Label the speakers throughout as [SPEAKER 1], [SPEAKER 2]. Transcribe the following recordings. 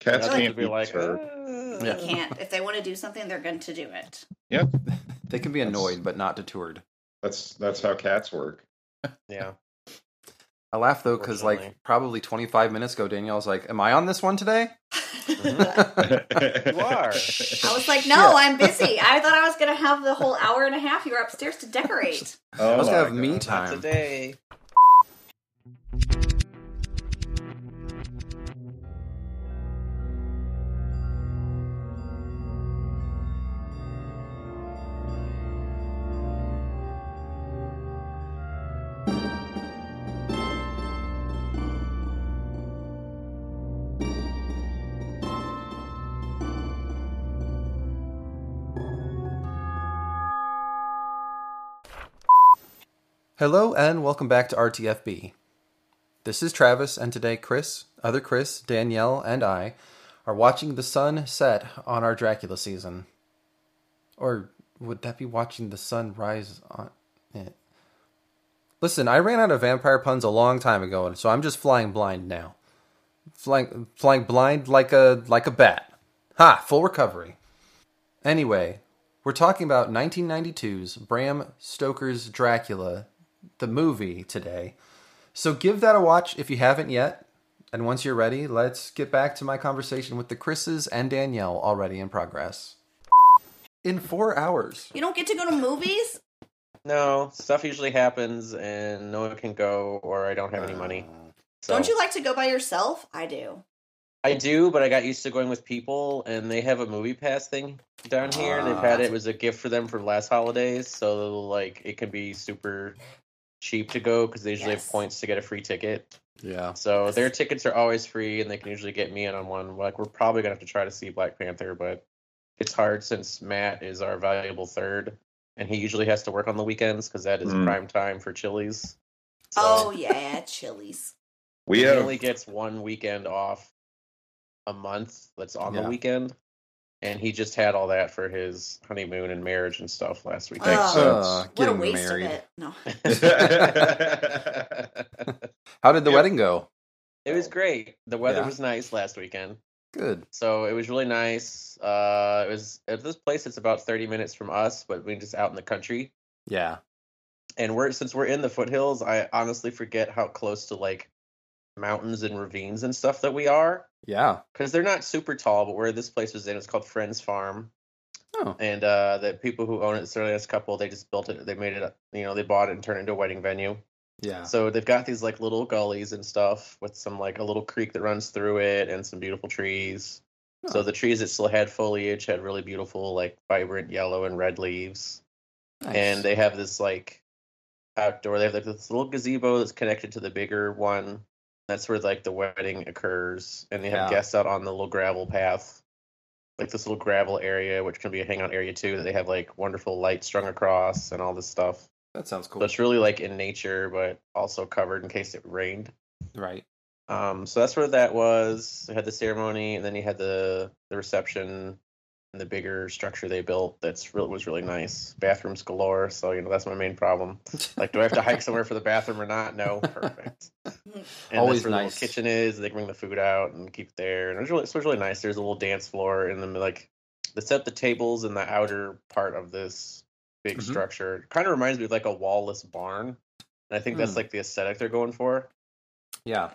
[SPEAKER 1] Cats
[SPEAKER 2] That's
[SPEAKER 1] can't
[SPEAKER 2] to be
[SPEAKER 1] be
[SPEAKER 2] like,
[SPEAKER 1] deterred.
[SPEAKER 2] "Uh."
[SPEAKER 3] Yeah.
[SPEAKER 4] Can't. If they want to do something, they're going to do it.
[SPEAKER 3] They can be
[SPEAKER 1] That's-
[SPEAKER 3] annoyed, but not deterred.
[SPEAKER 1] That's that's how cats work.
[SPEAKER 2] yeah.
[SPEAKER 3] I laugh though because like
[SPEAKER 2] Fortunately.
[SPEAKER 3] probably 25 minutes ago, Danielle's like, "Am I on this one today?"
[SPEAKER 4] I
[SPEAKER 2] You are.
[SPEAKER 4] was like, no, I'm busy. I thought I was going to have the whole hour and a half you were upstairs to decorate.
[SPEAKER 1] Oh
[SPEAKER 3] I was gonna
[SPEAKER 1] my
[SPEAKER 3] have me
[SPEAKER 1] God.
[SPEAKER 2] Not
[SPEAKER 3] time.
[SPEAKER 2] today.
[SPEAKER 3] Hello and welcome back to RTFB. This is Travis, and today Chris, other Chris, Danielle, and I are watching the sun set on our Dracula season. Or would that be watching the sun rise on it? Listen, I ran out of vampire puns a long time ago, and so I'm just flying blind now. Flying, flying blind like a like a bat. Ha! Full recovery. Anyway, we're talking about 1992's Bram Stoker's Dracula, the movie today. So give that a watch if you haven't yet. And once you're ready, let's get back to my conversation with the Chris's and Danielle already in progress. In four hours.
[SPEAKER 4] You don't get to go to movies?
[SPEAKER 2] No, stuff usually happens, and no one can go, or I don't have any money. So
[SPEAKER 4] Don't you like to go by yourself? I do.
[SPEAKER 2] I do, but I got used to going with people, and they have a movie pass thing down here, and they've had it. It was a gift for them for the last holidays, so like it can be super cheap to go because they usually
[SPEAKER 4] Yes.
[SPEAKER 2] have points to get a free ticket.
[SPEAKER 3] Yeah.
[SPEAKER 2] So
[SPEAKER 4] Yes.
[SPEAKER 2] their tickets are always free, and they can usually get me in on one. Like we're probably gonna have to try to see Black Panther, but it's hard since Matt is our valuable third, and he usually has to work on the weekends because that is
[SPEAKER 3] Hmm.
[SPEAKER 1] Mm.
[SPEAKER 2] prime time for Chili's. So
[SPEAKER 4] Oh, yeah, Chili's.
[SPEAKER 1] We
[SPEAKER 2] he
[SPEAKER 1] have
[SPEAKER 2] only gets one weekend off a month that's on
[SPEAKER 3] Yeah.
[SPEAKER 2] the weekend, and he just had all that for his honeymoon and marriage and stuff last weekend.
[SPEAKER 1] makes
[SPEAKER 4] Oh,
[SPEAKER 3] Uh,
[SPEAKER 4] What a
[SPEAKER 3] getting
[SPEAKER 4] waste
[SPEAKER 3] married.
[SPEAKER 4] of it. No.
[SPEAKER 2] Ah.
[SPEAKER 3] How did the
[SPEAKER 1] Yeah.
[SPEAKER 3] wedding go?
[SPEAKER 2] it was great. The weather
[SPEAKER 3] Yeah.
[SPEAKER 2] was nice last weekend.
[SPEAKER 3] Good.
[SPEAKER 2] So it was really nice. Uh, it was at this place. It's about thirty minutes from us, but we're just out in the country.
[SPEAKER 3] Yeah.
[SPEAKER 2] And we're since we're in the foothills, I honestly forget how close to like mountains and ravines and stuff that we are
[SPEAKER 3] Yeah.
[SPEAKER 2] because they're not super tall. But where this place was in, it's called Friends Farm,
[SPEAKER 3] Oh.
[SPEAKER 2] and uh, the people who own it, it's the last couple, they just built it. They made it. You know, they bought it and turned it into a wedding venue.
[SPEAKER 3] Yeah.
[SPEAKER 2] So they've got these like little gullies and stuff with some like a little creek that runs through it and some beautiful trees.
[SPEAKER 3] Oh.
[SPEAKER 2] So the trees that still had foliage had really beautiful like vibrant yellow and red leaves.
[SPEAKER 3] Nice.
[SPEAKER 2] And they have this like outdoor they have like this little gazebo that's connected to the bigger one. That's where like the wedding occurs and they have
[SPEAKER 3] Yeah.
[SPEAKER 2] guests out on the little gravel path. Like this little gravel area which can be a hangout area too that they have like wonderful lights strung across and all this stuff.
[SPEAKER 3] that sounds cool.
[SPEAKER 2] So it's really like in nature, but also covered in case it rained.
[SPEAKER 3] right.
[SPEAKER 2] Um, so that's where that was. They had the ceremony, and then you had the the reception and the bigger structure they built. That's real was really nice. Bathrooms galore. So you know that's my main problem. Like, do I have to hike somewhere for the bathroom or not? No, perfect. And
[SPEAKER 3] Always
[SPEAKER 2] that's where The
[SPEAKER 3] nice.
[SPEAKER 2] little kitchen is. They can bring the food out and keep it there. And it was really, it was really nice. There's a little dance floor, and then like they set the tables in the outer part of this big
[SPEAKER 3] Mhm.
[SPEAKER 2] structure. It kind of reminds me of like a wall-less barn. And I think that's
[SPEAKER 3] Hmm.
[SPEAKER 2] like the aesthetic they're going for.
[SPEAKER 3] Yeah.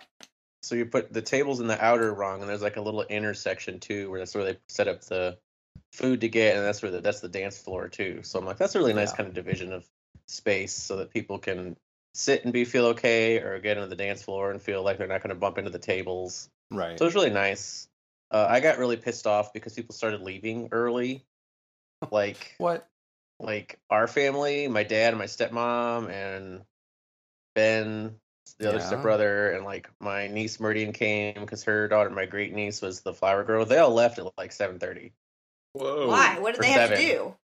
[SPEAKER 2] So you put the tables in the outer rung, and there's like a little intersection too, where that's where they set up the food to get, and that's where the, that's the dance floor too. So I'm like, that's a really nice
[SPEAKER 3] Yeah.
[SPEAKER 2] kind of division of space, so that people can sit and be feel okay, or get into the dance floor and feel like they're not going to bump into the tables.
[SPEAKER 3] Right.
[SPEAKER 2] So it's really nice. Uh, I got really pissed off because people started leaving early, like
[SPEAKER 3] What?
[SPEAKER 2] like our family, my dad and my stepmom and Ben, the other
[SPEAKER 3] Yeah.
[SPEAKER 2] stepbrother, and like my niece Meridian came because her daughter, my great niece, was the flower girl. They all left at like seven thirty.
[SPEAKER 1] Whoa.
[SPEAKER 4] Why? What did
[SPEAKER 2] for
[SPEAKER 4] they have to
[SPEAKER 2] seven.
[SPEAKER 4] do?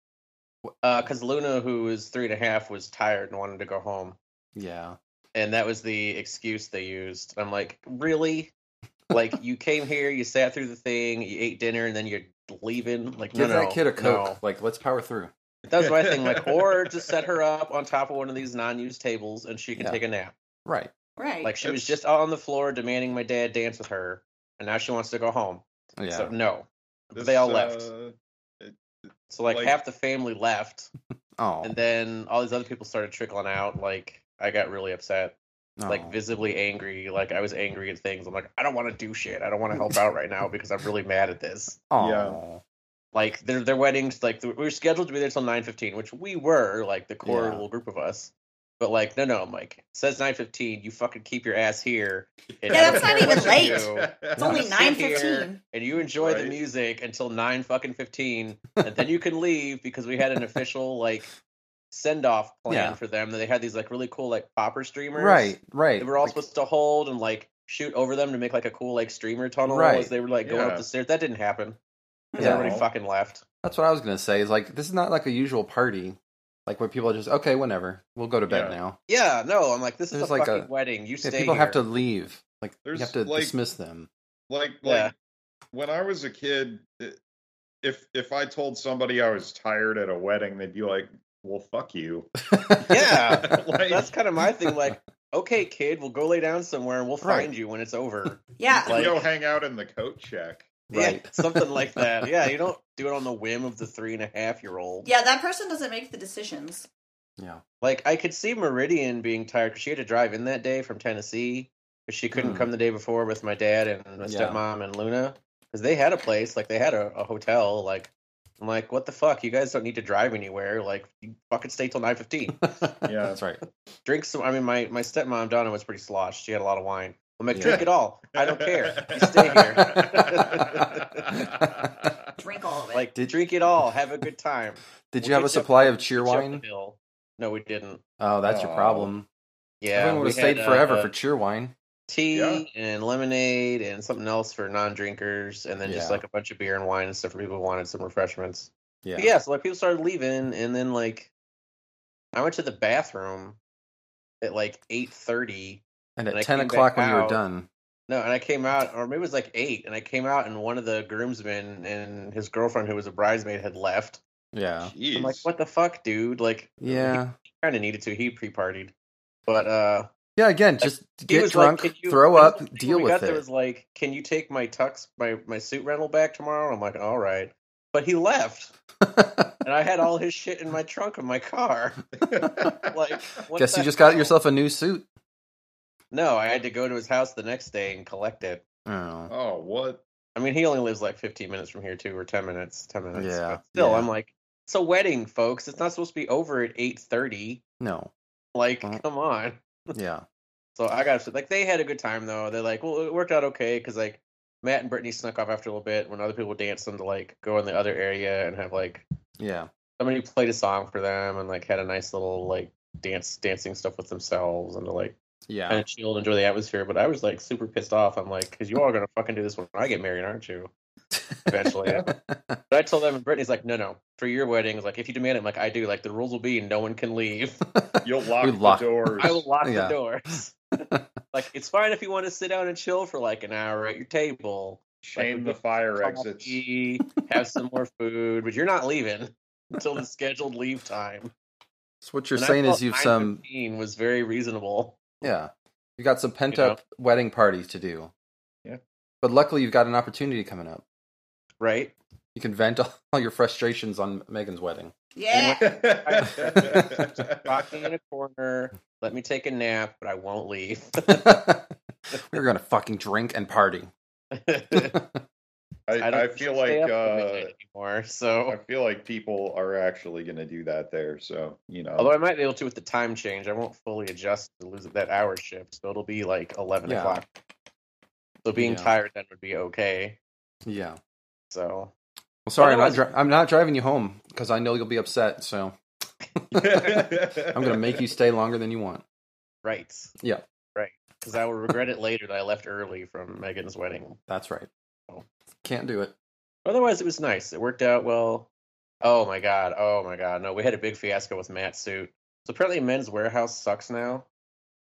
[SPEAKER 2] Uh, because Luna, who was three and a half, was tired and wanted to go home,
[SPEAKER 3] Yeah.
[SPEAKER 2] and that was the excuse they used. I'm like, really? like you came here, you sat through the thing, you ate dinner, and then you're leaving. Like,
[SPEAKER 3] Give
[SPEAKER 2] no,
[SPEAKER 3] that
[SPEAKER 2] no,
[SPEAKER 3] kid a
[SPEAKER 2] no.
[SPEAKER 3] coke. Like, let's power through.
[SPEAKER 2] That was my thing. Like, or just set her up on top of one of these non-used tables, and she can
[SPEAKER 3] Yeah.
[SPEAKER 2] take a nap.
[SPEAKER 3] Right.
[SPEAKER 4] Right.
[SPEAKER 2] Like she was
[SPEAKER 1] That's-
[SPEAKER 2] just out on the floor demanding my dad dance with her, and now she wants to go home.
[SPEAKER 3] Yeah.
[SPEAKER 2] So no, they all left.
[SPEAKER 1] uh,
[SPEAKER 2] So like,
[SPEAKER 1] like-
[SPEAKER 2] half the family left,
[SPEAKER 3] oh.
[SPEAKER 2] and then all these other people started trickling out. Like I got really upset, like visibly angry. Like I was angry at things. I'm like, I don't want to do shit. I don't want to help out right now because I'm really mad at this.
[SPEAKER 3] oh.
[SPEAKER 2] Like their their weddings, like we were scheduled to be there till nine fifteen, which we were, like the core
[SPEAKER 3] Yeah.
[SPEAKER 2] little group of us. But like, no, no, I'm like, it says nine fifteen. You fucking keep your ass here. and
[SPEAKER 4] Yeah,
[SPEAKER 2] I
[SPEAKER 4] that's
[SPEAKER 2] don't
[SPEAKER 4] not
[SPEAKER 2] care
[SPEAKER 4] even
[SPEAKER 2] what you
[SPEAKER 4] late.
[SPEAKER 2] do.
[SPEAKER 4] It's
[SPEAKER 2] I'm
[SPEAKER 4] only
[SPEAKER 2] gonna sit
[SPEAKER 4] nine
[SPEAKER 2] here
[SPEAKER 4] fifteen.
[SPEAKER 2] and you enjoy the
[SPEAKER 1] Right.
[SPEAKER 2] music until nine fucking fifteen, and then you can leave because we had an official like send off plan
[SPEAKER 3] Yeah.
[SPEAKER 2] for them. That they had these like really cool like popper streamers,
[SPEAKER 3] Right. Right.
[SPEAKER 2] They were all
[SPEAKER 3] Like,
[SPEAKER 2] supposed to hold and like shoot over them to make like a cool like streamer tunnel
[SPEAKER 3] Right.
[SPEAKER 2] as they were like going up
[SPEAKER 1] Yeah.
[SPEAKER 2] the stairs. That didn't happen because
[SPEAKER 3] Yeah.
[SPEAKER 2] everybody fucking left.
[SPEAKER 3] That's what I was gonna say. Is like this is not like a usual party, like where people are just okay, whenever we'll go to bed
[SPEAKER 1] Yeah.
[SPEAKER 3] now.
[SPEAKER 2] Yeah, no, I'm like this is
[SPEAKER 3] There's
[SPEAKER 2] a
[SPEAKER 3] like
[SPEAKER 2] fucking
[SPEAKER 3] a-
[SPEAKER 2] wedding. You
[SPEAKER 3] Yeah,
[SPEAKER 2] stay.
[SPEAKER 3] people have to
[SPEAKER 2] here.
[SPEAKER 3] leave. Like
[SPEAKER 1] There's,
[SPEAKER 3] you have to
[SPEAKER 1] like-
[SPEAKER 3] dismiss them.
[SPEAKER 1] like like
[SPEAKER 2] Yeah.
[SPEAKER 1] when I was a kid, i- if if I told somebody I was tired at a wedding, they'd be like, "Well, fuck you."
[SPEAKER 2] Yeah.
[SPEAKER 1] Like-
[SPEAKER 2] That's kind of my thing. Like, okay, kid, we'll go lay down somewhere and we'll find you when it's over.
[SPEAKER 4] Yeah.
[SPEAKER 2] Like-
[SPEAKER 1] Go hang out in the coat check.
[SPEAKER 3] Right.
[SPEAKER 2] Yeah, something like that. Yeah, you don't do it on the whim of the three and a half year old.
[SPEAKER 4] Yeah, that person doesn't make the decisions.
[SPEAKER 3] Yeah.
[SPEAKER 2] Like, I could see Meridian being tired 'cause she had to drive in that day from Tennessee because she couldn't
[SPEAKER 3] Hmm.
[SPEAKER 2] come the day before with my dad and my
[SPEAKER 3] Yeah.
[SPEAKER 2] stepmom and Luna because they had a place, like, they had a, a hotel. Like, I'm like, what the fuck? You guys don't need to drive anywhere. Like, you fucking stay till 9.15.
[SPEAKER 1] Yeah.
[SPEAKER 3] That's right.
[SPEAKER 2] Drink some. I mean, my, my stepmom, Donna, was pretty sloshed. She had a lot of wine. I'm like,
[SPEAKER 3] Yeah.
[SPEAKER 2] drink it all. I don't care. You stay here.
[SPEAKER 4] Drink all of it.
[SPEAKER 2] like,
[SPEAKER 3] Did-
[SPEAKER 2] drink it all. Have a good time.
[SPEAKER 3] Did
[SPEAKER 2] We'll
[SPEAKER 3] you have a
[SPEAKER 2] get you up-
[SPEAKER 3] supply of cheer
[SPEAKER 2] Each up
[SPEAKER 3] wine?
[SPEAKER 2] the hill. No, we didn't.
[SPEAKER 3] Oh, that's your
[SPEAKER 1] Aw.
[SPEAKER 3] problem.
[SPEAKER 2] Yeah,
[SPEAKER 3] Everyone would
[SPEAKER 2] we
[SPEAKER 3] have stayed
[SPEAKER 2] had, uh,
[SPEAKER 3] forever
[SPEAKER 2] uh,
[SPEAKER 3] for cheer wine.
[SPEAKER 2] tea
[SPEAKER 1] Yeah.
[SPEAKER 2] and lemonade and something else for non-drinkers, and then just
[SPEAKER 3] Yeah.
[SPEAKER 2] like a bunch of beer and wine and stuff for people who wanted some refreshments.
[SPEAKER 3] Yeah.
[SPEAKER 2] But Yeah. so like people started leaving, and then like I went to the bathroom at like eight thirty.
[SPEAKER 3] And at
[SPEAKER 2] When I
[SPEAKER 3] ten
[SPEAKER 2] came back
[SPEAKER 3] o'clock when you were
[SPEAKER 2] out-
[SPEAKER 3] done.
[SPEAKER 2] No, and I came out, or maybe it was like eight, and I came out, and one of the groomsmen and his girlfriend, who was a bridesmaid, had left.
[SPEAKER 3] Yeah.
[SPEAKER 1] Jeez.
[SPEAKER 2] I'm like, what the fuck, dude? Like,
[SPEAKER 3] Yeah.
[SPEAKER 2] kind of needed to. He pre-partied, but uh,
[SPEAKER 3] Yeah. Again, just
[SPEAKER 2] He
[SPEAKER 3] get
[SPEAKER 2] was
[SPEAKER 3] drunk,
[SPEAKER 2] like, "Can you-
[SPEAKER 3] throw
[SPEAKER 2] when
[SPEAKER 3] up,
[SPEAKER 2] we
[SPEAKER 3] deal with
[SPEAKER 2] There
[SPEAKER 3] it.
[SPEAKER 2] was like, can you take my tux, my my suit rental back tomorrow? I'm like, all right. But he left, and I had all his shit in my trunk of my car. Like, what
[SPEAKER 3] Guess
[SPEAKER 2] the
[SPEAKER 3] you just got
[SPEAKER 2] hell?
[SPEAKER 3] yourself a new suit.
[SPEAKER 2] No, I had to go to his house the next day and collect it.
[SPEAKER 3] Oh.
[SPEAKER 1] oh, what?
[SPEAKER 2] I mean, he only lives like 15 minutes from here too, or 10 minutes, 10 minutes.
[SPEAKER 3] Yeah,
[SPEAKER 2] but still,
[SPEAKER 3] yeah.
[SPEAKER 2] I'm like, it's a wedding, folks. It's not supposed to be over at 8:30.
[SPEAKER 3] No.
[SPEAKER 2] Like,
[SPEAKER 3] Mhm.
[SPEAKER 2] come on.
[SPEAKER 3] Yeah.
[SPEAKER 2] So I got upset. Like they had a good time though. They're like, well, it worked out okay because like Matt and Brittany snuck off after a little bit when other people were dancing to like go in the other area and have like
[SPEAKER 3] Yeah.
[SPEAKER 2] somebody played a song for them and like had a nice little like dance dancing stuff with themselves and to like kind
[SPEAKER 3] Yeah.
[SPEAKER 2] of chill and enjoy the atmost.here But I was like super pissed off. I'm like, because you all are gonna fucking do this when I get married, aren't you? Eventually, but I told them, and Brittany's like, no, no, for your wedding, it's like if you demand it, I'm like I do, like the rules will be no one can leave.
[SPEAKER 1] You'll lock
[SPEAKER 3] We lock-
[SPEAKER 1] the doors.
[SPEAKER 2] I will lock the
[SPEAKER 3] Yeah.
[SPEAKER 2] doors. like it's fine if you want to sit down and chill for like an hour at your table,
[SPEAKER 1] Shame
[SPEAKER 2] like,
[SPEAKER 1] the fire exits.
[SPEAKER 2] coffee, have some more food, but you're not leaving until the scheduled leave time.
[SPEAKER 3] So what you're
[SPEAKER 2] And I
[SPEAKER 3] saying
[SPEAKER 2] felt
[SPEAKER 3] is you've some
[SPEAKER 2] 9:15 was very reasonable.
[SPEAKER 3] yeah, you got some pent
[SPEAKER 2] know?
[SPEAKER 3] up wedding party to do.
[SPEAKER 1] Yeah.
[SPEAKER 3] But luckily, you've got an opportunity coming up.
[SPEAKER 2] Right?
[SPEAKER 3] You can vent all, all your frustrations on Megan's wedding.
[SPEAKER 4] yeah.
[SPEAKER 2] Lock me in a corner. Let me take a nap, but I won't leave.
[SPEAKER 3] We're gonna fucking drink and party.
[SPEAKER 2] I
[SPEAKER 1] I,
[SPEAKER 2] don't
[SPEAKER 1] I feel like
[SPEAKER 2] stay up till
[SPEAKER 1] uh,
[SPEAKER 2] midnight anymore.
[SPEAKER 1] I
[SPEAKER 2] So,
[SPEAKER 1] feel like people are actually going to do that there. So you know,
[SPEAKER 3] Um,
[SPEAKER 2] although I might be able to with the time change, I won't fully adjust to lose that hour shift. So it'll be like eleven
[SPEAKER 3] Yeah.
[SPEAKER 2] o'clock. So being
[SPEAKER 3] Yeah.
[SPEAKER 2] tired then would be okay.
[SPEAKER 3] Yeah.
[SPEAKER 2] So
[SPEAKER 3] Well, sorry, I'm not,
[SPEAKER 2] Otherwise-
[SPEAKER 3] dri- I'm not driving you home because I know you'll be upset. So I'm gonna make you stay longer than you want.
[SPEAKER 2] Right.
[SPEAKER 3] Yeah.
[SPEAKER 2] Right. Because I will regret it later that I left early from Megan's wedding.
[SPEAKER 3] That's right.
[SPEAKER 2] Oh.
[SPEAKER 3] Can't do it.
[SPEAKER 2] Otherwise, it was nice. It worked out well. Oh my god. Oh my god. No, we had a big fiasco with Matt's suit. So apparently, Men's Warehouse sucks now.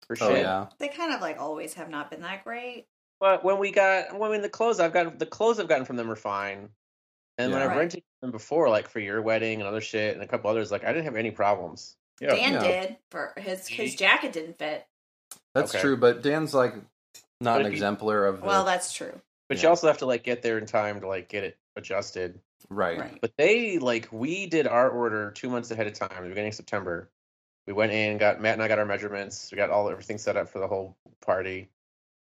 [SPEAKER 2] For
[SPEAKER 3] Oh
[SPEAKER 2] sure.
[SPEAKER 3] yeah.
[SPEAKER 4] They kind of like always have not been that great.
[SPEAKER 2] But when we got, when in the clothes I've gotten, the clothes I've gotten from them are fine. And when
[SPEAKER 3] Yeah.
[SPEAKER 2] I've
[SPEAKER 4] Right.
[SPEAKER 2] rented them before, like for your wedding and other shit and a couple others, like I didn't have any problems.
[SPEAKER 1] Yeah.
[SPEAKER 4] Dan
[SPEAKER 3] Yeah.
[SPEAKER 4] did for his his jacket didn't fit.
[SPEAKER 3] That's
[SPEAKER 2] Okay.
[SPEAKER 3] true, but Dan's like not
[SPEAKER 2] But
[SPEAKER 3] an
[SPEAKER 2] he-
[SPEAKER 3] exemplar of the,
[SPEAKER 4] Well, that's true.
[SPEAKER 2] But you
[SPEAKER 3] Yeah.
[SPEAKER 2] also have to like get there in time to like get it adjusted.
[SPEAKER 3] Right.
[SPEAKER 4] Right.
[SPEAKER 2] But they like we did our order two months ahead of time, the beginning of September. We went in, got Matt and I got our measurements, we got all everything set up for the whole party,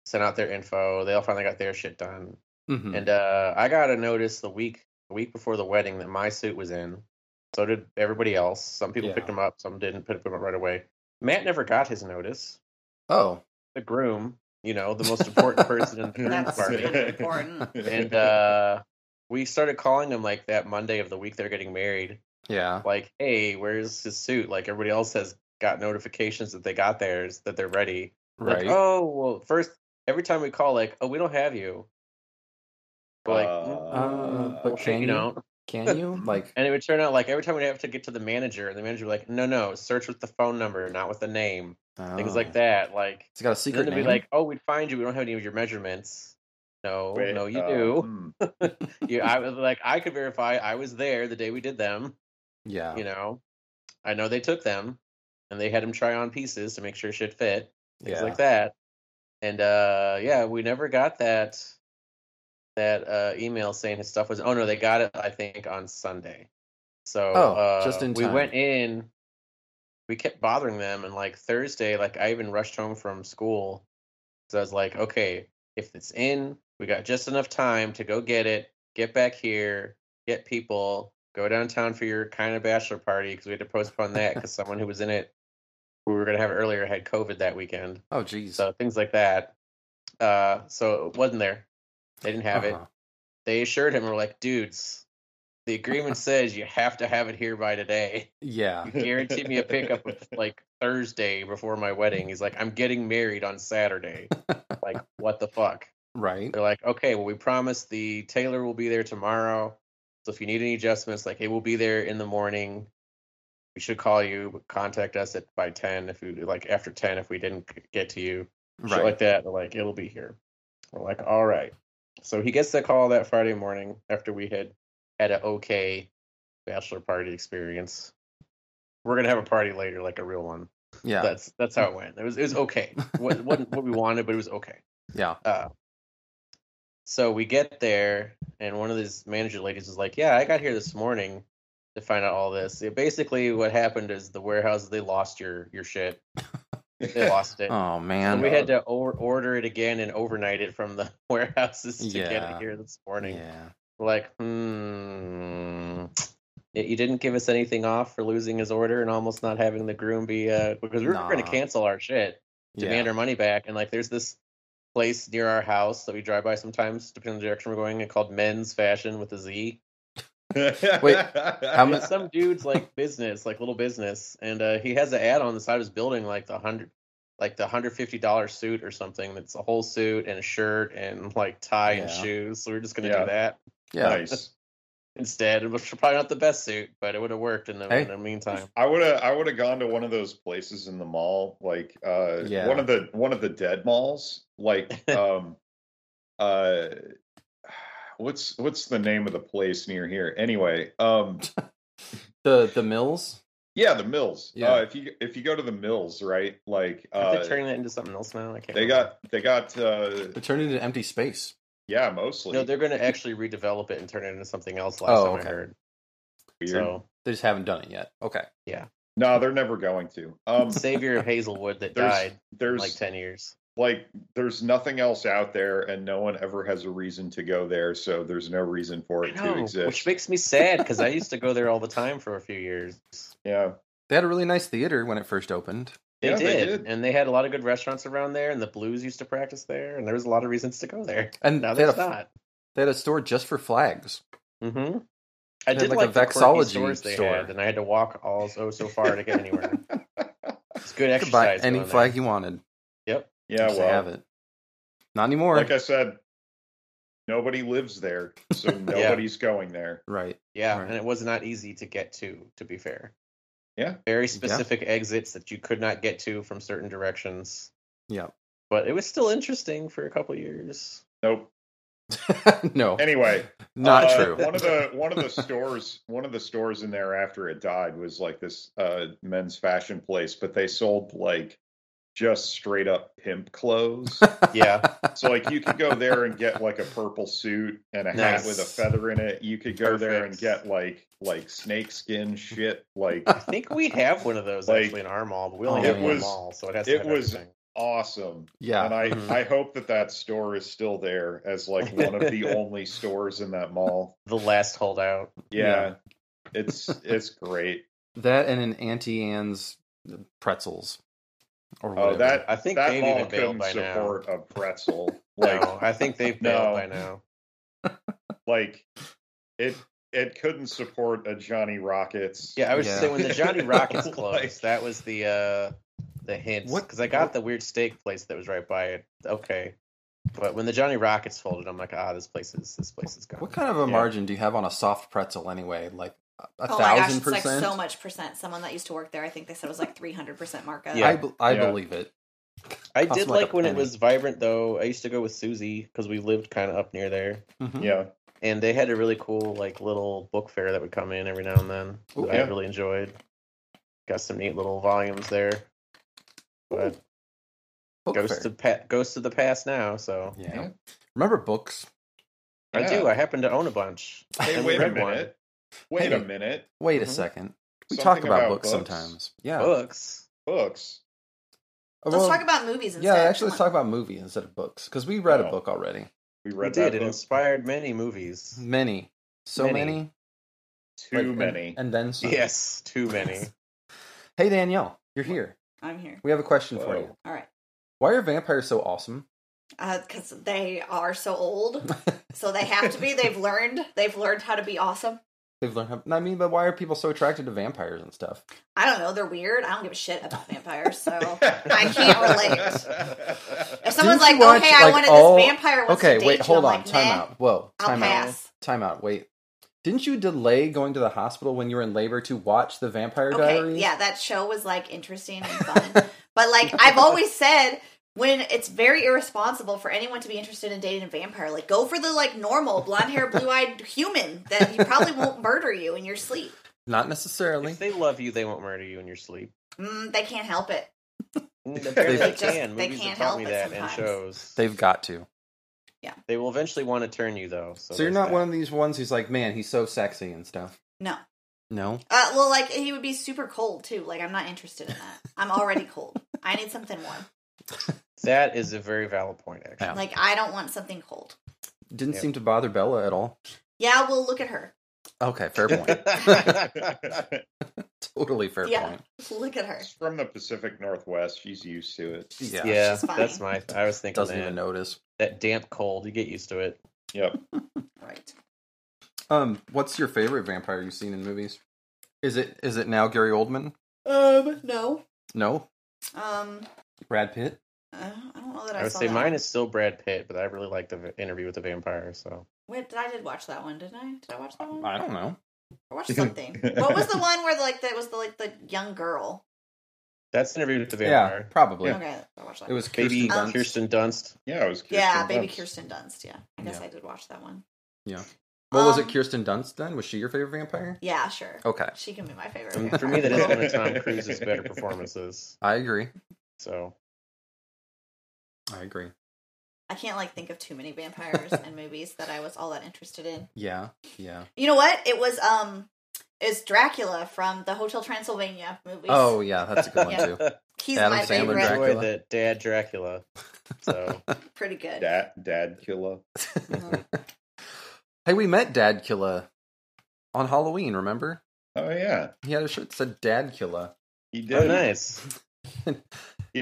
[SPEAKER 2] sent out their info. They all finally got their shit done.
[SPEAKER 3] Mhm.
[SPEAKER 2] And uh, I got a notice the week the week before the wedding that my suit was in. So did everybody else. Some people picked
[SPEAKER 3] Yeah.
[SPEAKER 2] them up, some didn't pick them up right away. Matt never got his notice.
[SPEAKER 3] Oh,
[SPEAKER 2] The groom, you know, the most important person in the groom
[SPEAKER 4] That's
[SPEAKER 2] party.
[SPEAKER 4] really important.
[SPEAKER 2] And uh, we started calling them like that Monday of the week they're getting married.
[SPEAKER 3] yeah.
[SPEAKER 2] Like, hey, where's his suit? Like everybody else has got notifications that they got theirs, that they're ready.
[SPEAKER 3] Right.
[SPEAKER 2] Like, oh well, first every time we call, like, oh, we don't have you. We're like, mm,
[SPEAKER 3] Uh, but
[SPEAKER 2] okay,
[SPEAKER 3] can
[SPEAKER 2] you
[SPEAKER 3] you?
[SPEAKER 2] don't.
[SPEAKER 3] Can you? Like,
[SPEAKER 2] And it would turn out like every time we'd have to get to the manager, and the manager would be like, no, no, search with the phone number, not with the name, things like that. Like,
[SPEAKER 3] It's got
[SPEAKER 2] and then
[SPEAKER 3] a Ah. secret
[SPEAKER 2] they'd
[SPEAKER 3] name.
[SPEAKER 2] be like, oh, we'd find you. We don't have any of your measurements. No,
[SPEAKER 1] Wait,
[SPEAKER 2] oh, no, you
[SPEAKER 1] uh,
[SPEAKER 2] do.
[SPEAKER 1] hmm.
[SPEAKER 2] You, I was like, I could verify I was there the day we did them.
[SPEAKER 3] yeah.
[SPEAKER 2] You know, I know they took them, and they had him try on pieces to make sure shit fit. things
[SPEAKER 3] yeah.
[SPEAKER 2] like that. And uh yeah, we never got that that uh email saying his stuff was oh no, they got it I think on Sunday. So
[SPEAKER 3] Oh,
[SPEAKER 2] uh,
[SPEAKER 3] just in
[SPEAKER 2] we
[SPEAKER 3] time.
[SPEAKER 2] went in we kept bothering them and like Thursday, like I even rushed home from school. So I was like, okay, if it's in, we got just enough time to go get it, get back here, get people, go downtown for your kind of bachelor party because we had to postpone that because someone who was in it who we were going to have earlier had COVID that weekend.
[SPEAKER 3] Oh, geez.
[SPEAKER 2] So things like that. Uh, so it wasn't there. They didn't have it.
[SPEAKER 3] Uh-huh.
[SPEAKER 2] They assured him, we're like, dudes, the agreement says you have to have it here by today.
[SPEAKER 3] Yeah.
[SPEAKER 2] You guaranteed me a pickup of like Thursday before my wedding. He's like, I'm getting married on Saturday. like, what the fuck?
[SPEAKER 3] Right.
[SPEAKER 2] They're like, okay, well, we promise the tailor will be there tomorrow. So if you need any adjustments, like it will be there in the morning. We should call you. but Contact us at by ten if we like after ten if we didn't get to you shit like
[SPEAKER 3] Right.
[SPEAKER 2] that. They're like, it'll be here. We're like, all right. So he gets the call that Friday morning after we had had an okay bachelor party experience. We're gonna have a party later, like a real one.
[SPEAKER 3] Yeah.
[SPEAKER 2] That's that's how it went. It was it was okay. What wasn't what we wanted, but it was okay. Uh,
[SPEAKER 3] Yeah.
[SPEAKER 2] So we get there, and one of these manager ladies is like, "Yeah, I got here this morning to find out all this. It, basically, what happened is the warehouse they lost your your shit. They lost it.
[SPEAKER 3] Oh
[SPEAKER 2] So
[SPEAKER 3] man.
[SPEAKER 2] we had to or- order it again and overnight it from the warehouses to get
[SPEAKER 3] Yeah.
[SPEAKER 2] it here this morning.
[SPEAKER 3] Yeah.
[SPEAKER 2] We're Like, hmm. y- You didn't give us anything off for losing his order and almost not having the groom be uh because we were going
[SPEAKER 3] Nah.
[SPEAKER 2] to cancel our shit, demand
[SPEAKER 3] Yeah.
[SPEAKER 2] our money back, and like there's this place near our house that we drive by sometimes, depending on the direction we're going, and called Men's Fashion with a Z.
[SPEAKER 3] Wait, how
[SPEAKER 2] It's some dude's like business, like little business, and uh, he has an ad on the side of his building, like the hundred, like the hundred fifty dollar suit or something. That's a whole suit and a shirt and like tie and
[SPEAKER 3] Yeah.
[SPEAKER 2] shoes. So we're just gonna
[SPEAKER 1] Yeah.
[SPEAKER 2] do that
[SPEAKER 3] Yeah.
[SPEAKER 1] Nice.
[SPEAKER 2] instead, which is probably not the best suit, but it would have worked in the,
[SPEAKER 3] Hey.
[SPEAKER 2] in the meantime.
[SPEAKER 1] I would have I would have gone to one of those places in the mall, like uh
[SPEAKER 3] Yeah.
[SPEAKER 1] one of the one of the dead malls, like um uh what's what's the name of the place near here? Anyway, um
[SPEAKER 3] The the mills.
[SPEAKER 1] yeah, the Mills.
[SPEAKER 3] Yeah.
[SPEAKER 1] Uh, if you if you go to the Mills, right? Like
[SPEAKER 2] Are
[SPEAKER 1] uh
[SPEAKER 2] they turning that into something else now? I can't.
[SPEAKER 1] they
[SPEAKER 2] remember.
[SPEAKER 1] got they got uh
[SPEAKER 3] They turned it into empty space.
[SPEAKER 1] yeah, mostly.
[SPEAKER 2] no. They're gonna actually redevelop it and turn it into something else. Last
[SPEAKER 3] Oh,
[SPEAKER 2] time
[SPEAKER 3] okay.
[SPEAKER 2] I heard.
[SPEAKER 1] Weird.
[SPEAKER 2] So
[SPEAKER 3] They just haven't done it yet. Okay.
[SPEAKER 1] No, they're never going to. Um
[SPEAKER 2] Savior of Hazelwood that
[SPEAKER 1] there's
[SPEAKER 2] died in
[SPEAKER 1] there's
[SPEAKER 2] like ten years.
[SPEAKER 1] like there's nothing else out there and no one ever has a reason to go there, so there's no reason for
[SPEAKER 2] I
[SPEAKER 1] it to
[SPEAKER 2] know,
[SPEAKER 1] exist.
[SPEAKER 2] which makes me sad because I used to go there all the time for a few years.
[SPEAKER 1] yeah.
[SPEAKER 3] They had a really nice theater when it first opened.
[SPEAKER 2] They,
[SPEAKER 1] Yeah,
[SPEAKER 2] did.
[SPEAKER 1] they did.
[SPEAKER 2] and they had a lot of good restaurants around there, and the Blues used to practice there, and there was a lot of reasons to go there.
[SPEAKER 3] And
[SPEAKER 2] Now
[SPEAKER 3] they had,
[SPEAKER 2] there's
[SPEAKER 3] a,
[SPEAKER 2] not.
[SPEAKER 3] they had a store just for flags.
[SPEAKER 2] Mm-hmm. I
[SPEAKER 3] They had
[SPEAKER 2] did
[SPEAKER 3] like
[SPEAKER 2] like,
[SPEAKER 3] a
[SPEAKER 2] the
[SPEAKER 3] vexology
[SPEAKER 2] quirky stores they
[SPEAKER 3] store.
[SPEAKER 2] had, and I had to walk all so so far to get anywhere. It's good
[SPEAKER 3] You could buy
[SPEAKER 2] exercise.
[SPEAKER 3] any
[SPEAKER 2] going there.
[SPEAKER 3] flag you wanted.
[SPEAKER 2] Yep.
[SPEAKER 1] Yeah,
[SPEAKER 3] Just to
[SPEAKER 1] well,
[SPEAKER 3] have it. Not anymore.
[SPEAKER 1] like I said, nobody lives there, so nobody's going there.
[SPEAKER 3] right.
[SPEAKER 2] Yeah,
[SPEAKER 3] Right.
[SPEAKER 2] and it was not easy to get to. To be fair.
[SPEAKER 1] Yeah.
[SPEAKER 2] Very specific exits that you could not get to from certain directions.
[SPEAKER 3] Yep.
[SPEAKER 2] But it was still interesting for a couple years.
[SPEAKER 1] Nope.
[SPEAKER 3] no.
[SPEAKER 1] Anyway,
[SPEAKER 3] Not
[SPEAKER 1] uh,
[SPEAKER 3] true.
[SPEAKER 1] One of the one of the stores, one of the stores in there after it died was like this uh, men's fashion place, but they sold like just straight up pimp clothes.
[SPEAKER 2] Yeah.
[SPEAKER 1] so like you could go there and get like a purple suit and a hat
[SPEAKER 2] Nice.
[SPEAKER 1] with a feather in it. You could go there and
[SPEAKER 2] Perfect.
[SPEAKER 1] get like like snakeskin shit. Like
[SPEAKER 2] I think we have one of those
[SPEAKER 1] Like,
[SPEAKER 2] actually in our mall, but we only
[SPEAKER 3] Oh, it
[SPEAKER 2] have one
[SPEAKER 1] was-
[SPEAKER 2] mall, so it has to
[SPEAKER 1] it
[SPEAKER 2] have
[SPEAKER 1] was-
[SPEAKER 2] everything.
[SPEAKER 1] awesome. And
[SPEAKER 3] Yeah.
[SPEAKER 1] I
[SPEAKER 2] Mhm.
[SPEAKER 1] I hope that that store is still there as like one of the only stores in that mall.
[SPEAKER 2] the last holdout.
[SPEAKER 1] Yeah. It's it's great.
[SPEAKER 3] That and an Auntie Anne's uh, pretzels. Or
[SPEAKER 1] Oh, that
[SPEAKER 2] I think
[SPEAKER 1] that
[SPEAKER 2] they've
[SPEAKER 1] mall
[SPEAKER 2] even bailed
[SPEAKER 1] couldn't
[SPEAKER 2] by
[SPEAKER 1] support a pretzel.
[SPEAKER 2] now.
[SPEAKER 1] Like
[SPEAKER 2] no, I think they've
[SPEAKER 1] No.
[SPEAKER 2] bailed by now.
[SPEAKER 1] like it it couldn't support a Johnny Rockets.
[SPEAKER 2] Yeah, I was
[SPEAKER 3] Yeah.
[SPEAKER 2] saying when the Johnny Rockets
[SPEAKER 1] Like-
[SPEAKER 2] closed, that was the uh the hint.
[SPEAKER 3] What-
[SPEAKER 2] Because I got the weird steak place that was right by it. Okay. But when the Johnny Rockets folded, I'm like, ah, this place is this place is gone.
[SPEAKER 3] What kind of a
[SPEAKER 1] Yeah.
[SPEAKER 3] margin do you have on a soft pretzel anyway? Like a a
[SPEAKER 4] Oh
[SPEAKER 3] thousand
[SPEAKER 4] my gosh, it's like
[SPEAKER 3] percent?
[SPEAKER 4] so much percent. Someone that used to work there, I think they said it was like 300% markup.
[SPEAKER 2] Yeah.
[SPEAKER 3] I, be- I
[SPEAKER 1] Yeah.
[SPEAKER 3] believe it.
[SPEAKER 2] I
[SPEAKER 3] cost
[SPEAKER 2] did
[SPEAKER 3] like a
[SPEAKER 2] like when it
[SPEAKER 3] penny.
[SPEAKER 2] was vibrant though. I used to go with Susie because we lived kind of up near there,
[SPEAKER 3] Mhm.
[SPEAKER 1] Yeah.
[SPEAKER 2] and they had a really cool like little book fair that would come in every now and then.
[SPEAKER 3] Ooh,
[SPEAKER 2] that
[SPEAKER 1] yeah.
[SPEAKER 2] I really enjoyed. Got some neat little volumes there. But
[SPEAKER 3] Book
[SPEAKER 2] goes
[SPEAKER 3] fair.
[SPEAKER 2] to pa- goes to the past now. So
[SPEAKER 3] yeah. Remember books?
[SPEAKER 2] I
[SPEAKER 1] Yeah.
[SPEAKER 2] do. I happen to own a bunch.
[SPEAKER 1] Hey,
[SPEAKER 2] And
[SPEAKER 1] wait a
[SPEAKER 2] read one.
[SPEAKER 1] minute. Wait a
[SPEAKER 3] Hey.
[SPEAKER 1] minute.
[SPEAKER 3] Wait a
[SPEAKER 2] Mhm.
[SPEAKER 3] second. We
[SPEAKER 1] Mm-hmm. Something
[SPEAKER 3] talk about, books, sometimes. Yeah.
[SPEAKER 2] Books.
[SPEAKER 1] Books.
[SPEAKER 3] Uh,
[SPEAKER 4] Let's
[SPEAKER 3] well,
[SPEAKER 4] talk about movies
[SPEAKER 3] Yeah,
[SPEAKER 4] instead.
[SPEAKER 3] actually, let's
[SPEAKER 4] Come
[SPEAKER 3] talk about movies instead of books because we read
[SPEAKER 1] No.
[SPEAKER 3] a book already.
[SPEAKER 1] We
[SPEAKER 2] We
[SPEAKER 1] read
[SPEAKER 2] did.
[SPEAKER 1] that
[SPEAKER 2] It
[SPEAKER 1] book.
[SPEAKER 2] inspired many movies.
[SPEAKER 3] Many, so
[SPEAKER 2] Many.
[SPEAKER 3] many,
[SPEAKER 1] Too
[SPEAKER 3] like, and-
[SPEAKER 1] many.
[SPEAKER 3] and, then some.
[SPEAKER 2] Yes, too many.
[SPEAKER 3] Hey Danielle, you're here.
[SPEAKER 4] on. I'm here.
[SPEAKER 3] We have a question for
[SPEAKER 1] Whoa.
[SPEAKER 3] you.
[SPEAKER 4] All right.
[SPEAKER 3] Why are vampires so awesome?
[SPEAKER 4] Because they are so old, so they have to be. They've learned. They've learned how to be awesome.
[SPEAKER 3] They've learned. How, I mean, but why are people so attracted to vampires and stuff?
[SPEAKER 4] I don't know. They're weird. I don't give a shit about vampires. So I can't if someone's like,
[SPEAKER 3] Didn't you
[SPEAKER 4] "Oh,
[SPEAKER 3] watch,
[SPEAKER 4] hey, I
[SPEAKER 3] like,
[SPEAKER 4] wanted
[SPEAKER 3] all-
[SPEAKER 4] this vampire," Wants
[SPEAKER 3] okay,
[SPEAKER 4] to date
[SPEAKER 3] wait,
[SPEAKER 4] you,"
[SPEAKER 3] hold
[SPEAKER 4] I'm
[SPEAKER 3] on.
[SPEAKER 4] like,
[SPEAKER 3] time
[SPEAKER 4] "Nah,
[SPEAKER 3] out. Whoa,
[SPEAKER 4] I'll
[SPEAKER 3] time out.
[SPEAKER 4] pass.
[SPEAKER 3] Time out. Wait. Didn't you delay going to the hospital when you were in labor to watch the Vampire
[SPEAKER 4] Okay,
[SPEAKER 3] Diaries?
[SPEAKER 4] yeah, that show was like interesting and fun. but like I've always said, when it's very irresponsible for anyone to be interested in dating a vampire, like go for the like normal blonde hair, blue eyed human that you probably won't murder you in your sleep.
[SPEAKER 3] Not necessarily.
[SPEAKER 2] If they love you, they won't murder you in your sleep.
[SPEAKER 4] Mm, they can't help it.
[SPEAKER 2] Mm, Apparently, they,
[SPEAKER 3] They
[SPEAKER 4] just-
[SPEAKER 2] can.
[SPEAKER 4] they
[SPEAKER 2] Movies have
[SPEAKER 4] can't
[SPEAKER 2] taught
[SPEAKER 4] help
[SPEAKER 2] me
[SPEAKER 4] it
[SPEAKER 2] that,
[SPEAKER 4] sometimes.
[SPEAKER 2] and shows. They,
[SPEAKER 3] They've got to.
[SPEAKER 2] will eventually want to turn you, though. So,
[SPEAKER 3] So, you're
[SPEAKER 2] there's
[SPEAKER 3] not
[SPEAKER 2] that.
[SPEAKER 3] one of these ones who's like, man, he's so sexy and stuff.
[SPEAKER 4] No.
[SPEAKER 3] No.
[SPEAKER 4] Uh, well, like he would be super cold too. Like I'm not interested in that. I'm already cold. I need something warm.
[SPEAKER 2] That is a very valid point, actually.
[SPEAKER 3] Yeah.
[SPEAKER 4] Like I don't want something cold.
[SPEAKER 3] Didn't
[SPEAKER 2] Yeah.
[SPEAKER 3] seem to bother Bella at all.
[SPEAKER 4] Yeah, well, look at her.
[SPEAKER 3] Okay, fair point. totally fair
[SPEAKER 4] Yeah.
[SPEAKER 3] point.
[SPEAKER 4] Look at her.
[SPEAKER 1] She's from the Pacific Northwest. She's used to it.
[SPEAKER 3] Yeah.
[SPEAKER 2] yeah,
[SPEAKER 4] She's fine.
[SPEAKER 2] that's my. I was thinking
[SPEAKER 3] Doesn't
[SPEAKER 2] that,
[SPEAKER 3] even notice.
[SPEAKER 2] that damp cold. You get used to it.
[SPEAKER 1] Yep.
[SPEAKER 4] Right.
[SPEAKER 3] Um, what's your favorite vampire you've seen in movies? Is it is it now Gary Oldman?
[SPEAKER 4] Um. No.
[SPEAKER 3] No,
[SPEAKER 4] Um.
[SPEAKER 3] Brad Pitt.
[SPEAKER 4] Uh, I don't know that I,
[SPEAKER 2] I would
[SPEAKER 4] saw
[SPEAKER 2] say
[SPEAKER 4] that
[SPEAKER 2] mine
[SPEAKER 4] one.
[SPEAKER 2] is still Brad Pitt, but I really like the v- interview with the vampire. So
[SPEAKER 4] Wait, did I did watch that one, didn't I? Did I watch that one?
[SPEAKER 3] I don't know.
[SPEAKER 4] I watched something. what was the one where like that was the like the young girl?
[SPEAKER 2] that's interview with the
[SPEAKER 3] Yeah,
[SPEAKER 2] vampire.
[SPEAKER 3] probably.
[SPEAKER 4] Okay, I watched that.
[SPEAKER 3] It was
[SPEAKER 2] Baby
[SPEAKER 3] Kirsten
[SPEAKER 4] Um,
[SPEAKER 3] Dunst.
[SPEAKER 2] Kirsten Dunst.
[SPEAKER 1] Yeah, it was Kirsten
[SPEAKER 4] yeah, baby
[SPEAKER 1] Dunst.
[SPEAKER 4] Kirsten Dunst. Yeah, I guess
[SPEAKER 3] Yeah.
[SPEAKER 4] I did watch that one.
[SPEAKER 3] Well, was it Oh.
[SPEAKER 4] um,
[SPEAKER 3] Kirsten Dunst then? Was she your favorite vampire?
[SPEAKER 4] Yeah, sure.
[SPEAKER 3] Okay,
[SPEAKER 4] She can be my favorite.
[SPEAKER 2] Um,
[SPEAKER 4] vampire.
[SPEAKER 2] For me, that is one of Tom Cruise's better performances.
[SPEAKER 3] I agree.
[SPEAKER 2] So
[SPEAKER 3] I agree.
[SPEAKER 4] I can't like think of too many vampires and movies that I was all that interested in.
[SPEAKER 3] Yeah, yeah.
[SPEAKER 4] You know what? It was um, is Dracula from the Hotel Transylvania movies.
[SPEAKER 3] Oh, yeah, that's a good one
[SPEAKER 4] Yeah.
[SPEAKER 3] too.
[SPEAKER 4] he's
[SPEAKER 3] Adam
[SPEAKER 4] my
[SPEAKER 3] Sandler
[SPEAKER 4] favorite.
[SPEAKER 2] I enjoyed
[SPEAKER 3] Dracula.
[SPEAKER 2] that Dad Dracula. So
[SPEAKER 4] Pretty good.
[SPEAKER 1] Dad, dad killer.
[SPEAKER 4] Mhm.
[SPEAKER 3] Hey, we met Dad Killa on Halloween. Remember?
[SPEAKER 1] Oh yeah,
[SPEAKER 3] He had a shirt that said Dad Killa.
[SPEAKER 1] he did.
[SPEAKER 2] oh, nice.
[SPEAKER 1] He
[SPEAKER 2] I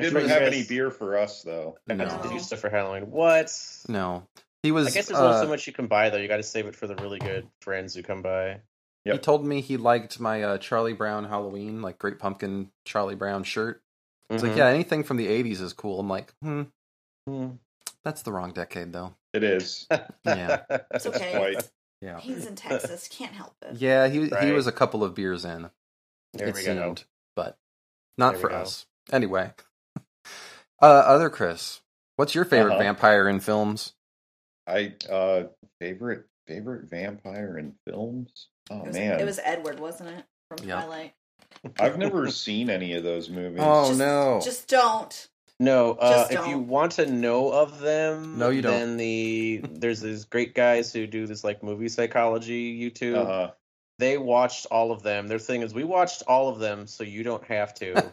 [SPEAKER 1] didn't
[SPEAKER 2] should
[SPEAKER 1] have
[SPEAKER 2] guess-
[SPEAKER 1] any beer for us though.
[SPEAKER 3] No.
[SPEAKER 2] Did you stuff for Halloween? What?
[SPEAKER 3] No, he was.
[SPEAKER 2] I guess there's
[SPEAKER 3] uh,
[SPEAKER 2] only so much you can buy though. You got to save it for the really good friends who come by.
[SPEAKER 3] He
[SPEAKER 1] Yep.
[SPEAKER 3] told me he liked my uh, Charlie Brown Halloween, like Great Pumpkin Charlie Brown shirt. It's
[SPEAKER 2] Mhm.
[SPEAKER 3] like, yeah, anything from the '80s is cool. I'm like, hmm,
[SPEAKER 2] Mm.
[SPEAKER 3] that's the wrong decade, though.
[SPEAKER 1] It is.
[SPEAKER 3] Yeah,
[SPEAKER 4] It's okay.
[SPEAKER 1] Quite.
[SPEAKER 3] yeah,
[SPEAKER 4] He's in Texas. Can't help it.
[SPEAKER 3] yeah. He he
[SPEAKER 2] Right.
[SPEAKER 3] was a couple of beers in.
[SPEAKER 2] There
[SPEAKER 3] it
[SPEAKER 2] we
[SPEAKER 3] seemed,
[SPEAKER 2] go.
[SPEAKER 3] but not
[SPEAKER 2] There we
[SPEAKER 3] for
[SPEAKER 2] go.
[SPEAKER 3] us anyway. uh, other Chris, what's your favorite
[SPEAKER 1] Uh-huh.
[SPEAKER 3] vampire in films?
[SPEAKER 1] I uh favorite favorite vampire in films. Oh
[SPEAKER 4] It was,
[SPEAKER 1] man,
[SPEAKER 4] it was Edward, wasn't it? From
[SPEAKER 3] Yeah.
[SPEAKER 4] Twilight.
[SPEAKER 1] I've never seen any of those movies.
[SPEAKER 3] Oh
[SPEAKER 4] Just-
[SPEAKER 3] no!
[SPEAKER 4] Just don't.
[SPEAKER 2] No, uh,
[SPEAKER 4] Just
[SPEAKER 2] if you
[SPEAKER 4] don't.
[SPEAKER 2] want to know of them,
[SPEAKER 3] No, you don't.
[SPEAKER 2] Then the there's these great guys who do this like movie psychology YouTube.
[SPEAKER 3] Uh-huh.
[SPEAKER 1] Uh,
[SPEAKER 2] They watched all of them. Their thing is we watched all of them, so you don't have to.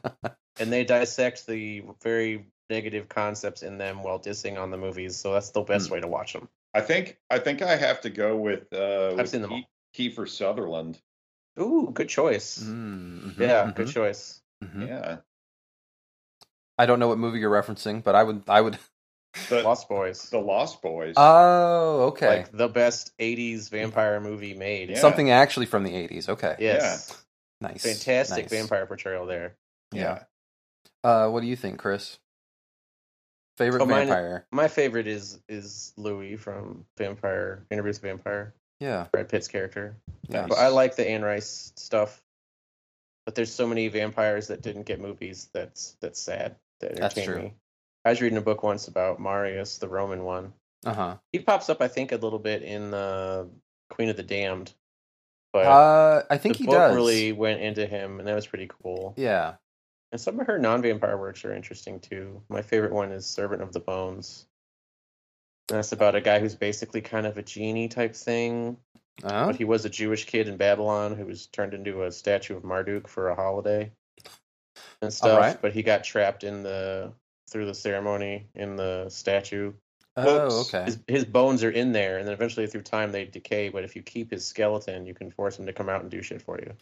[SPEAKER 2] and they dissect the very negative concepts in them while dissing on the movies. So that's the
[SPEAKER 3] Hmm.
[SPEAKER 2] best way to watch them.
[SPEAKER 1] I think I think I have to go with. Uh, with
[SPEAKER 2] seen them all.
[SPEAKER 1] Ke- Kiefer Sutherland.
[SPEAKER 2] Ooh, good choice.
[SPEAKER 3] Mm, mhm,
[SPEAKER 2] Yeah,
[SPEAKER 3] mhm,
[SPEAKER 2] good choice.
[SPEAKER 3] mhm.
[SPEAKER 1] Yeah,
[SPEAKER 3] I don't know what movie you're referencing, but I would. I would.
[SPEAKER 1] the,
[SPEAKER 2] Lost Boys,
[SPEAKER 1] the Lost Boys.
[SPEAKER 3] Oh, okay.
[SPEAKER 2] like the best '80s vampire movie made.
[SPEAKER 1] Yeah.
[SPEAKER 3] Something actually from the '80s. Okay.
[SPEAKER 2] Yes,
[SPEAKER 3] Nice.
[SPEAKER 2] fantastic
[SPEAKER 3] nice.
[SPEAKER 2] vampire portrayal there.
[SPEAKER 3] Yeah. Uh, what do you think, Chris? Favorite
[SPEAKER 2] Oh, mine-
[SPEAKER 3] vampire?
[SPEAKER 2] My favorite is is Louis from Vampire Interview with the Vampire,
[SPEAKER 3] Yeah.
[SPEAKER 2] Brad Pitt's character.
[SPEAKER 3] Yeah.
[SPEAKER 2] But I like the Anne Rice stuff. But there's so many vampires that didn't get movies. That's that's sad. That
[SPEAKER 3] That's
[SPEAKER 2] entertain
[SPEAKER 3] true.
[SPEAKER 2] Me. I was reading a book once about Marius, the Roman one.
[SPEAKER 3] Uh huh.
[SPEAKER 2] He pops up, I think, a little bit in uh, Queen of the Damned. But
[SPEAKER 3] Uh, I think
[SPEAKER 2] the
[SPEAKER 3] he
[SPEAKER 2] book
[SPEAKER 3] does.
[SPEAKER 2] really went into him, and that was pretty cool.
[SPEAKER 3] Yeah.
[SPEAKER 2] And some of her non-vampire works are interesting too. My favorite one is Servant of the Bones. And that's about a guy who's basically kind of a genie type thing,
[SPEAKER 3] Uh-huh.
[SPEAKER 2] but he was a Jewish kid in Babylon who was turned into a statue of Marduk for a holiday and stuff.
[SPEAKER 3] right.
[SPEAKER 2] But he got trapped in the through the ceremony in the statue.
[SPEAKER 3] Oh,
[SPEAKER 1] Whoops.
[SPEAKER 3] okay.
[SPEAKER 2] His, his bones are in there, and then eventually through time they decay. But if you keep his skeleton, you can force him to come out and do shit for you.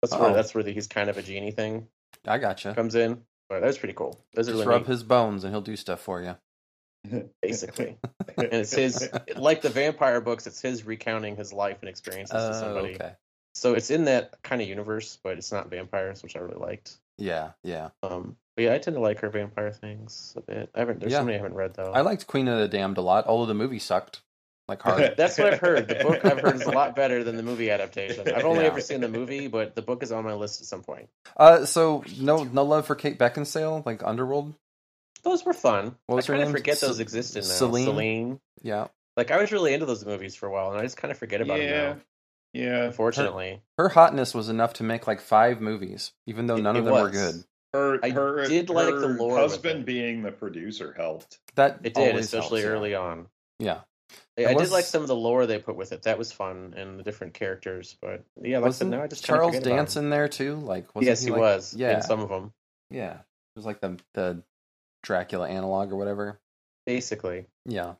[SPEAKER 2] That's where
[SPEAKER 3] Oh.
[SPEAKER 2] that's where the, he's kind of a genie thing
[SPEAKER 3] I gotcha.
[SPEAKER 2] comes in. But that was pretty cool. Those are
[SPEAKER 3] Just
[SPEAKER 2] really
[SPEAKER 3] rub
[SPEAKER 2] neat.
[SPEAKER 3] his bones and he'll do stuff for you.
[SPEAKER 2] basically. and it's his, like the vampire books, it's his recounting his life and experiences
[SPEAKER 3] Oh,
[SPEAKER 2] to somebody.
[SPEAKER 3] okay.
[SPEAKER 2] So it's in that kind of universe, but it's not vampires, which I really liked.
[SPEAKER 3] Yeah, yeah.
[SPEAKER 2] Um, but yeah, I tend to like her vampire things a bit. I haven't. There's
[SPEAKER 3] Yeah.
[SPEAKER 2] so many I haven't read though.
[SPEAKER 3] I liked Queen of the Damned a lot, although the movie sucked. Like hard.
[SPEAKER 2] That's what I've heard. The book I've heard is a lot better than the movie adaptation. I've only
[SPEAKER 3] Yeah.
[SPEAKER 2] ever seen the movie, but the book is on my list at some point.
[SPEAKER 3] uh, so no, no love for Kate Beckinsale, like Underworld.
[SPEAKER 2] Those were fun.
[SPEAKER 3] What was
[SPEAKER 2] I
[SPEAKER 3] her
[SPEAKER 2] kind of
[SPEAKER 3] name?
[SPEAKER 2] forget
[SPEAKER 3] Se-
[SPEAKER 2] those existed now.
[SPEAKER 3] Celine?
[SPEAKER 2] Celine.
[SPEAKER 3] Yeah,
[SPEAKER 2] Like I was really into those movies for a while, and I just kind of forget about
[SPEAKER 1] yeah,
[SPEAKER 2] them now.
[SPEAKER 1] yeah.
[SPEAKER 2] Unfortunately.
[SPEAKER 3] her hotness was enough to make like five movies, even though
[SPEAKER 2] It-
[SPEAKER 3] none of
[SPEAKER 2] it
[SPEAKER 3] them were
[SPEAKER 2] was.
[SPEAKER 3] good.
[SPEAKER 1] Her,
[SPEAKER 2] I
[SPEAKER 1] her,
[SPEAKER 2] did like the
[SPEAKER 1] her
[SPEAKER 2] lore with
[SPEAKER 1] husband
[SPEAKER 2] it.
[SPEAKER 1] being the producer helped.
[SPEAKER 3] That
[SPEAKER 2] It did,
[SPEAKER 3] always
[SPEAKER 2] especially
[SPEAKER 3] helps, yeah.
[SPEAKER 2] early on.
[SPEAKER 3] Yeah.
[SPEAKER 2] Yeah,
[SPEAKER 3] It
[SPEAKER 2] I
[SPEAKER 3] was-
[SPEAKER 2] did like some of the lore they put with it. That was fun, and the different characters. But yeah, like I said,
[SPEAKER 3] Wasn't
[SPEAKER 2] now I just kinda
[SPEAKER 3] Charles
[SPEAKER 2] forget about
[SPEAKER 3] Dance
[SPEAKER 2] him.
[SPEAKER 3] in there too? Like, wasn't
[SPEAKER 2] yes, he
[SPEAKER 3] like-
[SPEAKER 2] was.
[SPEAKER 3] Yeah,
[SPEAKER 2] in some of them,
[SPEAKER 3] yeah. It was like the the Dracula analog or whatever.
[SPEAKER 2] basically.
[SPEAKER 3] Yeah,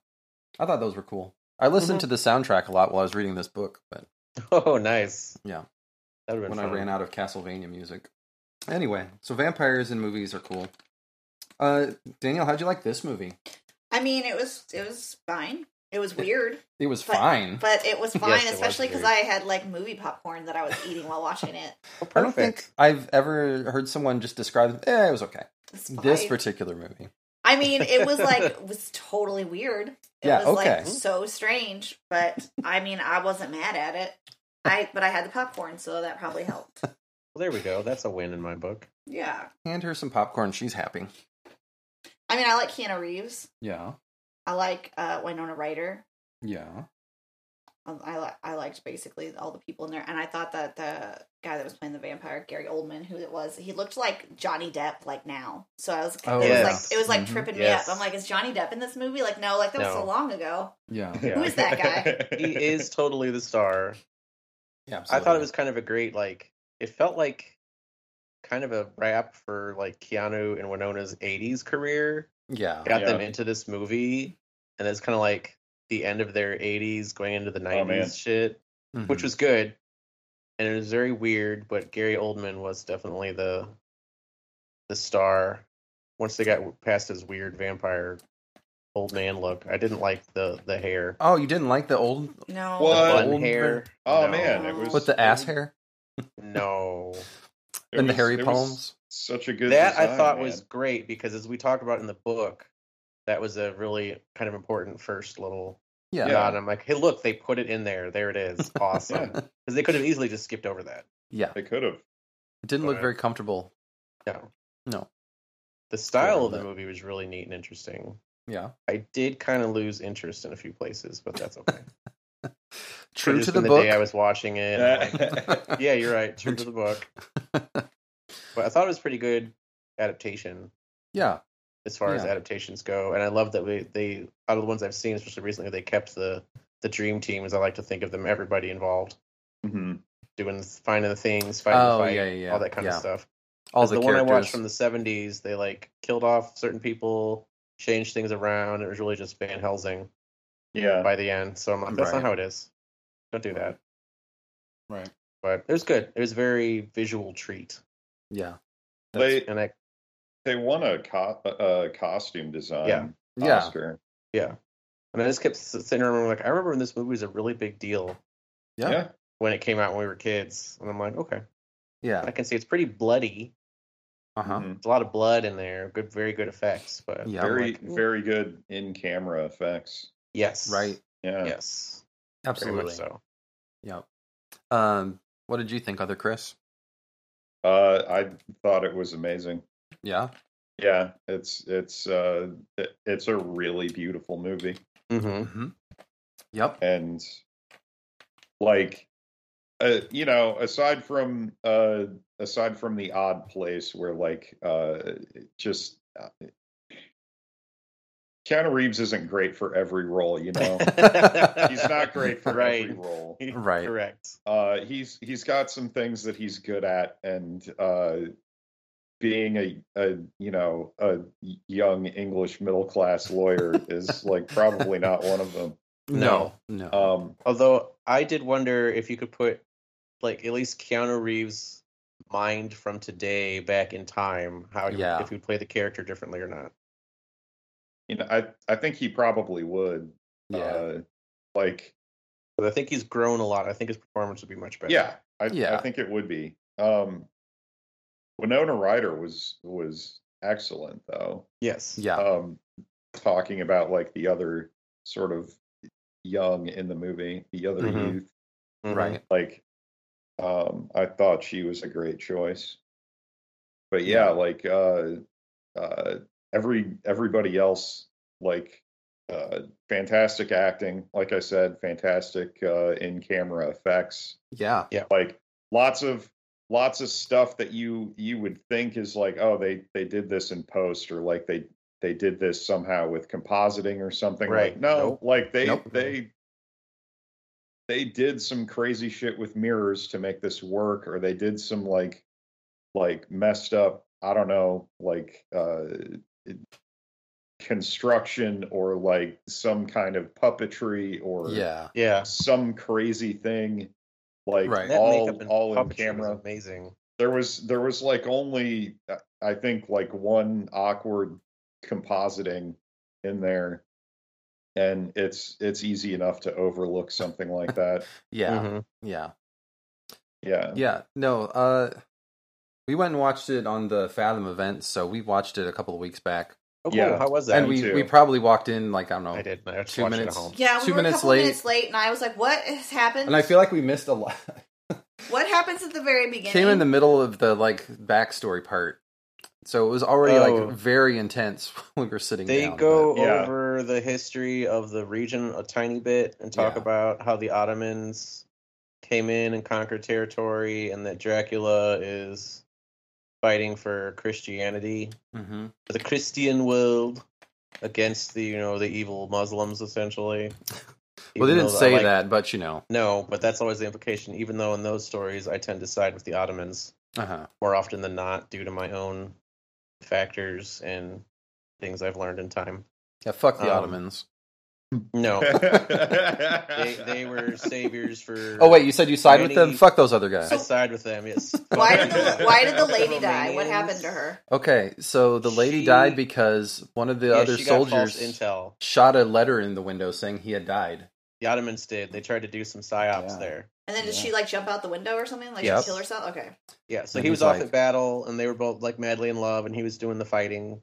[SPEAKER 3] I thought those were cool. I listened
[SPEAKER 2] Mhm.
[SPEAKER 3] to the soundtrack a lot while I was reading this book, but
[SPEAKER 2] Oh, nice.
[SPEAKER 3] Yeah.
[SPEAKER 2] that would have
[SPEAKER 3] when
[SPEAKER 2] been
[SPEAKER 3] I
[SPEAKER 2] fun.
[SPEAKER 3] ran out of Castlevania music. Anyway, so vampires in movies are cool. Uh, Danielle, how'd you like this movie?
[SPEAKER 4] I mean, it was it was fine. It was weird,
[SPEAKER 3] It was fine.
[SPEAKER 4] but it was fine,
[SPEAKER 2] it was
[SPEAKER 4] especially because
[SPEAKER 2] weird.
[SPEAKER 4] I had like movie popcorn that I was eating while watching it.
[SPEAKER 2] Oh,
[SPEAKER 3] I don't think
[SPEAKER 2] perfect.
[SPEAKER 3] I've ever heard someone just describe. Eh, it was okay.
[SPEAKER 4] It's
[SPEAKER 3] This
[SPEAKER 4] fine.
[SPEAKER 3] particular movie.
[SPEAKER 4] I mean, it was like it was totally weird. It
[SPEAKER 3] Yeah,
[SPEAKER 4] was
[SPEAKER 3] okay.
[SPEAKER 4] like so strange, but I mean, I wasn't mad at it. I but I had the popcorn, so that probably helped.
[SPEAKER 2] Well, there we go. That's a win in my book.
[SPEAKER 4] Yeah.
[SPEAKER 3] Hand her some popcorn. She's happy.
[SPEAKER 4] I mean, I like Keanu Reeves.
[SPEAKER 3] Yeah.
[SPEAKER 4] I like uh, Winona Ryder.
[SPEAKER 3] Yeah.
[SPEAKER 4] I, I, li- I liked basically all the people in there, and I thought that the guy that was playing the vampire, Gary Oldman, who it was, he looked like Johnny Depp, like now. So I was,
[SPEAKER 3] Oh,
[SPEAKER 4] it
[SPEAKER 2] yes.
[SPEAKER 4] was like, it was like
[SPEAKER 3] Mhm.
[SPEAKER 4] tripping
[SPEAKER 2] Yes.
[SPEAKER 4] me up. I'm like, is Johnny Depp in this movie? Like, no, like that was
[SPEAKER 2] No.
[SPEAKER 4] so long ago.
[SPEAKER 3] Yeah.
[SPEAKER 1] Yeah.
[SPEAKER 4] Who is that guy?
[SPEAKER 2] He is totally the star.
[SPEAKER 3] Yeah.
[SPEAKER 2] I thought it was kind of a great like. It felt like kind of a wrap for like Keanu and Winona's '80s career.
[SPEAKER 3] Oh, Yeah.
[SPEAKER 2] got them
[SPEAKER 1] Yeah.
[SPEAKER 2] into this movie, and it's kind of like the end of their 80s going into the 90s
[SPEAKER 1] man.
[SPEAKER 2] shit,
[SPEAKER 3] Mhm.
[SPEAKER 1] Mm-hmm.
[SPEAKER 2] which was good. And it was very weird, but Gary Oldman was definitely the the star. Once they got past his weird vampire old man look, I didn't like the the hair,
[SPEAKER 3] Oh, you didn't like the old
[SPEAKER 4] No.
[SPEAKER 2] the
[SPEAKER 1] What?
[SPEAKER 2] bun
[SPEAKER 3] Old
[SPEAKER 2] hair.
[SPEAKER 3] man-
[SPEAKER 1] Oh
[SPEAKER 2] No.
[SPEAKER 1] man, it was
[SPEAKER 3] with the ass hair
[SPEAKER 2] no.
[SPEAKER 1] it
[SPEAKER 3] and the
[SPEAKER 1] was-
[SPEAKER 3] hairy
[SPEAKER 1] it was
[SPEAKER 3] palms?
[SPEAKER 1] Such a good
[SPEAKER 2] that I
[SPEAKER 1] design,
[SPEAKER 2] thought
[SPEAKER 1] man.
[SPEAKER 2] was great because as we talked about in the book, that was a really kind of important first little
[SPEAKER 3] Yeah.
[SPEAKER 2] yeah. I'm like, hey, look, they put it in there. There it is. Awesome. Because they could have easily just skipped over that.
[SPEAKER 3] Yeah.
[SPEAKER 1] They could have.
[SPEAKER 3] It didn't look
[SPEAKER 2] But-
[SPEAKER 3] very comfortable.
[SPEAKER 2] No.
[SPEAKER 3] No.
[SPEAKER 2] The style of the
[SPEAKER 3] but-
[SPEAKER 2] movie was really neat and interesting.
[SPEAKER 3] Yeah.
[SPEAKER 2] I did kind of lose interest in a few places, but that's okay.
[SPEAKER 3] True
[SPEAKER 2] Just
[SPEAKER 3] to
[SPEAKER 2] in
[SPEAKER 3] the, book.
[SPEAKER 2] day I was watching it. I'm like, yeah, you're right. True to the book. But I thought it was pretty good adaptation.
[SPEAKER 3] yeah.
[SPEAKER 2] as far as
[SPEAKER 3] Yeah.
[SPEAKER 2] adaptations go. And I love that we they out of the ones I've seen, especially recently, they kept the the dream team, as I like to think of them, everybody involved,
[SPEAKER 1] Mhm.
[SPEAKER 2] doing finding the things, fighting,
[SPEAKER 3] Oh,
[SPEAKER 2] the fight,
[SPEAKER 3] yeah, yeah,
[SPEAKER 2] all that kind
[SPEAKER 3] yeah.
[SPEAKER 2] of stuff.
[SPEAKER 3] All
[SPEAKER 2] 'Cause
[SPEAKER 3] the,
[SPEAKER 2] the, one I
[SPEAKER 3] characters.
[SPEAKER 2] watched from the '70s, they like killed off certain people, changed things around. It was really just Van Helsing
[SPEAKER 1] Yeah.
[SPEAKER 2] by the end. So I'm like, that's
[SPEAKER 3] Right.
[SPEAKER 2] not how it is. Don't do that.
[SPEAKER 3] Right.
[SPEAKER 2] But it was good. It was a very visual treat,
[SPEAKER 3] yeah.
[SPEAKER 1] They
[SPEAKER 2] and I
[SPEAKER 1] they won a co- uh, costume design
[SPEAKER 2] Yeah.
[SPEAKER 3] Yeah.
[SPEAKER 1] Oscar.
[SPEAKER 2] and I just kept s- sitting around like, I remember when this movie was a really big deal
[SPEAKER 3] Yeah.
[SPEAKER 1] yeah.
[SPEAKER 2] when it came out when we were kids, and I'm like, okay,
[SPEAKER 3] Yeah.
[SPEAKER 2] I can see it's pretty bloody.
[SPEAKER 3] Uh huh.
[SPEAKER 1] Mhm.
[SPEAKER 2] There's a lot of blood in there. Good, very good effects, but
[SPEAKER 3] Yeah. I'm
[SPEAKER 1] Very
[SPEAKER 3] like, ooh.
[SPEAKER 1] very good in camera effects.
[SPEAKER 2] yes,
[SPEAKER 1] Mm-hmm.
[SPEAKER 3] Right.
[SPEAKER 1] Yeah.
[SPEAKER 2] yes,
[SPEAKER 3] Absolutely.
[SPEAKER 2] very much so.
[SPEAKER 3] Yep. Um, what did you think, other Chris?
[SPEAKER 1] Uh, I thought it was amazing.
[SPEAKER 3] Yeah.
[SPEAKER 1] Yeah, it's it's uh it- it's a really beautiful movie
[SPEAKER 2] Mm-hmm.
[SPEAKER 3] Mm-hmm. Yep.
[SPEAKER 1] and like uh, you know aside from uh aside from the odd place where like uh just uh, Keanu Reeves isn't great for every role, you know. He's not great for every
[SPEAKER 2] Right.
[SPEAKER 1] role.
[SPEAKER 3] Right.
[SPEAKER 2] Correct.
[SPEAKER 1] uh he's he's got some things that he's good at and uh being a, a you know a y- young english middle class lawyer is like probably not one of them
[SPEAKER 3] No. No.
[SPEAKER 1] um
[SPEAKER 2] Although I did wonder if you could put, like, at least Keanu Reeves' mind from today back in time, how he,
[SPEAKER 3] Yeah.
[SPEAKER 2] if he would play the character differently or not.
[SPEAKER 1] you know i i think he probably would
[SPEAKER 3] yeah.
[SPEAKER 1] uh like
[SPEAKER 2] But I think he's grown a lot. I think his performance would be much better.
[SPEAKER 1] yeah i i
[SPEAKER 3] Yeah.
[SPEAKER 1] think it would be um winona ryder was was excellent though
[SPEAKER 2] Yes.
[SPEAKER 3] yeah.
[SPEAKER 1] um talking about like the other sort of young in the movie the other
[SPEAKER 3] Mm-hmm.
[SPEAKER 2] Mhm.
[SPEAKER 1] youth uh,
[SPEAKER 2] Mhm.
[SPEAKER 3] Right.
[SPEAKER 1] like um i thought she was a great choice but yeah
[SPEAKER 3] Yeah.
[SPEAKER 1] like uh uh every everybody else like uh fantastic acting like i said fantastic uh in camera effects
[SPEAKER 3] Yeah.
[SPEAKER 1] like lots of lots of stuff that you you would think is like oh they they did this in post or like they they did this somehow with compositing or something Like,
[SPEAKER 2] Right.
[SPEAKER 1] no
[SPEAKER 2] Nope.
[SPEAKER 1] like they
[SPEAKER 3] Nope.
[SPEAKER 1] they they did some crazy shit with mirrors to make this work or they did some like like messed up i don't know like uh it- construction or like some kind of puppetry or
[SPEAKER 3] Yeah.
[SPEAKER 2] Yeah.
[SPEAKER 1] some crazy thing like
[SPEAKER 3] Right.
[SPEAKER 2] That
[SPEAKER 1] all
[SPEAKER 2] makeup and
[SPEAKER 1] all in
[SPEAKER 2] puppetry
[SPEAKER 1] camera
[SPEAKER 2] was amazing.
[SPEAKER 1] there was there was like only uh, i think like one awkward compositing in there and it's it's easy enough to overlook something like that
[SPEAKER 3] Yeah.
[SPEAKER 2] Mhm.
[SPEAKER 3] Yeah.
[SPEAKER 1] Mm-hmm. yeah
[SPEAKER 3] Yeah. No. Uh, we went and watched it on the Fathom event, so we watched it a couple of weeks back,
[SPEAKER 2] Oh, cool.
[SPEAKER 1] Yeah.
[SPEAKER 2] How was that?
[SPEAKER 3] and we
[SPEAKER 1] too.
[SPEAKER 3] we probably walked in like I don't know,
[SPEAKER 2] I did. I just
[SPEAKER 3] two
[SPEAKER 2] watched
[SPEAKER 3] minutes.
[SPEAKER 2] it at home.
[SPEAKER 4] Yeah, we
[SPEAKER 3] Two
[SPEAKER 4] were
[SPEAKER 3] minutes
[SPEAKER 4] a couple
[SPEAKER 3] late.
[SPEAKER 4] minutes late, and I was like, "What has happened?
[SPEAKER 3] and I feel like we missed a lot.
[SPEAKER 4] what happens at the very beginning?"
[SPEAKER 3] Came in the middle of the like backstory part, so it was already
[SPEAKER 2] Oh.
[SPEAKER 3] like very intense when we were sitting.
[SPEAKER 2] They
[SPEAKER 3] down, but-
[SPEAKER 2] go
[SPEAKER 1] Yeah.
[SPEAKER 2] over the history of the region a tiny bit and talk
[SPEAKER 3] Yeah.
[SPEAKER 2] about how the Ottomans came in and conquered territory and that Dracula is fighting for Christianity,
[SPEAKER 3] Mhm.
[SPEAKER 2] for the Christian world against the, you know, the evil Muslims essentially.
[SPEAKER 3] Well, they
[SPEAKER 2] Even
[SPEAKER 3] didn't
[SPEAKER 2] though I
[SPEAKER 3] say
[SPEAKER 2] like-
[SPEAKER 3] that, but you know,
[SPEAKER 2] No, but that's always the implication even though in those stories I tend to side with the Ottomans
[SPEAKER 3] uh huh.
[SPEAKER 2] more often than not due to my own factors and things I've learned in time.
[SPEAKER 3] Yeah, fuck the
[SPEAKER 2] Um,
[SPEAKER 3] Ottomans. Oh.
[SPEAKER 2] No. they,
[SPEAKER 1] they,
[SPEAKER 2] they were saviors for.
[SPEAKER 3] Oh wait, you said you side with them?
[SPEAKER 2] many-
[SPEAKER 3] Fuck those other guys.
[SPEAKER 2] I side with them. Yes.
[SPEAKER 4] why did the Why did the lady
[SPEAKER 2] Romanians.
[SPEAKER 4] die? What happened to her?
[SPEAKER 3] Okay, so the lady
[SPEAKER 2] She-
[SPEAKER 3] died because one of the
[SPEAKER 2] Yeah,
[SPEAKER 3] other
[SPEAKER 2] she got false
[SPEAKER 3] soldiers
[SPEAKER 2] intel.
[SPEAKER 3] shot a letter in the window saying he had died.
[SPEAKER 2] The Ottomans did. They tried to do some psyops
[SPEAKER 3] Yeah.
[SPEAKER 2] there.
[SPEAKER 4] And then did
[SPEAKER 3] Yeah.
[SPEAKER 4] she like jump out the window or something? Like
[SPEAKER 3] Yep.
[SPEAKER 4] she kill herself? Okay.
[SPEAKER 2] Yeah. So
[SPEAKER 3] And
[SPEAKER 2] he
[SPEAKER 3] he's
[SPEAKER 2] was off
[SPEAKER 3] like-
[SPEAKER 2] at battle, and they were both like madly in love, and he was doing the fighting,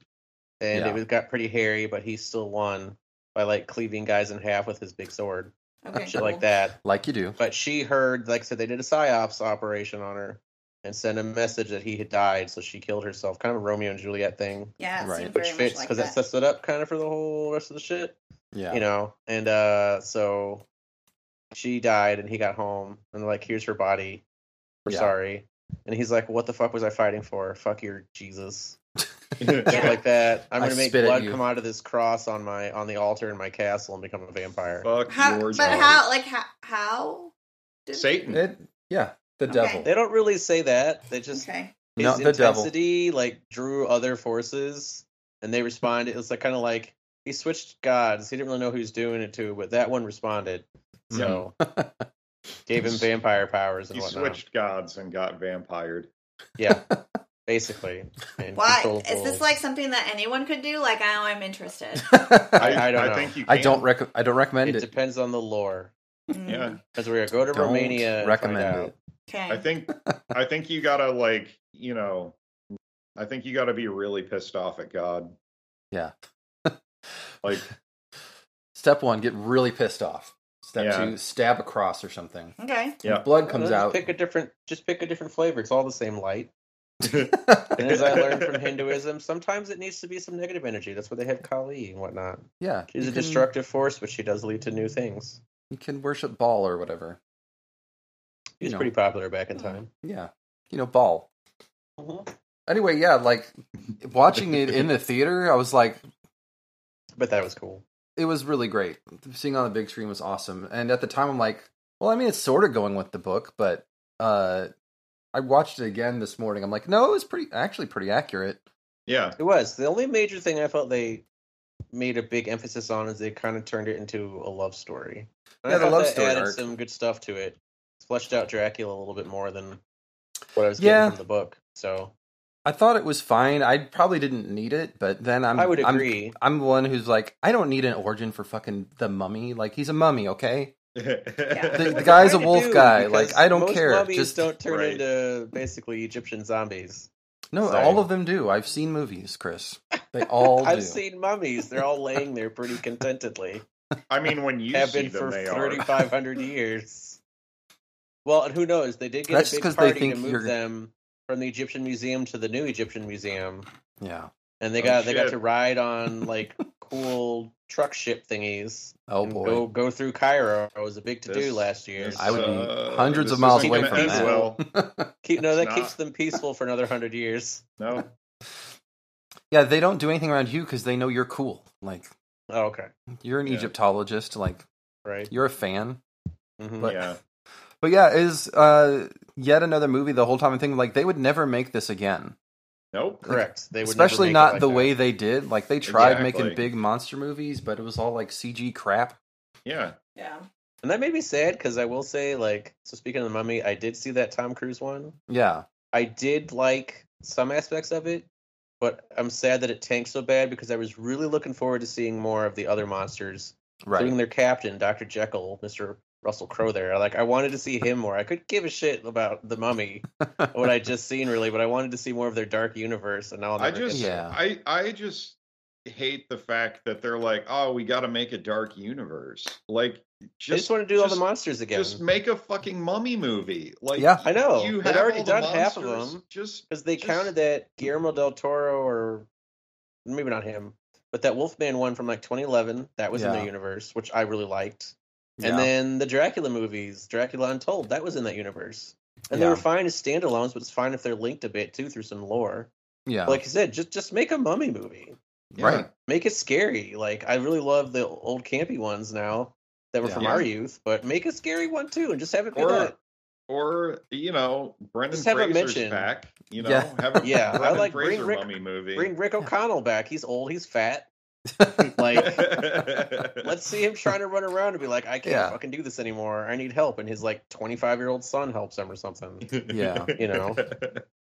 [SPEAKER 2] and
[SPEAKER 3] Yeah.
[SPEAKER 2] it was, got pretty hairy, but he still won by like cleaving guys in half with his big sword,
[SPEAKER 4] Okay.
[SPEAKER 2] shit
[SPEAKER 4] cool.
[SPEAKER 2] like that.
[SPEAKER 3] Like you do.
[SPEAKER 2] But she heard, like I said, they did a psyops operation on her. And sent a message that he had died, so she killed herself. Kind of a Romeo and Juliet thing.
[SPEAKER 4] Yeah, it
[SPEAKER 3] Right.
[SPEAKER 4] seemed
[SPEAKER 2] which
[SPEAKER 4] very
[SPEAKER 2] fits
[SPEAKER 4] much
[SPEAKER 2] because
[SPEAKER 4] like
[SPEAKER 2] it
[SPEAKER 4] that.
[SPEAKER 2] sets it up kind of for the whole rest of the shit,
[SPEAKER 3] Yeah.
[SPEAKER 2] you know. And uh, so she died, and he got home, and they're like, "Here's her body. We're
[SPEAKER 3] Yeah.
[SPEAKER 2] sorry." And he's like, "What the fuck was I fighting for? Fuck your Jesus." Stuff like that. I'm
[SPEAKER 3] I
[SPEAKER 2] gonna make
[SPEAKER 3] spit at
[SPEAKER 2] blood
[SPEAKER 3] you.
[SPEAKER 2] come out of this cross on my on the altar in my castle and become a vampire.
[SPEAKER 1] Fuck
[SPEAKER 4] How,
[SPEAKER 1] your
[SPEAKER 4] but
[SPEAKER 1] job.
[SPEAKER 3] Oh,
[SPEAKER 4] how? Like how? How? did-
[SPEAKER 1] Satan.
[SPEAKER 3] It, yeah, the
[SPEAKER 4] Okay.
[SPEAKER 3] devil.
[SPEAKER 2] They don't really say that. They just
[SPEAKER 4] Okay.
[SPEAKER 2] his
[SPEAKER 3] Not the devil.
[SPEAKER 2] intensity like drew other forces and they responded. It was like kind of like he switched gods. He didn't really know who he was doing it to, but that one responded.
[SPEAKER 3] Hmm.
[SPEAKER 2] So gave him vampire powers and
[SPEAKER 1] He
[SPEAKER 2] whatnot.
[SPEAKER 1] switched gods and got vampired.
[SPEAKER 2] Yeah, basically. And
[SPEAKER 4] Why
[SPEAKER 2] controlled
[SPEAKER 4] is this
[SPEAKER 2] wolves.
[SPEAKER 4] like something that anyone could do? Like I know I'm interested.
[SPEAKER 3] I,
[SPEAKER 2] I don't know.
[SPEAKER 1] think you
[SPEAKER 3] I
[SPEAKER 1] can.
[SPEAKER 3] don't rec- I don't recommend
[SPEAKER 2] It
[SPEAKER 3] it.
[SPEAKER 2] depends on the lore.
[SPEAKER 4] Mm,
[SPEAKER 1] Yeah.
[SPEAKER 2] Because we're gonna go to
[SPEAKER 3] Don't
[SPEAKER 2] Romania. uh, and find
[SPEAKER 3] recommend
[SPEAKER 2] out.
[SPEAKER 3] it.
[SPEAKER 4] Okay.
[SPEAKER 1] I think I think you gotta like you know I think you gotta be really pissed off at God.
[SPEAKER 3] Yeah.
[SPEAKER 1] like
[SPEAKER 3] Step one, get really pissed off. Step
[SPEAKER 1] Yeah.
[SPEAKER 3] two, stab a cross or something.
[SPEAKER 4] okay.
[SPEAKER 1] Yeah.
[SPEAKER 3] Blood
[SPEAKER 2] Well,
[SPEAKER 3] comes
[SPEAKER 2] just
[SPEAKER 3] out.
[SPEAKER 2] Pick a different. Just pick a different flavor. It's all the same light. And as I learned from Hinduism, sometimes it needs to be some negative energy. That's why they have Kali and whatnot.
[SPEAKER 3] yeah.
[SPEAKER 2] She's
[SPEAKER 3] you
[SPEAKER 2] a
[SPEAKER 3] can-
[SPEAKER 2] destructive force, but she does lead to new things.
[SPEAKER 3] You can worship Baal or whatever.
[SPEAKER 2] She was
[SPEAKER 3] No.
[SPEAKER 2] pretty popular back
[SPEAKER 4] Hmm.
[SPEAKER 2] in time.
[SPEAKER 3] Yeah. You know, Baal. Anyway, yeah, like watching it in the theater, I was like,
[SPEAKER 2] But that was cool.
[SPEAKER 3] it was really great. Seeing it on the big screen was awesome. And at the time, I'm like, well, I mean, it's sort of going with the book, but uh, I watched it again this morning. I'm like, no, it was pretty, actually, pretty accurate.
[SPEAKER 1] yeah.
[SPEAKER 2] It was the only major thing I felt they made a big emphasis on is they kind of turned it into a love story. And
[SPEAKER 3] Yeah,
[SPEAKER 2] I
[SPEAKER 3] the
[SPEAKER 2] thought
[SPEAKER 3] love
[SPEAKER 2] that
[SPEAKER 3] story
[SPEAKER 2] added
[SPEAKER 3] arc.
[SPEAKER 2] some good stuff to it. It's fleshed out Dracula a little bit more than what I was
[SPEAKER 3] Yeah.
[SPEAKER 2] getting from the book. So
[SPEAKER 3] I thought it was fine. I probably didn't need it, but then I'm,
[SPEAKER 2] i would
[SPEAKER 3] I'm-
[SPEAKER 2] agree.
[SPEAKER 3] I'm the one who's like, I don't need an origin for fucking the mummy. Like he's a mummy, okay? The, the
[SPEAKER 1] yeah.
[SPEAKER 3] guy's a
[SPEAKER 2] Kinda
[SPEAKER 3] wolf
[SPEAKER 2] do,
[SPEAKER 3] guy.
[SPEAKER 2] because
[SPEAKER 3] Like I don't
[SPEAKER 2] most
[SPEAKER 3] care.
[SPEAKER 2] mummies
[SPEAKER 3] Just
[SPEAKER 2] don't turn
[SPEAKER 1] Right.
[SPEAKER 2] into basically Egyptian zombies.
[SPEAKER 3] no,
[SPEAKER 2] Sorry.
[SPEAKER 3] all of them do. I've seen movies, Chris. They all do.
[SPEAKER 2] I've seen mummies. They're all laying there pretty contentedly.
[SPEAKER 1] I mean when you
[SPEAKER 2] Have
[SPEAKER 1] see
[SPEAKER 2] been
[SPEAKER 1] them
[SPEAKER 2] for
[SPEAKER 1] they
[SPEAKER 2] thirty
[SPEAKER 1] are.
[SPEAKER 2] five hundred years. Well, and who knows? They did get
[SPEAKER 3] That's
[SPEAKER 2] a big
[SPEAKER 3] 'cause they
[SPEAKER 2] party
[SPEAKER 3] think
[SPEAKER 2] to move
[SPEAKER 3] you're-
[SPEAKER 2] them from the Egyptian Museum to the new Egyptian Museum,
[SPEAKER 3] yeah.
[SPEAKER 2] and they
[SPEAKER 1] Oh,
[SPEAKER 2] got they got
[SPEAKER 1] shit.
[SPEAKER 2] to ride on like cool truck ship thingies.
[SPEAKER 3] Oh
[SPEAKER 2] and
[SPEAKER 3] boy.
[SPEAKER 2] go go through Cairo. It was a big to do
[SPEAKER 1] This-
[SPEAKER 2] last year.
[SPEAKER 1] this,
[SPEAKER 3] I would be
[SPEAKER 1] uh,
[SPEAKER 3] hundreds
[SPEAKER 1] this
[SPEAKER 3] of miles
[SPEAKER 1] isn't
[SPEAKER 3] away
[SPEAKER 1] gonna
[SPEAKER 3] from
[SPEAKER 1] end
[SPEAKER 3] that.
[SPEAKER 1] well.
[SPEAKER 2] Keep, no, that
[SPEAKER 1] It's
[SPEAKER 2] keeps
[SPEAKER 1] not.
[SPEAKER 2] them peaceful for another hundred years.
[SPEAKER 1] No.
[SPEAKER 3] yeah, they don't do anything around you because they know you're cool. Like
[SPEAKER 2] Oh, okay,
[SPEAKER 3] you're an
[SPEAKER 1] Yeah.
[SPEAKER 3] Egyptologist. Like
[SPEAKER 2] right.
[SPEAKER 3] you're a fan.
[SPEAKER 2] Mhm.
[SPEAKER 3] But-
[SPEAKER 1] yeah.
[SPEAKER 3] But yeah, is uh, yet another movie. The whole time I'm thinking like they would never make this again.
[SPEAKER 1] Nope.
[SPEAKER 2] Correct. They would never
[SPEAKER 3] Especially
[SPEAKER 2] make it
[SPEAKER 3] not
[SPEAKER 2] like
[SPEAKER 3] the
[SPEAKER 2] that.
[SPEAKER 3] way they did. Like they tried making
[SPEAKER 1] Exactly.
[SPEAKER 3] big monster movies, but it was all like CG crap.
[SPEAKER 1] Yeah.
[SPEAKER 4] Yeah.
[SPEAKER 2] And that made me sad because I will say, like, so speaking of the mummy, I did see that Tom Cruise one.
[SPEAKER 3] Yeah.
[SPEAKER 2] I did like some aspects of it, but I'm sad that it tanked so bad because I was really looking forward to seeing more of the other monsters, including
[SPEAKER 3] Right.
[SPEAKER 2] their captain, Dr. Jekyll, Mr. Russell Crowe there. Like, I wanted to see him more. I could give a shit about the mummy, what I just seen, really, but I wanted to see more of their dark universe, and now I'll
[SPEAKER 1] I
[SPEAKER 2] never
[SPEAKER 1] just
[SPEAKER 2] get there.
[SPEAKER 3] Yeah.
[SPEAKER 1] I I just hate the fact that they're like, "Oh, we got to make a dark universe." Like
[SPEAKER 2] I
[SPEAKER 1] just,
[SPEAKER 2] just want to do all the
[SPEAKER 1] just-
[SPEAKER 2] monsters again.
[SPEAKER 1] Just make a fucking mummy movie. Like
[SPEAKER 3] Yeah.
[SPEAKER 2] I know.
[SPEAKER 1] You
[SPEAKER 2] They've
[SPEAKER 1] have
[SPEAKER 2] already
[SPEAKER 1] all the
[SPEAKER 2] done half of
[SPEAKER 1] monsters,
[SPEAKER 2] them.
[SPEAKER 1] Just
[SPEAKER 2] Because they
[SPEAKER 1] Just-
[SPEAKER 2] counted that Guillermo del Toro, or maybe not him, but that Wolfman one from like 2011, that was in
[SPEAKER 3] Yeah.
[SPEAKER 2] their universe, which I really liked.
[SPEAKER 3] Yeah.
[SPEAKER 2] And then the Dracula movies, Dracula Untold, that was in that universe. And they
[SPEAKER 3] Yeah.
[SPEAKER 2] were fine as standalones, but it's fine if they're linked a bit too through some lore.
[SPEAKER 3] yeah.
[SPEAKER 2] Like I said, just just make a mummy movie.
[SPEAKER 1] yeah.
[SPEAKER 3] Right.
[SPEAKER 2] Make it scary. Like I really love the old campy ones now that were
[SPEAKER 3] Yeah.
[SPEAKER 2] from our youth, but make a scary one too, and just have it be
[SPEAKER 1] Or-
[SPEAKER 2] that.
[SPEAKER 1] Or you know, Brendan
[SPEAKER 2] Just have it
[SPEAKER 1] Fraser's
[SPEAKER 2] mentioned.
[SPEAKER 1] back. You know,
[SPEAKER 3] Yeah.
[SPEAKER 1] have a
[SPEAKER 2] Yeah, I
[SPEAKER 1] Brendan
[SPEAKER 2] like- bring
[SPEAKER 1] Fraser
[SPEAKER 2] Rick-
[SPEAKER 1] mummy movie.
[SPEAKER 2] Bring Rick O'Connell back. He's old. He's fat. Like Let's see him trying to run around and be like, I can't
[SPEAKER 3] Yeah.
[SPEAKER 2] fucking do this anymore. I need help. And his like 25 year old son helps him or something.
[SPEAKER 3] Yeah.
[SPEAKER 2] You know,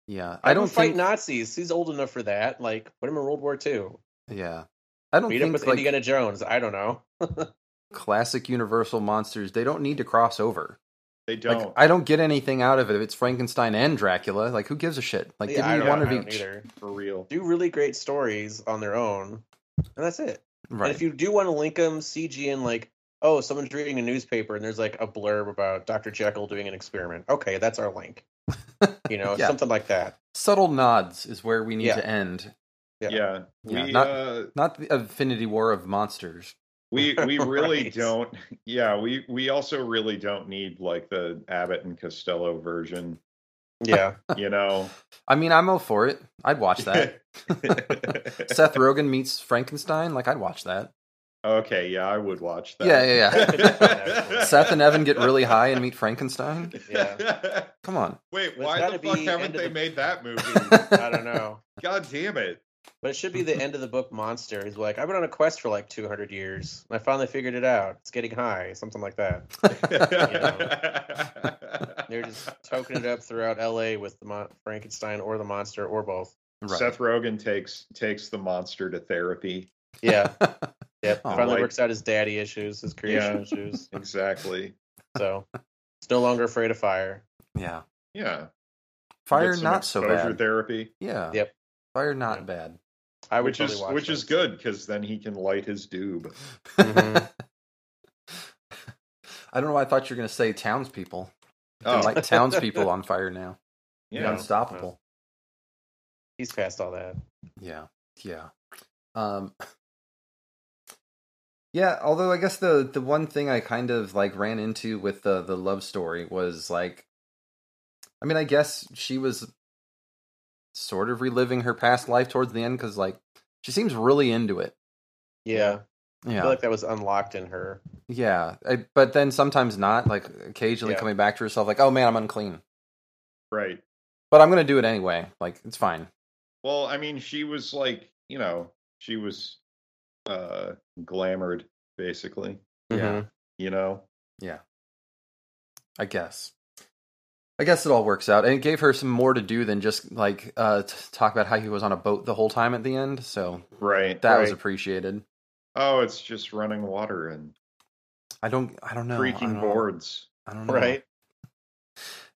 [SPEAKER 3] yeah. I don't
[SPEAKER 2] fight
[SPEAKER 3] think.
[SPEAKER 2] Nazis. He's old enough for that. Like, put him in World War II.
[SPEAKER 3] yeah. I don't
[SPEAKER 2] Meet
[SPEAKER 3] think
[SPEAKER 2] him with
[SPEAKER 3] like
[SPEAKER 2] Indiana Jones. I don't know.
[SPEAKER 3] classic Universal monsters. They don't need to cross over.
[SPEAKER 1] They don't.
[SPEAKER 3] Like I don't get anything out of it. If it's Frankenstein and Dracula, like who gives a shit? Like
[SPEAKER 2] Yeah,
[SPEAKER 3] give
[SPEAKER 2] I
[SPEAKER 3] me
[SPEAKER 2] don't,
[SPEAKER 3] one
[SPEAKER 2] I
[SPEAKER 3] of
[SPEAKER 2] don't
[SPEAKER 3] each.
[SPEAKER 2] either.
[SPEAKER 1] for real.
[SPEAKER 2] Do really great stories on their own, and that's it. And
[SPEAKER 3] Right.
[SPEAKER 2] if you do want to link them, CG and like, oh, someone's reading a newspaper and there's like a blurb about Dr. Jekyll doing an experiment. Okay, that's our link. You know,
[SPEAKER 3] Yeah.
[SPEAKER 2] something like that.
[SPEAKER 3] Subtle nods is where we need
[SPEAKER 2] Yeah.
[SPEAKER 3] to end.
[SPEAKER 1] Yeah.
[SPEAKER 2] Yeah.
[SPEAKER 3] Yeah,
[SPEAKER 1] we
[SPEAKER 3] not-
[SPEAKER 1] uh,
[SPEAKER 3] Not the Infinity War of monsters.
[SPEAKER 1] we we really
[SPEAKER 2] Right.
[SPEAKER 1] don't. Yeah, we we also really don't need like the Abbott and Costello version.
[SPEAKER 2] Yeah.
[SPEAKER 1] you know.
[SPEAKER 3] I mean, I'm all for it. I'd watch that. Seth Rogen meets Frankenstein. Like, I'd watch that.
[SPEAKER 1] okay, yeah, I would watch that.
[SPEAKER 3] Yeah, yeah,
[SPEAKER 2] yeah.
[SPEAKER 3] Seth and Evan get really high and meet Frankenstein.
[SPEAKER 1] Yeah.
[SPEAKER 3] Come on.
[SPEAKER 1] Wait,
[SPEAKER 2] Well, it's
[SPEAKER 1] why
[SPEAKER 2] gotta
[SPEAKER 1] the fuck
[SPEAKER 2] be
[SPEAKER 1] haven't
[SPEAKER 2] end of
[SPEAKER 1] they
[SPEAKER 2] the-
[SPEAKER 1] made that movie?
[SPEAKER 2] I don't know.
[SPEAKER 1] God damn it.
[SPEAKER 2] But it should be the end of the book monster. He's like, I've been on a quest for like 200 years. And I finally figured it out. It's getting high, something like that. They're just toking it up throughout LA with the mon- Frankenstein or the monster or both.
[SPEAKER 3] Right.
[SPEAKER 1] Seth Rogen takes takes the monster to therapy.
[SPEAKER 2] Yeah. Yeah.
[SPEAKER 3] Oh,
[SPEAKER 2] Finally
[SPEAKER 1] like-
[SPEAKER 2] works out his daddy issues, his creation
[SPEAKER 1] Yeah.
[SPEAKER 2] issues.
[SPEAKER 1] Exactly.
[SPEAKER 2] So it's no longer afraid of fire.
[SPEAKER 3] yeah.
[SPEAKER 1] Yeah.
[SPEAKER 3] Fire
[SPEAKER 1] Get some
[SPEAKER 3] not so
[SPEAKER 1] exposure
[SPEAKER 3] bad.
[SPEAKER 1] Therapy,
[SPEAKER 3] Yeah.
[SPEAKER 2] Yep.
[SPEAKER 3] Fire not
[SPEAKER 2] Yep.
[SPEAKER 3] bad.
[SPEAKER 2] I would
[SPEAKER 1] which
[SPEAKER 2] totally
[SPEAKER 1] is
[SPEAKER 2] watch
[SPEAKER 1] which
[SPEAKER 2] that.
[SPEAKER 1] is good because then he can light his doob. Mm-hmm.
[SPEAKER 2] Mhm.
[SPEAKER 3] I don't know why I thought you were going to say townspeople.
[SPEAKER 1] Oh,
[SPEAKER 3] Like townspeople on fire now.
[SPEAKER 1] yeah.
[SPEAKER 3] Unstoppable.
[SPEAKER 2] He's past all that.
[SPEAKER 3] Yeah. Yeah. Um Yeah, although I guess the the one thing I kind of like ran into with the the love story was like I mean, I guess she was sort of reliving her past life towards the end cuz like she seems really into it.
[SPEAKER 2] Yeah. I
[SPEAKER 3] Yeah.
[SPEAKER 2] feel like that was unlocked in her.
[SPEAKER 3] yeah. I, but then sometimes not, like occasionally
[SPEAKER 2] Yeah.
[SPEAKER 3] coming back to herself like, "Oh man, I'm unclean."
[SPEAKER 1] Right.
[SPEAKER 3] But I'm going to do it anyway. Like it's fine.
[SPEAKER 1] Well, I mean, she was like, you know, she was uh glamored basically,
[SPEAKER 2] Mm-hmm.
[SPEAKER 3] Yeah.
[SPEAKER 1] you know.
[SPEAKER 3] I guess. I guess it all works out, and it gave her some more to do than just like uh, t- talk about how he was on a boat the whole time at the end. So
[SPEAKER 1] Right.
[SPEAKER 3] that was
[SPEAKER 2] Right.
[SPEAKER 3] appreciated.
[SPEAKER 1] oh, it's just running water and
[SPEAKER 3] I don't, I don't know, I don't
[SPEAKER 1] freaking
[SPEAKER 3] know.
[SPEAKER 1] boards.
[SPEAKER 3] I don't
[SPEAKER 2] Mhm.
[SPEAKER 3] know.
[SPEAKER 2] Right.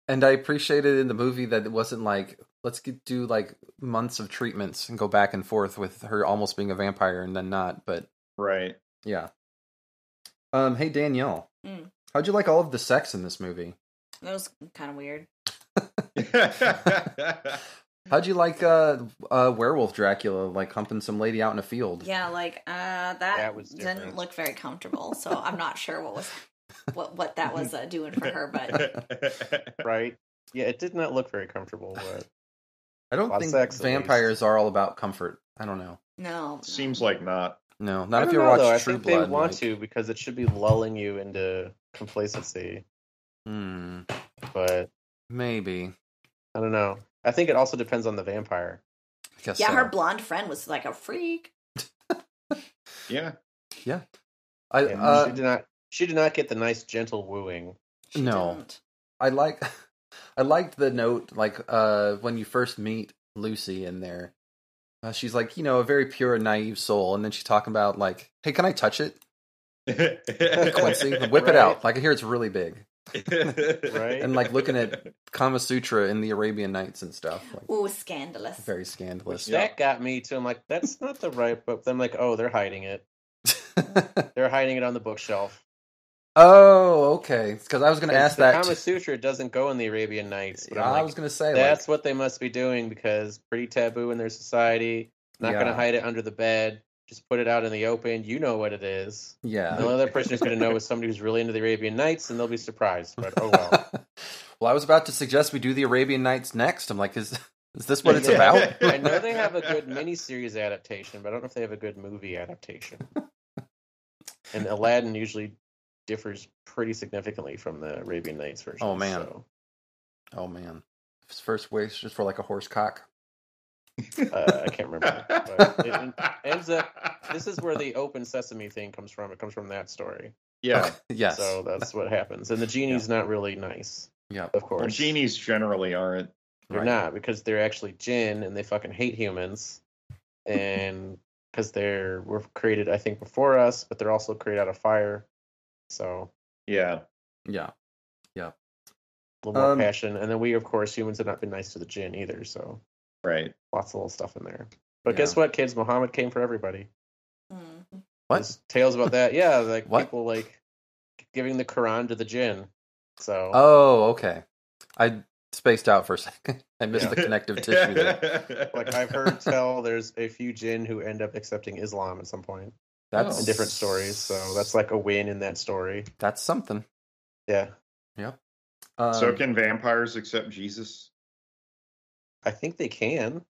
[SPEAKER 3] And I appreciated in the movie that it wasn't like let's get, do like months of treatments and go back and forth with her almost being a vampire and then not. But
[SPEAKER 1] Right.
[SPEAKER 3] yeah. Um. Hey Danielle,
[SPEAKER 4] Mm.
[SPEAKER 3] how'd you like all of the sex in this movie?
[SPEAKER 4] That was kind of weird. Mm.
[SPEAKER 3] How'd you like uh, uh werewolf Dracula like humping some lady out in a field?
[SPEAKER 4] Yeah, like uh, that,
[SPEAKER 2] That was
[SPEAKER 4] didn't
[SPEAKER 2] different.
[SPEAKER 4] look very comfortable. So I'm not sure what was what what that was uh, doing for her, but
[SPEAKER 2] Right. Yeah, it did not look very comfortable, but
[SPEAKER 3] I don't
[SPEAKER 2] Well,
[SPEAKER 3] think
[SPEAKER 2] sex, at
[SPEAKER 3] vampires are all about comfort. I don't know.
[SPEAKER 4] no,
[SPEAKER 1] Seems like not.
[SPEAKER 3] No,
[SPEAKER 2] I
[SPEAKER 3] not if
[SPEAKER 2] don't
[SPEAKER 3] you
[SPEAKER 2] know,
[SPEAKER 3] watch
[SPEAKER 2] though. I
[SPEAKER 3] True
[SPEAKER 2] think
[SPEAKER 3] Blood.
[SPEAKER 2] they want
[SPEAKER 3] like-
[SPEAKER 2] to because it should be lulling you into complacency.
[SPEAKER 3] Hmm,
[SPEAKER 2] But
[SPEAKER 3] maybe.
[SPEAKER 2] I don't know. I think it also depends on the vampire.
[SPEAKER 3] I guess
[SPEAKER 4] yeah,
[SPEAKER 3] so.
[SPEAKER 4] her blonde friend was like a freak.
[SPEAKER 1] Yeah.
[SPEAKER 3] I
[SPEAKER 2] And
[SPEAKER 3] uh,
[SPEAKER 2] she did not. She did not get the nice gentle wooing.
[SPEAKER 4] She
[SPEAKER 3] No.
[SPEAKER 4] didn't.
[SPEAKER 3] I like I liked the note like uh when you first meet Lucy in there. Uh, she's like, you know, a very pure and naive soul, and then she's talking about like, hey, can I touch it, Quincy? Whip it out. Like I hear it's really big.
[SPEAKER 2] Right.
[SPEAKER 3] And, like, looking at- Kama Sutra in the Arabian Nights and stuff. Like
[SPEAKER 4] Ooh, scandalous.
[SPEAKER 3] very scandalous.
[SPEAKER 1] Yeah.
[SPEAKER 2] That got me too. I'm like, that's not the right. But then I'm like, oh, they're hiding it. They're hiding it on the bookshelf.
[SPEAKER 3] oh, okay. Because I was going to
[SPEAKER 2] 'Cause
[SPEAKER 3] ask
[SPEAKER 2] the
[SPEAKER 3] that.
[SPEAKER 2] Kama
[SPEAKER 3] too.
[SPEAKER 2] Sutra doesn't go in the Arabian Nights. But
[SPEAKER 3] Yeah,
[SPEAKER 2] I'm
[SPEAKER 3] I
[SPEAKER 2] like,
[SPEAKER 3] was going to say
[SPEAKER 2] that's
[SPEAKER 3] like,
[SPEAKER 2] what they must be doing because pretty taboo in their society. Not
[SPEAKER 3] Yeah.
[SPEAKER 2] going to hide it under the bed. Just put it out in the open. You know what it is.
[SPEAKER 3] yeah.
[SPEAKER 2] The only other person who's going to know is somebody who's really into the Arabian Nights, and they'll be surprised. But oh well.
[SPEAKER 3] well, I was about to suggest we do the Arabian Nights next. I'm like, is is this what it's about?
[SPEAKER 2] I know they have a good miniseries adaptation, but I don't know if they have a good movie adaptation. and Aladdin usually differs pretty significantly from the Arabian Nights version.
[SPEAKER 3] Oh, man.
[SPEAKER 2] so,
[SPEAKER 3] Oh man, his first wish is for like a horse cock.
[SPEAKER 2] uh, I can't remember. But it- ends up- this is where the open sesame thing comes from. It comes from that story.
[SPEAKER 1] Yeah.
[SPEAKER 3] Yes.
[SPEAKER 2] So that's what happens. And the genie's not really nice,
[SPEAKER 3] Yep.
[SPEAKER 2] of course.
[SPEAKER 1] Well, genies generally aren't.
[SPEAKER 2] They're
[SPEAKER 3] Right.
[SPEAKER 2] not because they're actually jinn and they fucking hate humans, and because they're were created I think before us, but they're also created out of fire, so
[SPEAKER 1] Yeah.
[SPEAKER 3] Yeah.
[SPEAKER 2] a little more
[SPEAKER 3] Um,
[SPEAKER 2] passion. And then we, of course, humans have not been nice to the jinn either, so
[SPEAKER 1] Right.
[SPEAKER 2] lots of little stuff in there. But
[SPEAKER 3] Yeah.
[SPEAKER 2] guess what, kids? Muhammad came for everybody.
[SPEAKER 4] Mm.
[SPEAKER 3] What?
[SPEAKER 2] There's tales about that? Yeah, like
[SPEAKER 3] What?
[SPEAKER 2] people like giving the Quran to the jinn. So
[SPEAKER 3] Oh, okay. I spaced out for a second. I missed
[SPEAKER 2] Yeah.
[SPEAKER 3] the connective tissue. There.
[SPEAKER 2] like I've heard tell, there's a few jinn who end up accepting Islam at some point
[SPEAKER 3] That's
[SPEAKER 1] Oh.
[SPEAKER 2] in different stories. So that's like a win in that story.
[SPEAKER 3] that's something.
[SPEAKER 2] Yeah.
[SPEAKER 3] Um,
[SPEAKER 1] so can vampires accept Jesus?
[SPEAKER 2] I think they can.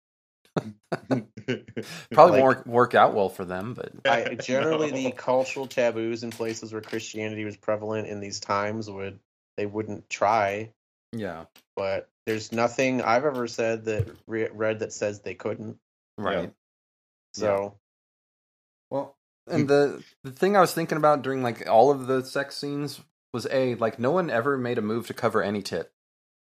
[SPEAKER 2] Like-
[SPEAKER 3] Probably won't work out well for them, but
[SPEAKER 2] I, generally,
[SPEAKER 1] No.
[SPEAKER 2] the cultural taboos in places where Christianity was prevalent in these times would they wouldn't try.
[SPEAKER 3] yeah,
[SPEAKER 2] But there's nothing I've ever said that re- read that says they couldn't.
[SPEAKER 3] right.
[SPEAKER 2] So
[SPEAKER 3] Well, and the the thing I was thinking about during like all of the sex scenes was a like no one ever made a move to cover any tit.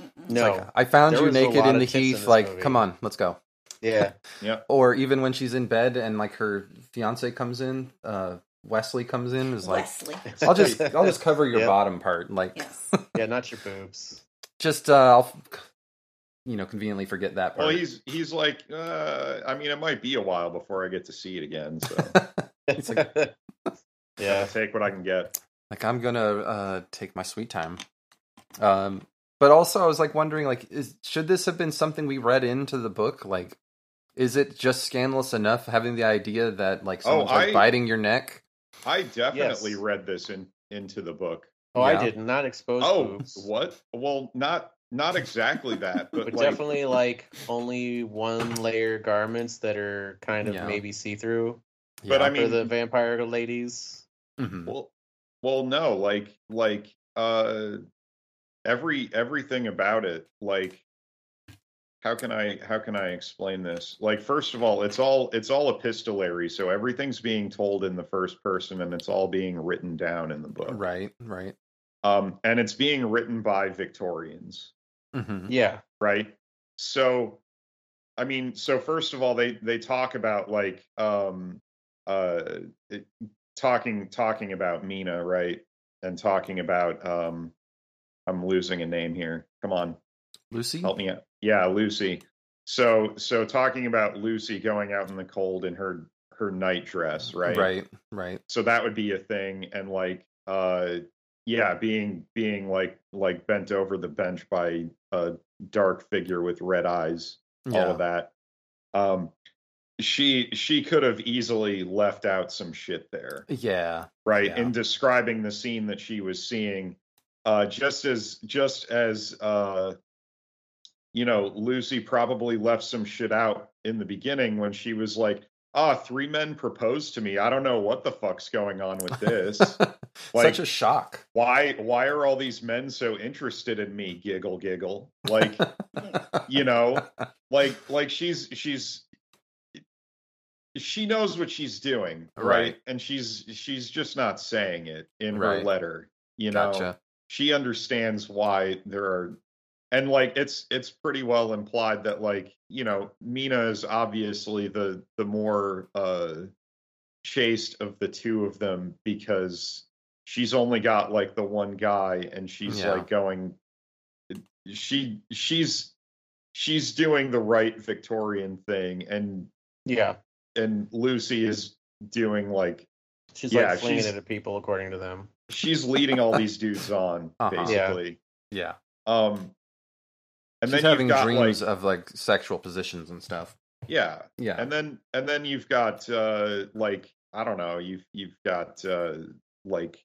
[SPEAKER 4] mm,
[SPEAKER 3] It's
[SPEAKER 2] no,
[SPEAKER 3] like, uh, I found
[SPEAKER 2] There
[SPEAKER 3] you
[SPEAKER 2] was a
[SPEAKER 3] naked
[SPEAKER 2] lot
[SPEAKER 3] in
[SPEAKER 2] of
[SPEAKER 3] the
[SPEAKER 2] tits in
[SPEAKER 3] heath.
[SPEAKER 2] this
[SPEAKER 3] like,
[SPEAKER 2] movie.
[SPEAKER 3] come on, let's go.
[SPEAKER 2] yeah,
[SPEAKER 3] Or even when she's in bed and like her fiance comes in, uh, Wesley comes in, is like,
[SPEAKER 4] Wesley.
[SPEAKER 3] I'll just I'll just cover your
[SPEAKER 2] Yep.
[SPEAKER 3] bottom part, like
[SPEAKER 4] Yes.
[SPEAKER 2] yeah, not your boobs.
[SPEAKER 3] just uh, I'll f- you know conveniently forget that part.
[SPEAKER 1] Well, he's he's like, uh, I mean, it might be a while before I get to see it again, so
[SPEAKER 3] It's like-
[SPEAKER 1] I'll
[SPEAKER 2] yeah,
[SPEAKER 1] take what I can get.
[SPEAKER 3] like i'm gonna uh take my sweet time um but also i was like wondering like is, should this have been something we read into the book like is it just scandalous enough having the idea that like
[SPEAKER 1] Oh,
[SPEAKER 3] someone's like
[SPEAKER 1] I-
[SPEAKER 3] biting your neck
[SPEAKER 1] I definitely
[SPEAKER 2] Yes.
[SPEAKER 1] read this in into the book.
[SPEAKER 2] oh,
[SPEAKER 3] Yeah.
[SPEAKER 2] I did not expose
[SPEAKER 1] oh,
[SPEAKER 2] boobs.
[SPEAKER 1] what? Well, not not exactly that, but,
[SPEAKER 2] But
[SPEAKER 1] like,
[SPEAKER 2] definitely like only one layer garments that are kind of
[SPEAKER 3] Yeah.
[SPEAKER 2] maybe see through
[SPEAKER 1] But I
[SPEAKER 2] for
[SPEAKER 1] mean-
[SPEAKER 2] the vampire ladies.
[SPEAKER 3] Mhm.
[SPEAKER 1] Well, well, no, like, like, uh, every everything about it, like, how can I how can I explain this? Like, first of all, it's all it's all epistolary, so everything's being told in the first person, and it's all being written down in the book,
[SPEAKER 3] right right
[SPEAKER 1] um, and it's being written by Victorians,
[SPEAKER 3] hmm
[SPEAKER 2] Yeah,
[SPEAKER 1] right? So, I mean, so first of all, they they talk about like, um, uh, it, talking talking about Mina, right? And talking about um I'm losing a name here. Come on,
[SPEAKER 3] lucy
[SPEAKER 1] help me out. Yeah, Lucy. So so talking about Lucy going out in the cold in her her night dress, right?
[SPEAKER 3] right right
[SPEAKER 1] So that would be a thing and like uh yeah, being being like like bent over the bench by a dark figure with red eyes all of that. Um she she could have easily left out some shit there
[SPEAKER 3] yeah
[SPEAKER 1] right
[SPEAKER 3] Yeah.
[SPEAKER 1] in describing the scene that she was seeing uh just as just as uh you know lucy probably left some shit out in the beginning when she was like ah three men proposed to me i don't know what the fuck's going on with this Like-
[SPEAKER 3] such a shock
[SPEAKER 1] why why are all these men so interested in me giggle giggle like you know like like she's she's she knows what she's doing right,
[SPEAKER 3] Right.
[SPEAKER 1] and she's she's just not saying it in her
[SPEAKER 3] Right.
[SPEAKER 1] letter you know
[SPEAKER 3] gotcha
[SPEAKER 1] she understands why there are and like it's it's pretty well implied that like you know mina is obviously the the more uh chaste of the two of them because she's only got like the one guy and she's
[SPEAKER 3] Yeah.
[SPEAKER 1] like going she she's she's doing the right victorian thing and
[SPEAKER 2] yeah.
[SPEAKER 1] and lucy is doing like
[SPEAKER 2] She's
[SPEAKER 1] Yeah,
[SPEAKER 2] like flinging
[SPEAKER 1] she's-
[SPEAKER 2] it at people, according to them.
[SPEAKER 1] she's leading all these dudes on
[SPEAKER 3] Uh-huh. Yeah.
[SPEAKER 1] basically
[SPEAKER 3] yeah
[SPEAKER 1] um and
[SPEAKER 3] she's
[SPEAKER 1] then
[SPEAKER 3] having
[SPEAKER 1] you've got
[SPEAKER 3] dreams
[SPEAKER 1] like
[SPEAKER 3] of like sexual positions and stuff
[SPEAKER 1] yeah
[SPEAKER 3] yeah
[SPEAKER 1] and then and then you've got uh like i don't know you've you've got uh like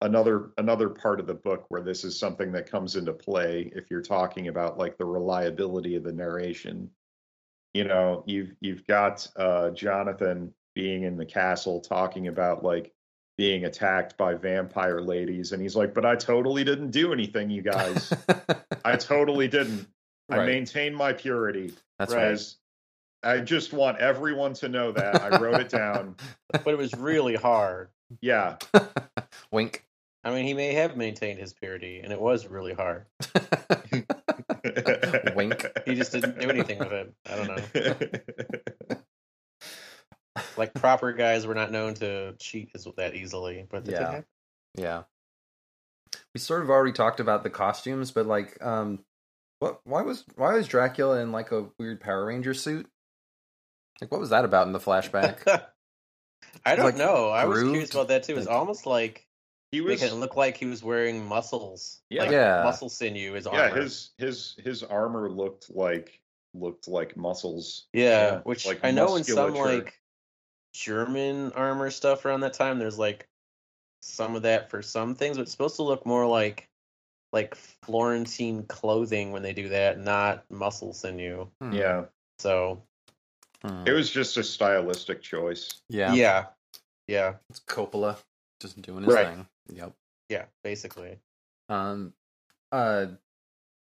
[SPEAKER 1] another another part of the book where this is something that comes into play if you're talking about like the reliability of the narration you know you've you've got uh jonathan being in the castle talking about like being attacked by vampire ladies and he's like but i totally didn't do anything you guys i totally didn't i
[SPEAKER 3] Right.
[SPEAKER 1] maintain my purity
[SPEAKER 3] that's
[SPEAKER 2] Right.
[SPEAKER 3] right.
[SPEAKER 1] as I just want everyone to know that I wrote it down.
[SPEAKER 2] But it was really hard.
[SPEAKER 1] Yeah,
[SPEAKER 3] Wink.
[SPEAKER 2] I mean, he may have maintained his purity, and it was really hard.
[SPEAKER 3] Wink.
[SPEAKER 2] He just didn't do anything with it. I don't know. Like proper guys were not known to cheat as that easily, but that did
[SPEAKER 3] Yeah.
[SPEAKER 2] happen.
[SPEAKER 3] Yeah. We sort of already talked about the costumes, but like, um, what? Why was why was Dracula in like a weird Power Ranger suit? Like, what was that about in the flashback?
[SPEAKER 2] I don't
[SPEAKER 3] Like,
[SPEAKER 2] know. I was
[SPEAKER 3] grooved?
[SPEAKER 2] curious about that too. It's
[SPEAKER 3] Like-
[SPEAKER 2] almost like
[SPEAKER 1] He was
[SPEAKER 2] making it look like he was wearing muscles.
[SPEAKER 1] Yeah.
[SPEAKER 2] like,
[SPEAKER 3] Yeah.
[SPEAKER 2] muscle sinew is armor.
[SPEAKER 1] yeah, his his his armor looked like looked like muscles.
[SPEAKER 2] Yeah,
[SPEAKER 1] yeah,
[SPEAKER 2] which
[SPEAKER 1] like
[SPEAKER 2] I know in some
[SPEAKER 1] musculature.
[SPEAKER 2] like German armor stuff around that time, there's like some of that for some things, but it's supposed to look more like like Florentine clothing when they do that, not muscle sinew.
[SPEAKER 3] Hmm.
[SPEAKER 1] Yeah,
[SPEAKER 2] So
[SPEAKER 3] Hmm.
[SPEAKER 1] it was just a stylistic choice.
[SPEAKER 3] yeah.
[SPEAKER 2] yeah, yeah, yeah,
[SPEAKER 3] It's Coppola just doing his
[SPEAKER 1] Right.
[SPEAKER 3] thing. Yep.
[SPEAKER 2] basically.
[SPEAKER 3] Um. Uh.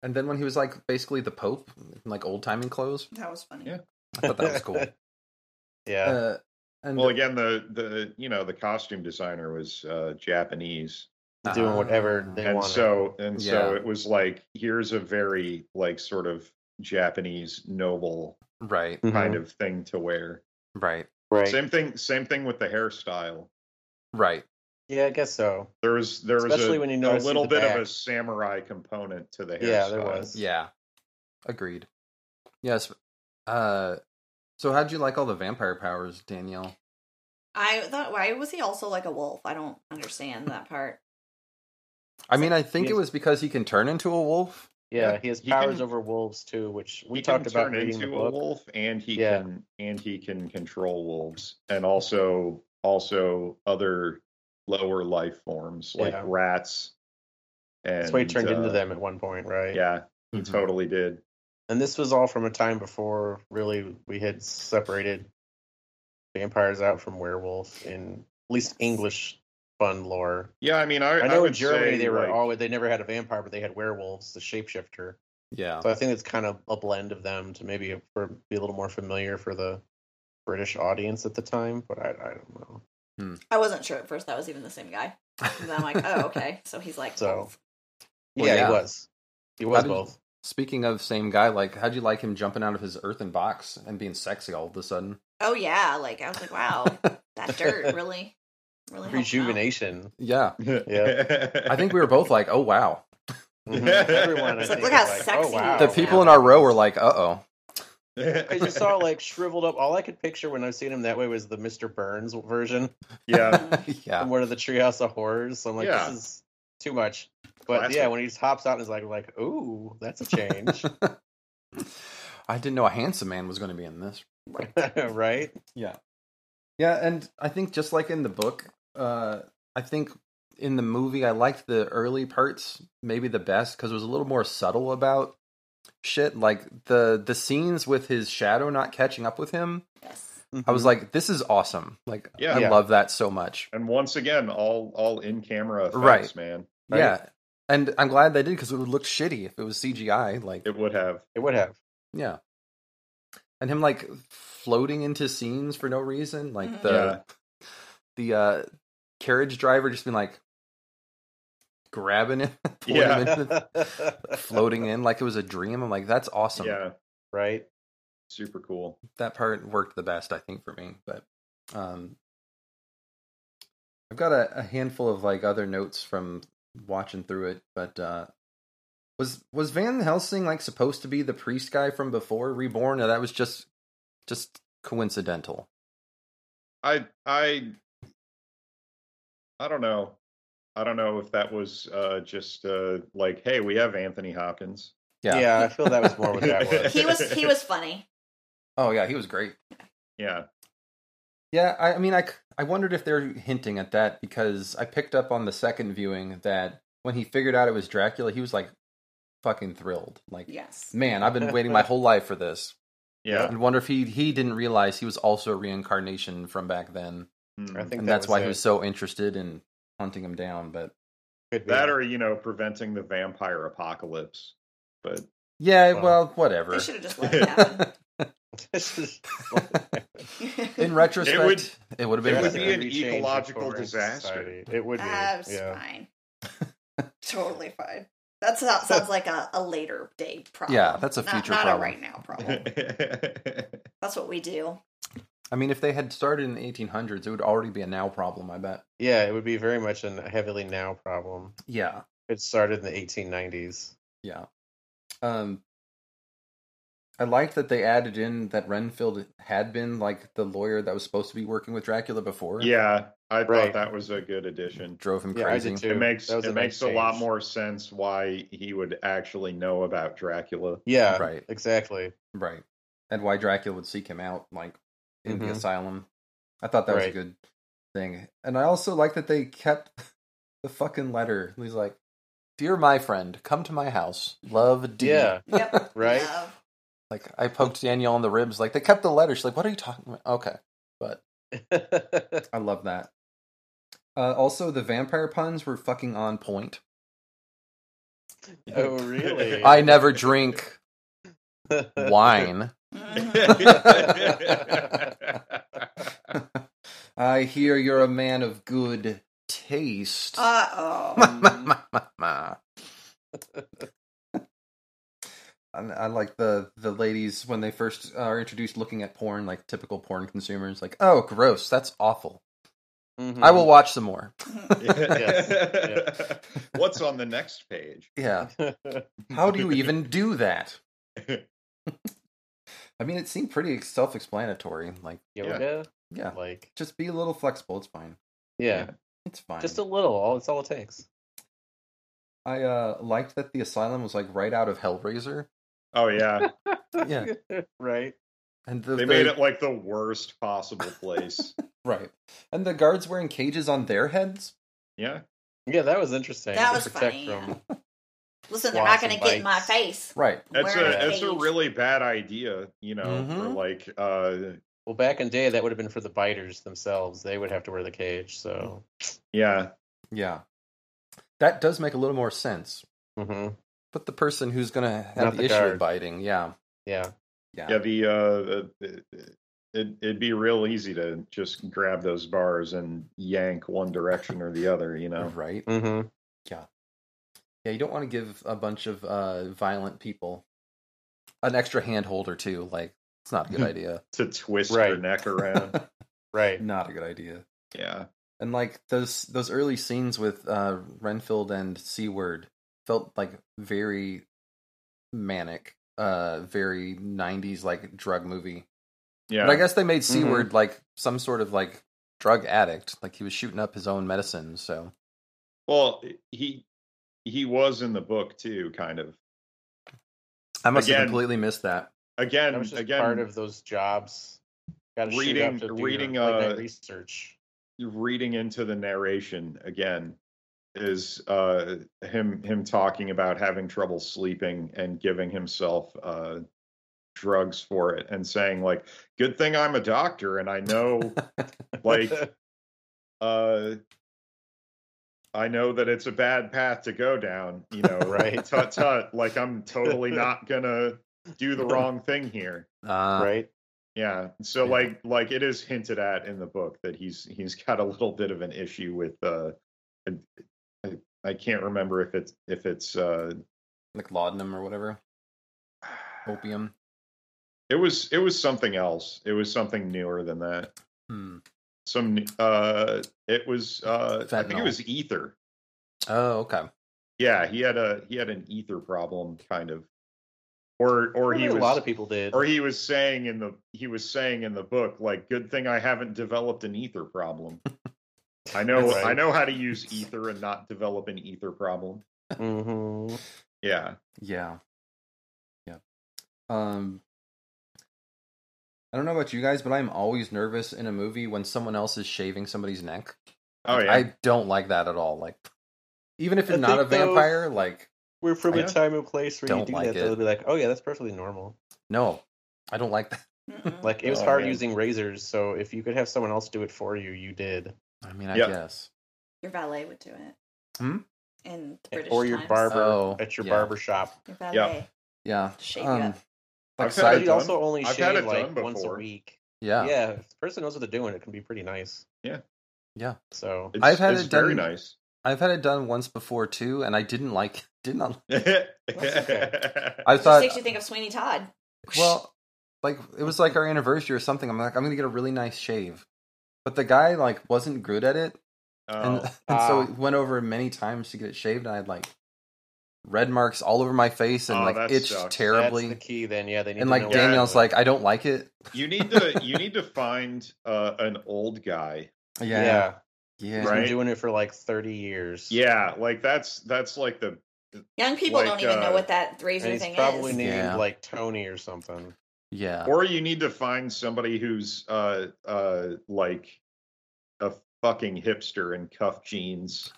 [SPEAKER 3] And then when he was like basically the Pope, in, like old timing clothes,
[SPEAKER 4] That was funny.
[SPEAKER 1] Yeah.
[SPEAKER 3] I thought that was cool.
[SPEAKER 2] Yeah,
[SPEAKER 3] uh, and
[SPEAKER 2] Mm-hmm.
[SPEAKER 1] Well, again, the the you know the costume designer was uh, Japanese,
[SPEAKER 2] doing whatever
[SPEAKER 3] Ah.
[SPEAKER 2] they
[SPEAKER 1] and
[SPEAKER 2] want.
[SPEAKER 1] so and so
[SPEAKER 3] Yeah.
[SPEAKER 1] it was like here's a very like sort of Japanese noble
[SPEAKER 3] Right.
[SPEAKER 1] Uh, kind of thing to wear.
[SPEAKER 3] Right.
[SPEAKER 2] Mm-hmm. right.
[SPEAKER 1] Same thing. Same thing with the hairstyle.
[SPEAKER 3] Right.
[SPEAKER 2] Yeah, I guess so.
[SPEAKER 1] There was there was
[SPEAKER 2] Especially
[SPEAKER 1] a,
[SPEAKER 2] when you
[SPEAKER 1] a
[SPEAKER 2] notice
[SPEAKER 1] little
[SPEAKER 2] the
[SPEAKER 1] bit of a
[SPEAKER 2] back.
[SPEAKER 1] samurai component to the hairstyle.
[SPEAKER 2] Yeah, there was.
[SPEAKER 3] Yeah. Agreed. Yes. Uh. So how'd you like all the vampire powers, Danielle?
[SPEAKER 4] I thought why was he also like a wolf? I don't understand that part.
[SPEAKER 3] I mean, I think it
[SPEAKER 2] Yes.
[SPEAKER 3] was because he can turn into a wolf.
[SPEAKER 2] Yeah,
[SPEAKER 1] Yeah,
[SPEAKER 2] he has
[SPEAKER 1] he
[SPEAKER 2] powers
[SPEAKER 1] can-
[SPEAKER 2] over wolves too, which we
[SPEAKER 1] he
[SPEAKER 2] talked
[SPEAKER 1] can
[SPEAKER 2] about
[SPEAKER 1] turn
[SPEAKER 2] reading the
[SPEAKER 1] into a
[SPEAKER 2] book.
[SPEAKER 1] wolf and he
[SPEAKER 2] Yeah.
[SPEAKER 1] can and he can control wolves and also also other lower life forms like
[SPEAKER 2] Yeah.
[SPEAKER 1] rats and
[SPEAKER 2] That's why he turned into
[SPEAKER 1] uh,
[SPEAKER 2] them at one point, right? Mm-hmm.
[SPEAKER 1] yeah he
[SPEAKER 3] Mhm.
[SPEAKER 1] totally did
[SPEAKER 2] And this was all from a time before really we had separated vampires out from werewolf in at least English fun lore.
[SPEAKER 1] yeah i mean i,
[SPEAKER 2] I know in
[SPEAKER 1] would
[SPEAKER 2] Germany
[SPEAKER 1] say,
[SPEAKER 2] they were
[SPEAKER 1] like,
[SPEAKER 2] always they never had a vampire, but they had werewolves, the shapeshifter.
[SPEAKER 3] Yeah.
[SPEAKER 2] So I think it's kind of a blend of them to maybe for, be a little more familiar for the British audience at the time. But I, I don't know.
[SPEAKER 4] I wasn't sure at first that was even the same guy. And then I'm like, oh okay, so he's like
[SPEAKER 2] So-
[SPEAKER 4] wolf.
[SPEAKER 3] Well,
[SPEAKER 2] yeah,
[SPEAKER 3] yeah.
[SPEAKER 2] he was. He was
[SPEAKER 3] did-
[SPEAKER 2] both.
[SPEAKER 3] Speaking of same guy, like how'd you like him jumping out of his earthen box and being sexy all of a sudden?
[SPEAKER 4] Oh yeah, like I was like, wow, that dirt really, really helped him out.
[SPEAKER 2] Rejuvenation.
[SPEAKER 3] Yeah.
[SPEAKER 1] yeah
[SPEAKER 3] I think we were both like, oh wow.
[SPEAKER 2] Mhm. Everyone. I
[SPEAKER 1] It's like,
[SPEAKER 2] think,
[SPEAKER 1] look
[SPEAKER 2] was
[SPEAKER 4] how sexy he
[SPEAKER 3] The
[SPEAKER 4] Oh,
[SPEAKER 3] people
[SPEAKER 4] wow.
[SPEAKER 3] in our row were like, uh oh.
[SPEAKER 2] I just saw like shriveled up. All I could picture when I've seen him that way was the Mr. Burns version
[SPEAKER 1] yeah
[SPEAKER 3] yeah.
[SPEAKER 2] from one of the Treehouse of Horrors. So I'm like,
[SPEAKER 1] Yeah.
[SPEAKER 2] this is too much. But
[SPEAKER 1] Classic.
[SPEAKER 2] yeah, when he just hops out and is like, like, ooh, that's a change,
[SPEAKER 3] I didn't know a handsome man was going to be in this.
[SPEAKER 2] right?
[SPEAKER 3] Yeah. Yeah, and I think just like in the book, uh I think in the movie I liked the early parts maybe the best cuz it was a little more subtle about shit like the the scenes with his shadow not catching up with him.
[SPEAKER 4] Yes.
[SPEAKER 2] Mm-hmm.
[SPEAKER 3] I was like this is awesome. Like
[SPEAKER 1] Yeah.
[SPEAKER 3] I
[SPEAKER 2] Yeah.
[SPEAKER 3] love that so much.
[SPEAKER 1] and once again all all in camera effects
[SPEAKER 3] Right.
[SPEAKER 1] man
[SPEAKER 2] Right.
[SPEAKER 3] Yeah. And I'm glad they did cuz it would look shitty if it was CGI like
[SPEAKER 1] it would have
[SPEAKER 2] it would have.
[SPEAKER 3] yeah. And him like floating into scenes for no reason like
[SPEAKER 4] Mhm.
[SPEAKER 3] the the uh carriage driver just been like grabbing him, pulling him
[SPEAKER 1] Yeah.
[SPEAKER 3] into the- floating in like it was a dream. I'm like, that's awesome.
[SPEAKER 1] yeah
[SPEAKER 2] right?
[SPEAKER 1] super cool
[SPEAKER 3] That part worked the best, I think, for me. But um I've got a, a handful of like other notes from watching through it, but uh was was Van Helsing like supposed to be the priest guy from before reborn, or that was just just coincidental?
[SPEAKER 1] I I I don't know. I don't know if that was uh, just uh, like, hey, we have Anthony Hopkins.
[SPEAKER 3] Yeah.
[SPEAKER 2] Yeah. I feel that was more what that was.
[SPEAKER 4] He was he was funny.
[SPEAKER 3] Oh yeah, he was great.
[SPEAKER 1] Yeah,
[SPEAKER 3] Yeah, I, I mean, I, c- I wondered if they're hinting at that because I picked up on the second viewing that when he figured out it was Dracula, he was like fucking thrilled. Like,
[SPEAKER 4] Yes.
[SPEAKER 3] man, I've been waiting my whole life for this.
[SPEAKER 1] yeah.
[SPEAKER 3] And wonder if he he didn't realize he was also a reincarnation from back then,
[SPEAKER 1] Mm.
[SPEAKER 2] I think
[SPEAKER 3] and
[SPEAKER 2] that
[SPEAKER 3] that's why
[SPEAKER 2] it.
[SPEAKER 3] he was so interested in hunting him down. But
[SPEAKER 2] Could be.
[SPEAKER 1] that or you know, preventing the vampire apocalypse. But
[SPEAKER 3] yeah,
[SPEAKER 2] Well.
[SPEAKER 3] well, whatever.
[SPEAKER 4] They should have just let it happen.
[SPEAKER 3] in retrospect, it would,
[SPEAKER 1] would- it
[SPEAKER 3] have been
[SPEAKER 1] would
[SPEAKER 3] better.
[SPEAKER 1] be an ecological disaster.
[SPEAKER 2] It would be.
[SPEAKER 4] That's
[SPEAKER 2] yeah.
[SPEAKER 4] fine. totally fine. That so- sounds like a, a later day problem.
[SPEAKER 3] Yeah, that's a
[SPEAKER 4] Not-
[SPEAKER 3] future
[SPEAKER 4] not,
[SPEAKER 3] problem.
[SPEAKER 4] a right now problem. That's what we do.
[SPEAKER 3] I mean, if they had started in the 1800s, it would already be a now problem. I bet.
[SPEAKER 2] Yeah, it would be very much a heavily now problem.
[SPEAKER 3] Yeah,
[SPEAKER 2] It started in the 1890s.
[SPEAKER 3] Yeah. Um I liked that they added in that Renfield had been like the lawyer that was supposed to be working with Dracula before.
[SPEAKER 1] yeah, I thought
[SPEAKER 2] Oh. Right.
[SPEAKER 1] that was a good addition.
[SPEAKER 3] Drove him
[SPEAKER 2] Yeah, I
[SPEAKER 3] crazy.
[SPEAKER 2] did too.
[SPEAKER 1] It makes
[SPEAKER 2] That
[SPEAKER 1] it
[SPEAKER 2] was a nice
[SPEAKER 1] makes a lot
[SPEAKER 2] change.
[SPEAKER 1] more sense why he would actually know about Dracula.
[SPEAKER 2] Yeah,
[SPEAKER 3] Right.
[SPEAKER 2] Exactly.
[SPEAKER 3] Right. And why Dracula would seek him out like in the
[SPEAKER 2] Mhm.
[SPEAKER 3] asylum. I thought that was a
[SPEAKER 2] Right.
[SPEAKER 3] good thing. And I also like that they kept the fucking letter. He's like Dear my friend, come to my house. Love D.
[SPEAKER 2] Yeah,
[SPEAKER 4] Yep.
[SPEAKER 2] right?
[SPEAKER 4] Love.
[SPEAKER 3] Like I poked Danielle in the ribs. Like they kept the letter. She's like, "What are you talking about?" Okay. I love that. Uh, also, the vampire puns were fucking on point.
[SPEAKER 2] oh, really?
[SPEAKER 3] I never drink wine.
[SPEAKER 4] Mhm.
[SPEAKER 3] I hear you're a man of good taste.
[SPEAKER 4] Uh-oh.
[SPEAKER 3] I, I like the the ladies when they first uh, are introduced looking at porn, like typical porn consumers, like, "Oh, gross, that's
[SPEAKER 2] Mhm.
[SPEAKER 3] awful."
[SPEAKER 1] Mm-hmm.
[SPEAKER 3] I will watch some more.
[SPEAKER 1] What's on the next page?
[SPEAKER 3] Yeah. How do you even do that? I mean, it seemed pretty self-explanatory. Like,
[SPEAKER 2] Yoga,
[SPEAKER 3] yeah,
[SPEAKER 2] like
[SPEAKER 3] just be a little flexible. It's fine.
[SPEAKER 2] yeah,
[SPEAKER 3] It's fine.
[SPEAKER 2] just a little. All it's all it takes.
[SPEAKER 3] I uh, liked that the asylum was like right out of Hellraiser.
[SPEAKER 1] Oh yeah,
[SPEAKER 3] Yeah.
[SPEAKER 2] right.
[SPEAKER 3] And the,
[SPEAKER 1] they
[SPEAKER 3] the-
[SPEAKER 1] made it like the worst possible place.
[SPEAKER 3] right. And the guards wearing cages on their heads.
[SPEAKER 1] Yeah,
[SPEAKER 2] Yeah, that was interesting.
[SPEAKER 4] That
[SPEAKER 2] to
[SPEAKER 4] was
[SPEAKER 2] protect
[SPEAKER 4] funny,
[SPEAKER 2] From...
[SPEAKER 4] Listen, they're not
[SPEAKER 2] Lots
[SPEAKER 4] going
[SPEAKER 2] of
[SPEAKER 4] to get in my
[SPEAKER 2] bites.
[SPEAKER 4] face.
[SPEAKER 3] Right.
[SPEAKER 1] that's
[SPEAKER 4] Wearing
[SPEAKER 1] a that's a
[SPEAKER 4] cage.
[SPEAKER 1] really bad idea. You know, for
[SPEAKER 2] Mm-hmm.
[SPEAKER 3] Mhm.
[SPEAKER 1] like uh,
[SPEAKER 2] Well, back in day, that would have been for the biters themselves. They would have to wear the cage. So,
[SPEAKER 1] yeah,
[SPEAKER 3] Yeah. That does make a little more sense.
[SPEAKER 2] hmm
[SPEAKER 3] But the person who's going to have
[SPEAKER 2] Not
[SPEAKER 3] the,
[SPEAKER 2] the
[SPEAKER 3] issue
[SPEAKER 2] guard.
[SPEAKER 3] of biting, yeah.
[SPEAKER 2] yeah,
[SPEAKER 3] Yeah.
[SPEAKER 1] yeah. The uh, it, it, it'd be real easy to just grab those bars and yank one direction or the other. You know,
[SPEAKER 3] Right.
[SPEAKER 2] hmm
[SPEAKER 3] Yeah, you don't want to give a bunch of uh, violent people an extra handhold or two. Like, it's not a
[SPEAKER 2] Hmm.
[SPEAKER 3] good idea.
[SPEAKER 1] to twist your
[SPEAKER 2] Right.
[SPEAKER 1] neck around.
[SPEAKER 2] right.
[SPEAKER 3] Not a good idea.
[SPEAKER 1] yeah,
[SPEAKER 3] And like those those early scenes with uh Renfield and Seaward felt like very manic, uh very nineties like drug movie.
[SPEAKER 1] yeah.
[SPEAKER 3] But I guess they made Seaward like some sort of like drug addict. Like he was shooting up his own medicine, so
[SPEAKER 1] Well, he he was in the book too, kind of.
[SPEAKER 3] I must have
[SPEAKER 1] Again-
[SPEAKER 3] completely missed that.
[SPEAKER 1] Again,
[SPEAKER 2] that was just
[SPEAKER 1] again,
[SPEAKER 2] part of those jobs. Got
[SPEAKER 1] Reading-
[SPEAKER 2] to
[SPEAKER 1] reading,
[SPEAKER 2] your, late night
[SPEAKER 1] uh,
[SPEAKER 2] research.
[SPEAKER 1] reading into the narration again is uh him him talking about having trouble sleeping and giving himself uh drugs for it and saying like good thing i'm a doctor and i know like uh i know that it's a bad path to go down you know
[SPEAKER 2] Right.
[SPEAKER 1] tut tut like i'm totally not gonna do the wrong thing here
[SPEAKER 3] Uh,
[SPEAKER 2] right.
[SPEAKER 1] yeah. So
[SPEAKER 3] Yeah.
[SPEAKER 1] like like it is hinted at in the book that he's he's got a little bit of an issue with uh I, I can't remember if it's if it's uh
[SPEAKER 3] Like laudanum or whatever. Opium.
[SPEAKER 1] it was it was something else. It was something newer than that.
[SPEAKER 3] Hmm.
[SPEAKER 1] Some n- uh it was uh I think
[SPEAKER 3] Fentanyl.
[SPEAKER 1] it was ether.
[SPEAKER 3] Oh, okay.
[SPEAKER 1] Yeah, he had a he had an ether problem kind of or or
[SPEAKER 2] I
[SPEAKER 1] he
[SPEAKER 2] mean,
[SPEAKER 1] was
[SPEAKER 2] a lot of people did.
[SPEAKER 1] or he was saying in the he was saying in the book like good thing i haven't developed an ether problem i know
[SPEAKER 2] Right.
[SPEAKER 1] i know how to use ether and not develop an ether problem
[SPEAKER 3] Mm-hmm.
[SPEAKER 2] Mhm.
[SPEAKER 1] yeah
[SPEAKER 3] Yeah. Yeah. Um I don't know about you guys, but I'm always nervous in a movie when someone else is shaving somebody's neck.
[SPEAKER 1] oh
[SPEAKER 3] Like,
[SPEAKER 1] yeah
[SPEAKER 3] I don't like that at all. Like even if
[SPEAKER 2] I
[SPEAKER 3] you're not a
[SPEAKER 2] think those-
[SPEAKER 3] vampire, like
[SPEAKER 2] We're from
[SPEAKER 1] Oh, Yeah.
[SPEAKER 2] a time and place where
[SPEAKER 3] Don't
[SPEAKER 2] you do
[SPEAKER 3] like
[SPEAKER 2] that.
[SPEAKER 3] it.
[SPEAKER 2] They'll be like, "Oh yeah, that's perfectly normal."
[SPEAKER 3] no. I don't like that.
[SPEAKER 4] Mm-mm.
[SPEAKER 2] Like it was
[SPEAKER 1] Oh,
[SPEAKER 2] hard
[SPEAKER 1] man.
[SPEAKER 2] using razors, so if you could have someone else do it for you, you did,
[SPEAKER 3] I mean, I
[SPEAKER 1] Yeah.
[SPEAKER 3] guess.
[SPEAKER 4] Your valet would do it.
[SPEAKER 3] Hmm?
[SPEAKER 4] In the British
[SPEAKER 2] Eh, or your
[SPEAKER 4] times.
[SPEAKER 2] barber
[SPEAKER 3] Oh,
[SPEAKER 2] at your
[SPEAKER 3] yeah.
[SPEAKER 2] barber shop.
[SPEAKER 4] Your valet.
[SPEAKER 3] Yeah.
[SPEAKER 4] Shave you
[SPEAKER 3] um
[SPEAKER 4] up.
[SPEAKER 3] like
[SPEAKER 1] I've had
[SPEAKER 3] side
[SPEAKER 1] it
[SPEAKER 2] You
[SPEAKER 1] done.
[SPEAKER 2] also only
[SPEAKER 1] I've had
[SPEAKER 2] shave
[SPEAKER 1] it
[SPEAKER 2] like
[SPEAKER 1] done
[SPEAKER 2] once a
[SPEAKER 1] before.
[SPEAKER 2] week.
[SPEAKER 3] yeah.
[SPEAKER 2] Yeah. if the person knows what they're doing, it can be pretty nice.
[SPEAKER 1] Yeah.
[SPEAKER 3] Yeah.
[SPEAKER 2] So
[SPEAKER 1] it's,
[SPEAKER 3] I've had
[SPEAKER 1] it's
[SPEAKER 3] it
[SPEAKER 1] very
[SPEAKER 3] done-
[SPEAKER 1] nice
[SPEAKER 3] I've had it done once before too and I didn't like did not
[SPEAKER 1] yeah
[SPEAKER 3] I
[SPEAKER 4] It just
[SPEAKER 3] thought
[SPEAKER 4] makes you think of Sweeney Todd.
[SPEAKER 3] Well, like it was like our anniversary or something. I'm like, I'm gonna get a really nice shave, but the guy like wasn't good at it, and,
[SPEAKER 1] oh,
[SPEAKER 3] and so
[SPEAKER 2] ah.
[SPEAKER 3] it went over many times to get it shaved, and I had like red marks all over my face and
[SPEAKER 1] Oh,
[SPEAKER 3] like
[SPEAKER 1] that
[SPEAKER 3] itched
[SPEAKER 1] sucks.
[SPEAKER 3] terribly.
[SPEAKER 2] that's the key. Then yeah, they need
[SPEAKER 3] and
[SPEAKER 2] to know
[SPEAKER 3] like
[SPEAKER 2] what they're
[SPEAKER 3] Danielle's
[SPEAKER 2] doing.
[SPEAKER 3] like, I don't like it.
[SPEAKER 1] you need to you need to find uh an old guy
[SPEAKER 2] yeah,
[SPEAKER 3] Yeah, yeah,
[SPEAKER 2] he's
[SPEAKER 1] Right.
[SPEAKER 2] been doing it for like thirty years.
[SPEAKER 1] yeah like that's that's like the
[SPEAKER 4] Young people don't
[SPEAKER 1] like,
[SPEAKER 4] even know
[SPEAKER 1] uh,
[SPEAKER 4] what that razor
[SPEAKER 2] and he's
[SPEAKER 4] thing
[SPEAKER 2] probably
[SPEAKER 4] is.
[SPEAKER 2] named
[SPEAKER 3] Yeah.
[SPEAKER 2] like Tony or something.
[SPEAKER 3] yeah.
[SPEAKER 1] or you need to find somebody who's uh uh like a fucking hipster in cuff jeans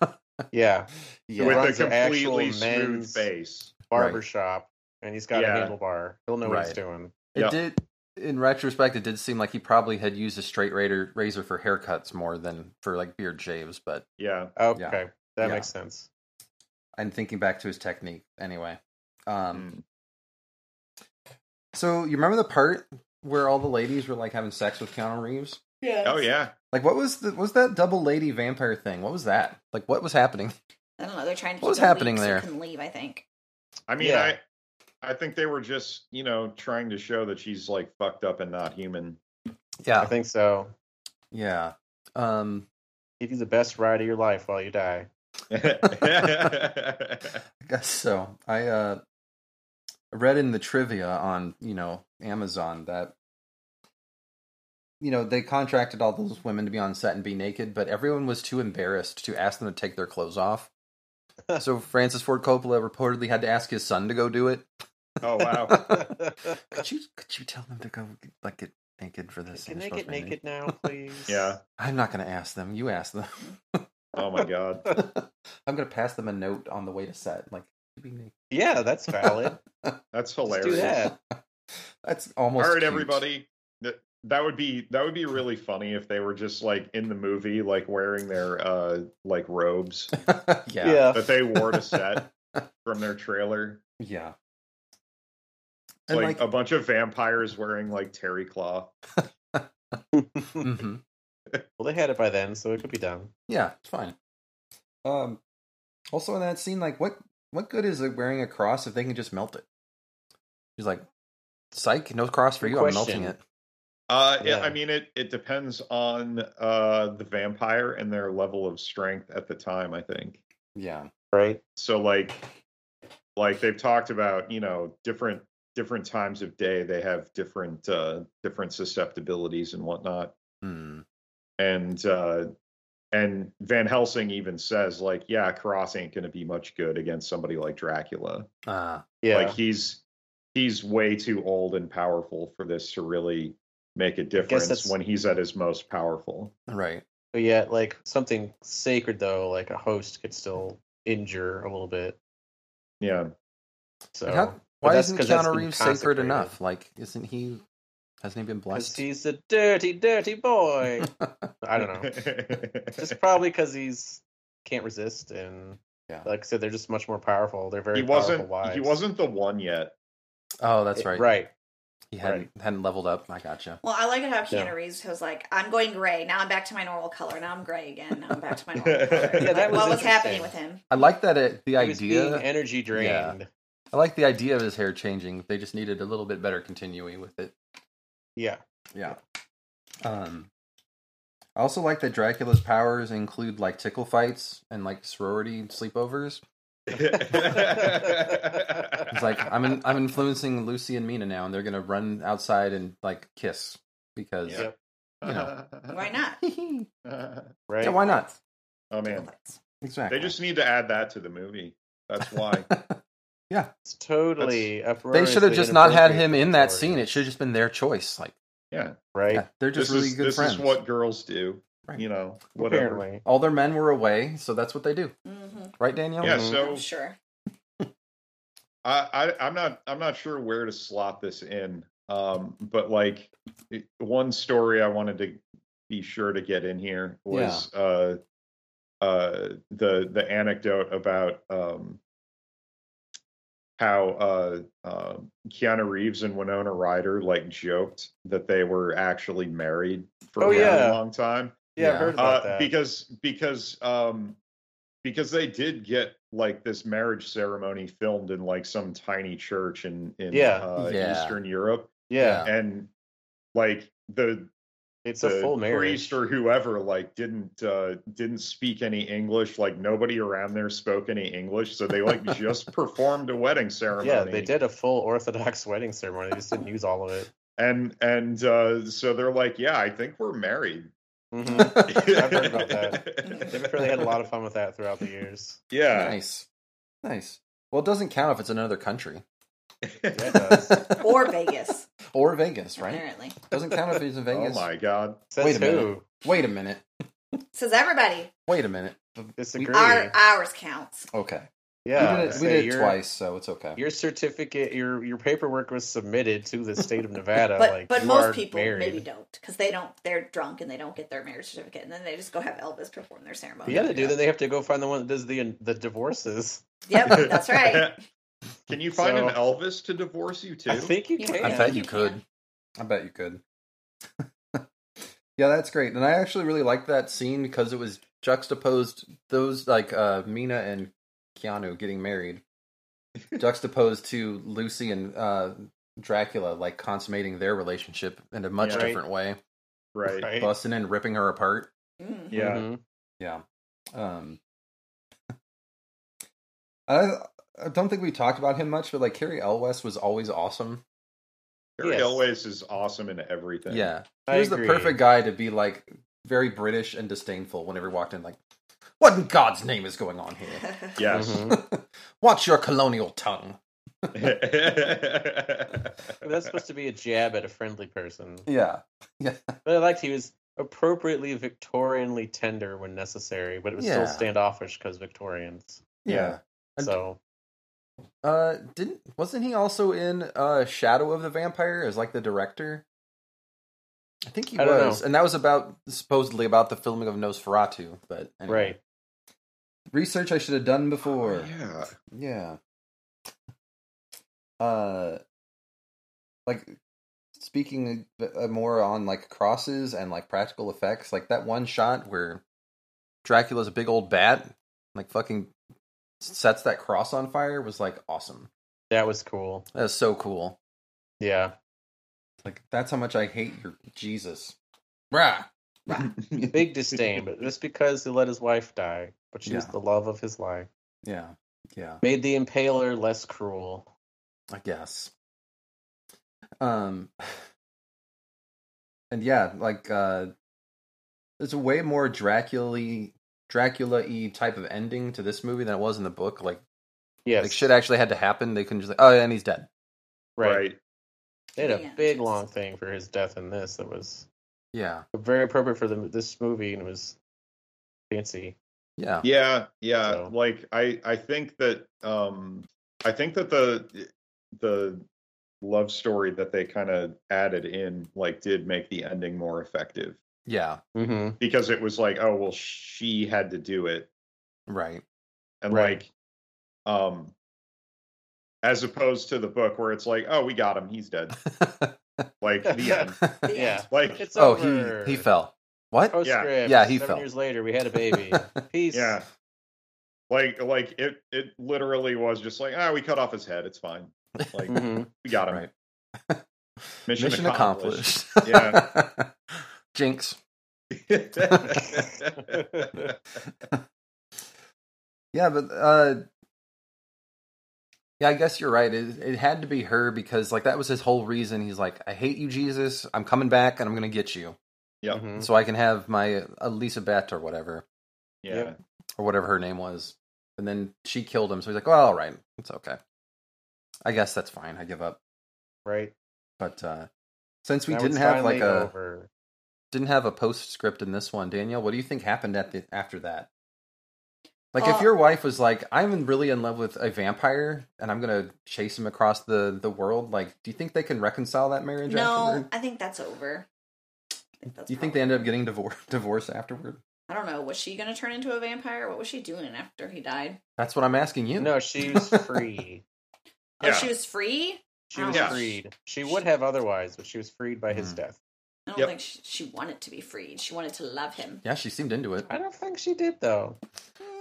[SPEAKER 2] yeah,
[SPEAKER 3] Yeah.
[SPEAKER 1] with
[SPEAKER 2] runs
[SPEAKER 1] a
[SPEAKER 2] an actual
[SPEAKER 1] completely smooth
[SPEAKER 2] men's-
[SPEAKER 1] face.
[SPEAKER 2] barbershop, and he's got
[SPEAKER 1] Yeah.
[SPEAKER 2] a handlebar. He'll know what he's
[SPEAKER 3] Right.
[SPEAKER 2] doing.
[SPEAKER 3] It
[SPEAKER 1] Yeah.
[SPEAKER 3] did. In retrospect, it did seem like he probably had used a straight razor razor for haircuts more than for like beard shaves. But
[SPEAKER 1] Yeah,
[SPEAKER 2] Okay, that
[SPEAKER 3] Yeah.
[SPEAKER 2] makes sense.
[SPEAKER 3] I'm thinking back to his technique anyway. Um,
[SPEAKER 1] Mm.
[SPEAKER 3] So you remember the part where all the ladies were like having sex with Keanu Reeves?
[SPEAKER 4] Yeah.
[SPEAKER 1] oh yeah,
[SPEAKER 3] Like, what was the what was that double lady vampire thing? What was that? Like, what was happening?
[SPEAKER 4] I don't know. They're trying to.
[SPEAKER 3] What was
[SPEAKER 4] keep him
[SPEAKER 3] happening
[SPEAKER 4] weak so he
[SPEAKER 3] there?
[SPEAKER 4] Couldn't leave. I think.
[SPEAKER 1] I mean,
[SPEAKER 2] Yeah.
[SPEAKER 1] I, I think they were just, you know, trying to show that she's like fucked up and not human.
[SPEAKER 2] I
[SPEAKER 3] Yeah,
[SPEAKER 2] think so.
[SPEAKER 3] yeah. Um,
[SPEAKER 2] Give you the best ride of your life while you die.
[SPEAKER 3] I guess so. I uh, read in the trivia on you know Amazon that you know they contracted all those women to be on set and be naked, but everyone was too embarrassed to ask them to take their clothes off. so Francis Ford Coppola reportedly had to ask his son to go do it.
[SPEAKER 1] oh wow,
[SPEAKER 3] could you could you tell them to go like get naked for this?
[SPEAKER 2] Can
[SPEAKER 3] and
[SPEAKER 2] they
[SPEAKER 3] it's supposed
[SPEAKER 2] get
[SPEAKER 3] to be
[SPEAKER 2] naked now, please?
[SPEAKER 1] yeah.
[SPEAKER 3] I'm not gonna ask them. You ask them.
[SPEAKER 1] Oh my god,
[SPEAKER 3] I'm gonna pass them a note on the way to set. Like, "Should be naked."
[SPEAKER 2] Yeah, that's valid.
[SPEAKER 1] that's
[SPEAKER 2] Let's
[SPEAKER 1] hilarious.
[SPEAKER 2] do that.
[SPEAKER 3] That's almost
[SPEAKER 1] All right,
[SPEAKER 3] cute.
[SPEAKER 1] everybody. That that would be that would be really funny if they were just like in the movie, like wearing their uh like robes
[SPEAKER 3] yeah.
[SPEAKER 1] that they wore to set from their trailer.
[SPEAKER 3] Yeah.
[SPEAKER 1] It's
[SPEAKER 3] And
[SPEAKER 1] like,
[SPEAKER 3] like,
[SPEAKER 1] a bunch of vampires wearing like terry cloth.
[SPEAKER 3] mhm.
[SPEAKER 2] Well, they had it by then, so it could be done.
[SPEAKER 3] yeah, it's fine. Um, also in that scene, like, what what good is it wearing a cross if they can just melt it? She's like, "Psych, no cross for
[SPEAKER 2] Good
[SPEAKER 3] you. I'm melting
[SPEAKER 2] question.
[SPEAKER 3] it."
[SPEAKER 1] Uh, yeah.
[SPEAKER 2] Yeah.
[SPEAKER 1] I mean, it it depends on uh the vampire and their level of strength at the time. I think.
[SPEAKER 3] Yeah.
[SPEAKER 2] Right?
[SPEAKER 1] so like like they've talked about you know different different times of day they have different uh different susceptibilities and whatnot
[SPEAKER 3] Hmm.
[SPEAKER 1] and uh and van helsing even says like yeah cross ain't gonna be much good against somebody like dracula
[SPEAKER 3] Uh,
[SPEAKER 2] Yeah.
[SPEAKER 1] like he's he's way too old and powerful for this to really make a difference
[SPEAKER 2] that's-
[SPEAKER 1] when he's at his most powerful
[SPEAKER 3] right.
[SPEAKER 2] but yet, like something sacred though, like a host could still injure a little bit.
[SPEAKER 1] yeah
[SPEAKER 2] So
[SPEAKER 3] Like, how-
[SPEAKER 2] but
[SPEAKER 3] Why
[SPEAKER 2] that's
[SPEAKER 3] isn't
[SPEAKER 2] 'cause that's
[SPEAKER 3] Keanu
[SPEAKER 2] been
[SPEAKER 3] Reeves sacred
[SPEAKER 2] consecrated.
[SPEAKER 3] enough? Like, isn't he? Hasn't he been
[SPEAKER 2] 'Cause
[SPEAKER 3] blessed?
[SPEAKER 2] he's a dirty, dirty boy. I don't know. Just probably because he's can't resist, and
[SPEAKER 3] Yeah.
[SPEAKER 2] like I said, they're just much more powerful. They're very
[SPEAKER 1] he wasn't
[SPEAKER 2] powerful wives.
[SPEAKER 1] he wasn't the one yet
[SPEAKER 3] oh, that's right.
[SPEAKER 2] eh, Right.
[SPEAKER 3] He hadn't hadn't leveled up. I gotcha.
[SPEAKER 4] Well, I like it how Keanu
[SPEAKER 2] Yeah.
[SPEAKER 4] Reeves was like, "I'm going gray. Now I'm back to my normal color. Now I'm gray again. Now I'm back to my normal color."
[SPEAKER 1] Yeah,
[SPEAKER 4] Like,
[SPEAKER 2] that was
[SPEAKER 4] what was happening
[SPEAKER 2] interesting.
[SPEAKER 4] with him?
[SPEAKER 3] I like that it, the
[SPEAKER 2] He was being
[SPEAKER 3] idea.
[SPEAKER 2] energy drained.
[SPEAKER 3] I like the idea of his hair changing. They just needed a little bit better continuity with it.
[SPEAKER 2] Yeah.
[SPEAKER 3] Yeah. Um. I also like that Dracula's powers include like tickle fights and like sorority sleepovers. It's
[SPEAKER 1] it's
[SPEAKER 3] like I'm in, I'm influencing Lucy and Mina now, and they're gonna run outside and like kiss because
[SPEAKER 1] Yeah.
[SPEAKER 3] you Oh.
[SPEAKER 4] Why not?
[SPEAKER 3] yeah,
[SPEAKER 2] Right.
[SPEAKER 3] why not?
[SPEAKER 1] Oh man,
[SPEAKER 3] Exactly.
[SPEAKER 1] they just need to add that to the movie. That's why.
[SPEAKER 2] It's totally
[SPEAKER 3] they
[SPEAKER 2] uproariously
[SPEAKER 3] should have just not had
[SPEAKER 2] inappropriate
[SPEAKER 3] him
[SPEAKER 2] for
[SPEAKER 3] in that
[SPEAKER 2] Victoria,
[SPEAKER 3] scene. It should have just been their choice. Like,
[SPEAKER 1] Yeah,
[SPEAKER 2] right?
[SPEAKER 3] yeah, they're just
[SPEAKER 1] this
[SPEAKER 3] really
[SPEAKER 1] is
[SPEAKER 3] good
[SPEAKER 1] this
[SPEAKER 3] friends.
[SPEAKER 1] is what girls do.
[SPEAKER 3] Right.
[SPEAKER 1] You know, whatever.
[SPEAKER 2] Apparently.
[SPEAKER 3] All their men were away, so that's what they do,
[SPEAKER 4] Mm-hmm.
[SPEAKER 3] right, Daniel?
[SPEAKER 1] Yeah.
[SPEAKER 2] Mhm.
[SPEAKER 1] So
[SPEAKER 4] I'm sure.
[SPEAKER 1] I, I, I'm not I'm not sure where to slot this in. Um, but like it- one story I wanted to be sure to get in here was uh, uh, the the anecdote about um, how uh, uh, Keanu Reeves and Winona Ryder like joked that they were actually married for
[SPEAKER 2] Oh,
[SPEAKER 1] a really
[SPEAKER 2] yeah.
[SPEAKER 1] long time
[SPEAKER 2] Yeah, I've heard about
[SPEAKER 1] uh,
[SPEAKER 2] that.
[SPEAKER 1] because because um because they did get like this marriage ceremony filmed in like some tiny church in in
[SPEAKER 2] Yeah.
[SPEAKER 1] Uh,
[SPEAKER 3] Yeah.
[SPEAKER 1] Eastern Europe
[SPEAKER 2] yeah,
[SPEAKER 1] and like the
[SPEAKER 2] it's
[SPEAKER 1] the
[SPEAKER 2] a full marriage.
[SPEAKER 1] priest or whoever like didn't uh didn't speak any English like nobody around there spoke any English so they like just performed a wedding ceremony
[SPEAKER 2] Yeah, they did a full Orthodox wedding ceremony. They just didn't use all of it.
[SPEAKER 1] and and uh so they're like yeah I think we're married
[SPEAKER 2] Mhm. I've heard about
[SPEAKER 1] that
[SPEAKER 2] I'm sure they had a lot of fun with that throughout the years.
[SPEAKER 1] yeah
[SPEAKER 3] Nice, nice. Well, it doesn't count if it's another country
[SPEAKER 2] Yeah, it does.
[SPEAKER 4] Or Vegas,
[SPEAKER 3] or Vegas, right?
[SPEAKER 4] apparently.
[SPEAKER 3] doesn't count if it's in
[SPEAKER 1] oh
[SPEAKER 3] Vegas.
[SPEAKER 1] my god
[SPEAKER 2] Says
[SPEAKER 3] Wait a
[SPEAKER 2] who?
[SPEAKER 3] Wait a minute.
[SPEAKER 4] Says everybody.
[SPEAKER 3] Wait a minute.
[SPEAKER 2] Disagree.
[SPEAKER 4] Our ours counts.
[SPEAKER 3] Okay.
[SPEAKER 1] Yeah,
[SPEAKER 3] we did it, we
[SPEAKER 2] say
[SPEAKER 3] did it
[SPEAKER 2] you're-
[SPEAKER 3] twice, so it's okay.
[SPEAKER 2] Your certificate, your your paperwork was submitted to the state of Nevada.
[SPEAKER 4] but
[SPEAKER 2] like,
[SPEAKER 4] but
[SPEAKER 2] you are
[SPEAKER 4] most people
[SPEAKER 2] married.
[SPEAKER 4] maybe don't because they don't. They're drunk and they don't get their marriage certificate, and then they just go have Elvis perform their ceremony.
[SPEAKER 2] Yeah, they do. Then they have to go find the one that does the the divorces.
[SPEAKER 4] Yep, that's right.
[SPEAKER 1] Can you find
[SPEAKER 2] So-
[SPEAKER 1] an Elvis to divorce you
[SPEAKER 2] I
[SPEAKER 1] too?
[SPEAKER 2] think you
[SPEAKER 4] Yeah.
[SPEAKER 2] can.
[SPEAKER 3] I
[SPEAKER 4] Yeah.
[SPEAKER 3] bet you
[SPEAKER 4] You
[SPEAKER 3] could.
[SPEAKER 4] can.
[SPEAKER 3] I bet you could. yeah, that's great. And I actually really liked that scene because it was juxtaposed those like uh Mina and Keanu getting married juxtaposed to Lucy and uh Dracula like consummating their relationship in a much
[SPEAKER 1] Yeah. Right.
[SPEAKER 3] different way,
[SPEAKER 1] right.
[SPEAKER 2] Right?
[SPEAKER 3] busting and ripping her apart.
[SPEAKER 4] Mm.
[SPEAKER 1] Yeah.
[SPEAKER 2] Mhm.
[SPEAKER 3] Yeah. Um I I don't think we talked about him much, but like Carrie Elwes was always awesome.
[SPEAKER 1] Carrie
[SPEAKER 2] Yes.
[SPEAKER 1] Elways is awesome in everything.
[SPEAKER 3] Yeah.
[SPEAKER 2] I
[SPEAKER 3] He was the
[SPEAKER 2] agree.
[SPEAKER 3] perfect guy to be like very British and disdainful whenever he walked in, like, what in God's name is going on here?
[SPEAKER 1] Yes.
[SPEAKER 2] Mhm.
[SPEAKER 3] Watch your colonial tongue.
[SPEAKER 2] That's supposed to be a jab at a friendly person.
[SPEAKER 3] Yeah.
[SPEAKER 2] But I liked he was appropriately Victorianly tender when necessary, but it was
[SPEAKER 3] Yeah.
[SPEAKER 2] still standoffish because Victorians.
[SPEAKER 3] Yeah. And-
[SPEAKER 2] So
[SPEAKER 3] Uh didn't wasn't he also in uh Shadow of the Vampire as like the director? I think he
[SPEAKER 2] I don't
[SPEAKER 3] was.
[SPEAKER 2] know.
[SPEAKER 3] And that was about supposedly about the filming of Nosferatu, but anyway.
[SPEAKER 2] right,
[SPEAKER 3] Research I should have done before.
[SPEAKER 1] yeah.
[SPEAKER 3] Yeah. Uh, like speaking uh, more on like crosses and like practical effects, like that one shot where Dracula's a big old bat, like fucking sets that cross on fire was like awesome.
[SPEAKER 2] that was cool.
[SPEAKER 3] That was so cool.
[SPEAKER 2] Yeah,
[SPEAKER 3] Like that's how much I hate your Jesus. Rah.
[SPEAKER 2] big disdain, but just because he let his wife die, but she was
[SPEAKER 3] Yeah.
[SPEAKER 2] the love of his life,
[SPEAKER 3] Yeah. Yeah.
[SPEAKER 2] made the impaler less cruel.
[SPEAKER 3] I guess. Um and yeah, like uh there's a way more Dracula Dracula y type of ending to this movie than it was in the book. Like
[SPEAKER 2] Yes,
[SPEAKER 3] like shit actually had to happen. They couldn't just like, oh and he's dead.
[SPEAKER 2] right.
[SPEAKER 1] Right.
[SPEAKER 2] They had a
[SPEAKER 4] Yeah.
[SPEAKER 2] big long thing for his death in this. That was
[SPEAKER 3] Yeah.
[SPEAKER 2] very appropriate for the, this movie, and it was fancy.
[SPEAKER 3] Yeah.
[SPEAKER 1] Yeah, yeah.
[SPEAKER 2] So-
[SPEAKER 1] Like I I think that um I think that the the love story that they kind of added in like did make the ending more effective
[SPEAKER 3] Yeah.
[SPEAKER 2] Mm-hmm.
[SPEAKER 1] because it was like oh well she had to do it
[SPEAKER 3] Right.
[SPEAKER 1] and
[SPEAKER 2] Right.
[SPEAKER 1] like um as opposed to the book where it's like oh we got him he's dead like the end
[SPEAKER 4] The
[SPEAKER 2] Yeah.
[SPEAKER 4] end.
[SPEAKER 1] like
[SPEAKER 2] It's
[SPEAKER 3] oh
[SPEAKER 2] over.
[SPEAKER 3] he he fell. What?
[SPEAKER 2] Postscript,
[SPEAKER 3] Yeah, he
[SPEAKER 2] seven
[SPEAKER 3] fell.
[SPEAKER 2] years later, we had a baby. Peace.
[SPEAKER 1] yeah like like it it literally was just like ah we cut off his head it's fine like
[SPEAKER 3] Mm-hmm.
[SPEAKER 2] Mhm.
[SPEAKER 1] we got him
[SPEAKER 3] Right.
[SPEAKER 1] mission,
[SPEAKER 3] Mission
[SPEAKER 1] accomplished.
[SPEAKER 3] accomplished.
[SPEAKER 1] Yeah.
[SPEAKER 3] Jinx. Yeah, but uh Yeah, I guess you're right. It it had to be her because like that was his whole reason. He's like, I hate you, Jesus. I'm coming back and I'm gonna get you.
[SPEAKER 1] Yep.
[SPEAKER 2] Mhm.
[SPEAKER 3] So I can have my Elisabeth or whatever
[SPEAKER 1] yeah.
[SPEAKER 3] or whatever her name was. And then she killed him, so he's like, Well, all right, it's okay. I guess that's fine. I give up.
[SPEAKER 2] Right.
[SPEAKER 3] But uh since we
[SPEAKER 2] Now
[SPEAKER 3] didn't
[SPEAKER 2] it's
[SPEAKER 3] have like
[SPEAKER 2] finally
[SPEAKER 3] a
[SPEAKER 2] over.
[SPEAKER 3] didn't have a postscript in this one, Danielle, what do you think happened at the after that? Like if
[SPEAKER 4] Uh,
[SPEAKER 3] your wife was like, I'm in- really in love with a vampire and I'm gonna chase him across the, the world, like, do you think they can reconcile that marriage
[SPEAKER 4] No,
[SPEAKER 3] afterward?
[SPEAKER 4] I think that's over. I think that's
[SPEAKER 3] Do you think
[SPEAKER 4] probably-
[SPEAKER 3] they ended up getting divorced divorced afterward?
[SPEAKER 4] I don't know. Was she going to turn into a vampire? What was she doing after he died?
[SPEAKER 3] That's what I'm asking you.
[SPEAKER 2] No, she was free.
[SPEAKER 4] Oh,
[SPEAKER 1] Yeah.
[SPEAKER 4] she was free.
[SPEAKER 2] She was
[SPEAKER 1] Yeah.
[SPEAKER 2] freed. She would have otherwise, but she was freed by his
[SPEAKER 3] Mhm.
[SPEAKER 2] death.
[SPEAKER 4] I don't
[SPEAKER 1] Yep.
[SPEAKER 4] think she, she wanted to be freed. She wanted to love him.
[SPEAKER 3] Yeah, she seemed into it.
[SPEAKER 2] I don't think she did though.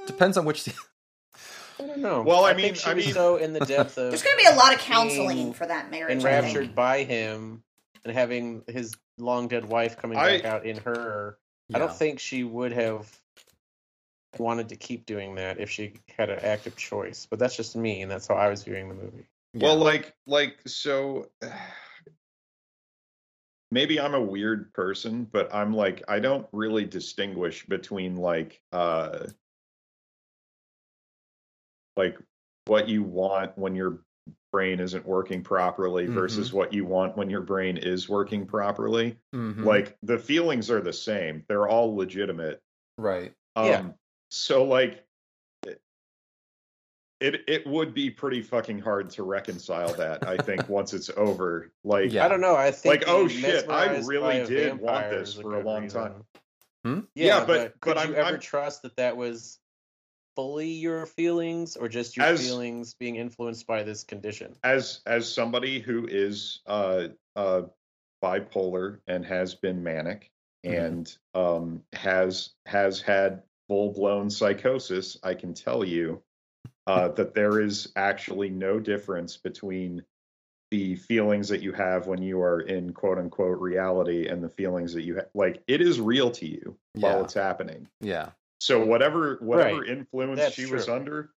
[SPEAKER 3] Depends on which
[SPEAKER 2] I don't know.
[SPEAKER 1] Well, I
[SPEAKER 2] think
[SPEAKER 1] mean-
[SPEAKER 2] she
[SPEAKER 1] I
[SPEAKER 2] was
[SPEAKER 1] mean-
[SPEAKER 2] so in the depth of
[SPEAKER 4] There's going to be a lot of counseling
[SPEAKER 2] being
[SPEAKER 4] for that marriage. I think.
[SPEAKER 2] enraptured by him and having his long dead wife coming
[SPEAKER 1] I-
[SPEAKER 2] back out in her. I
[SPEAKER 3] Yeah.
[SPEAKER 2] don't think she would have wanted to keep doing that if she had an active choice. But that's just me, and that's how I was viewing the movie.
[SPEAKER 3] Yeah.
[SPEAKER 1] Well, like, like, so maybe I'm a weird person, but I'm like, I don't really distinguish between like, uh, like what you want when your brain isn't working properly versus what you want when your brain is working properly.
[SPEAKER 3] Mhm.
[SPEAKER 1] Like, the feelings are the same; they're all legitimate.
[SPEAKER 3] Right.
[SPEAKER 1] Um,
[SPEAKER 2] Yeah.
[SPEAKER 1] So like it it would be pretty fucking hard to reconcile that, I think, once it's over. Like
[SPEAKER 3] Yeah.
[SPEAKER 2] I don't know. I think
[SPEAKER 1] Like, oh
[SPEAKER 2] being
[SPEAKER 1] shit, I
[SPEAKER 2] mesmerized
[SPEAKER 1] really
[SPEAKER 2] by a
[SPEAKER 1] did want
[SPEAKER 2] vampire
[SPEAKER 1] this
[SPEAKER 2] is
[SPEAKER 1] for a
[SPEAKER 2] good
[SPEAKER 1] long
[SPEAKER 2] reason.
[SPEAKER 1] time.
[SPEAKER 3] Hmm?
[SPEAKER 2] Yeah,
[SPEAKER 1] Yeah, but-
[SPEAKER 2] but,
[SPEAKER 1] but
[SPEAKER 2] could
[SPEAKER 1] I'm-
[SPEAKER 2] you ever
[SPEAKER 1] I'm-
[SPEAKER 2] trust that that was fully your feelings or just your
[SPEAKER 1] As-
[SPEAKER 2] feelings being influenced by this condition?
[SPEAKER 1] as as somebody who is uh uh bipolar and has been manic
[SPEAKER 2] Mm-hmm.
[SPEAKER 1] and um has has had full-blown psychosis i can tell you uh that there is actually no difference between the feelings that you have when you are in quote unquote reality and the feelings that you ha- like it is real to you while
[SPEAKER 3] Yeah.
[SPEAKER 1] it's happening
[SPEAKER 3] Yeah.
[SPEAKER 1] so whatever whatever
[SPEAKER 2] Right.
[SPEAKER 1] influence
[SPEAKER 2] That's
[SPEAKER 1] she was
[SPEAKER 2] true.
[SPEAKER 1] under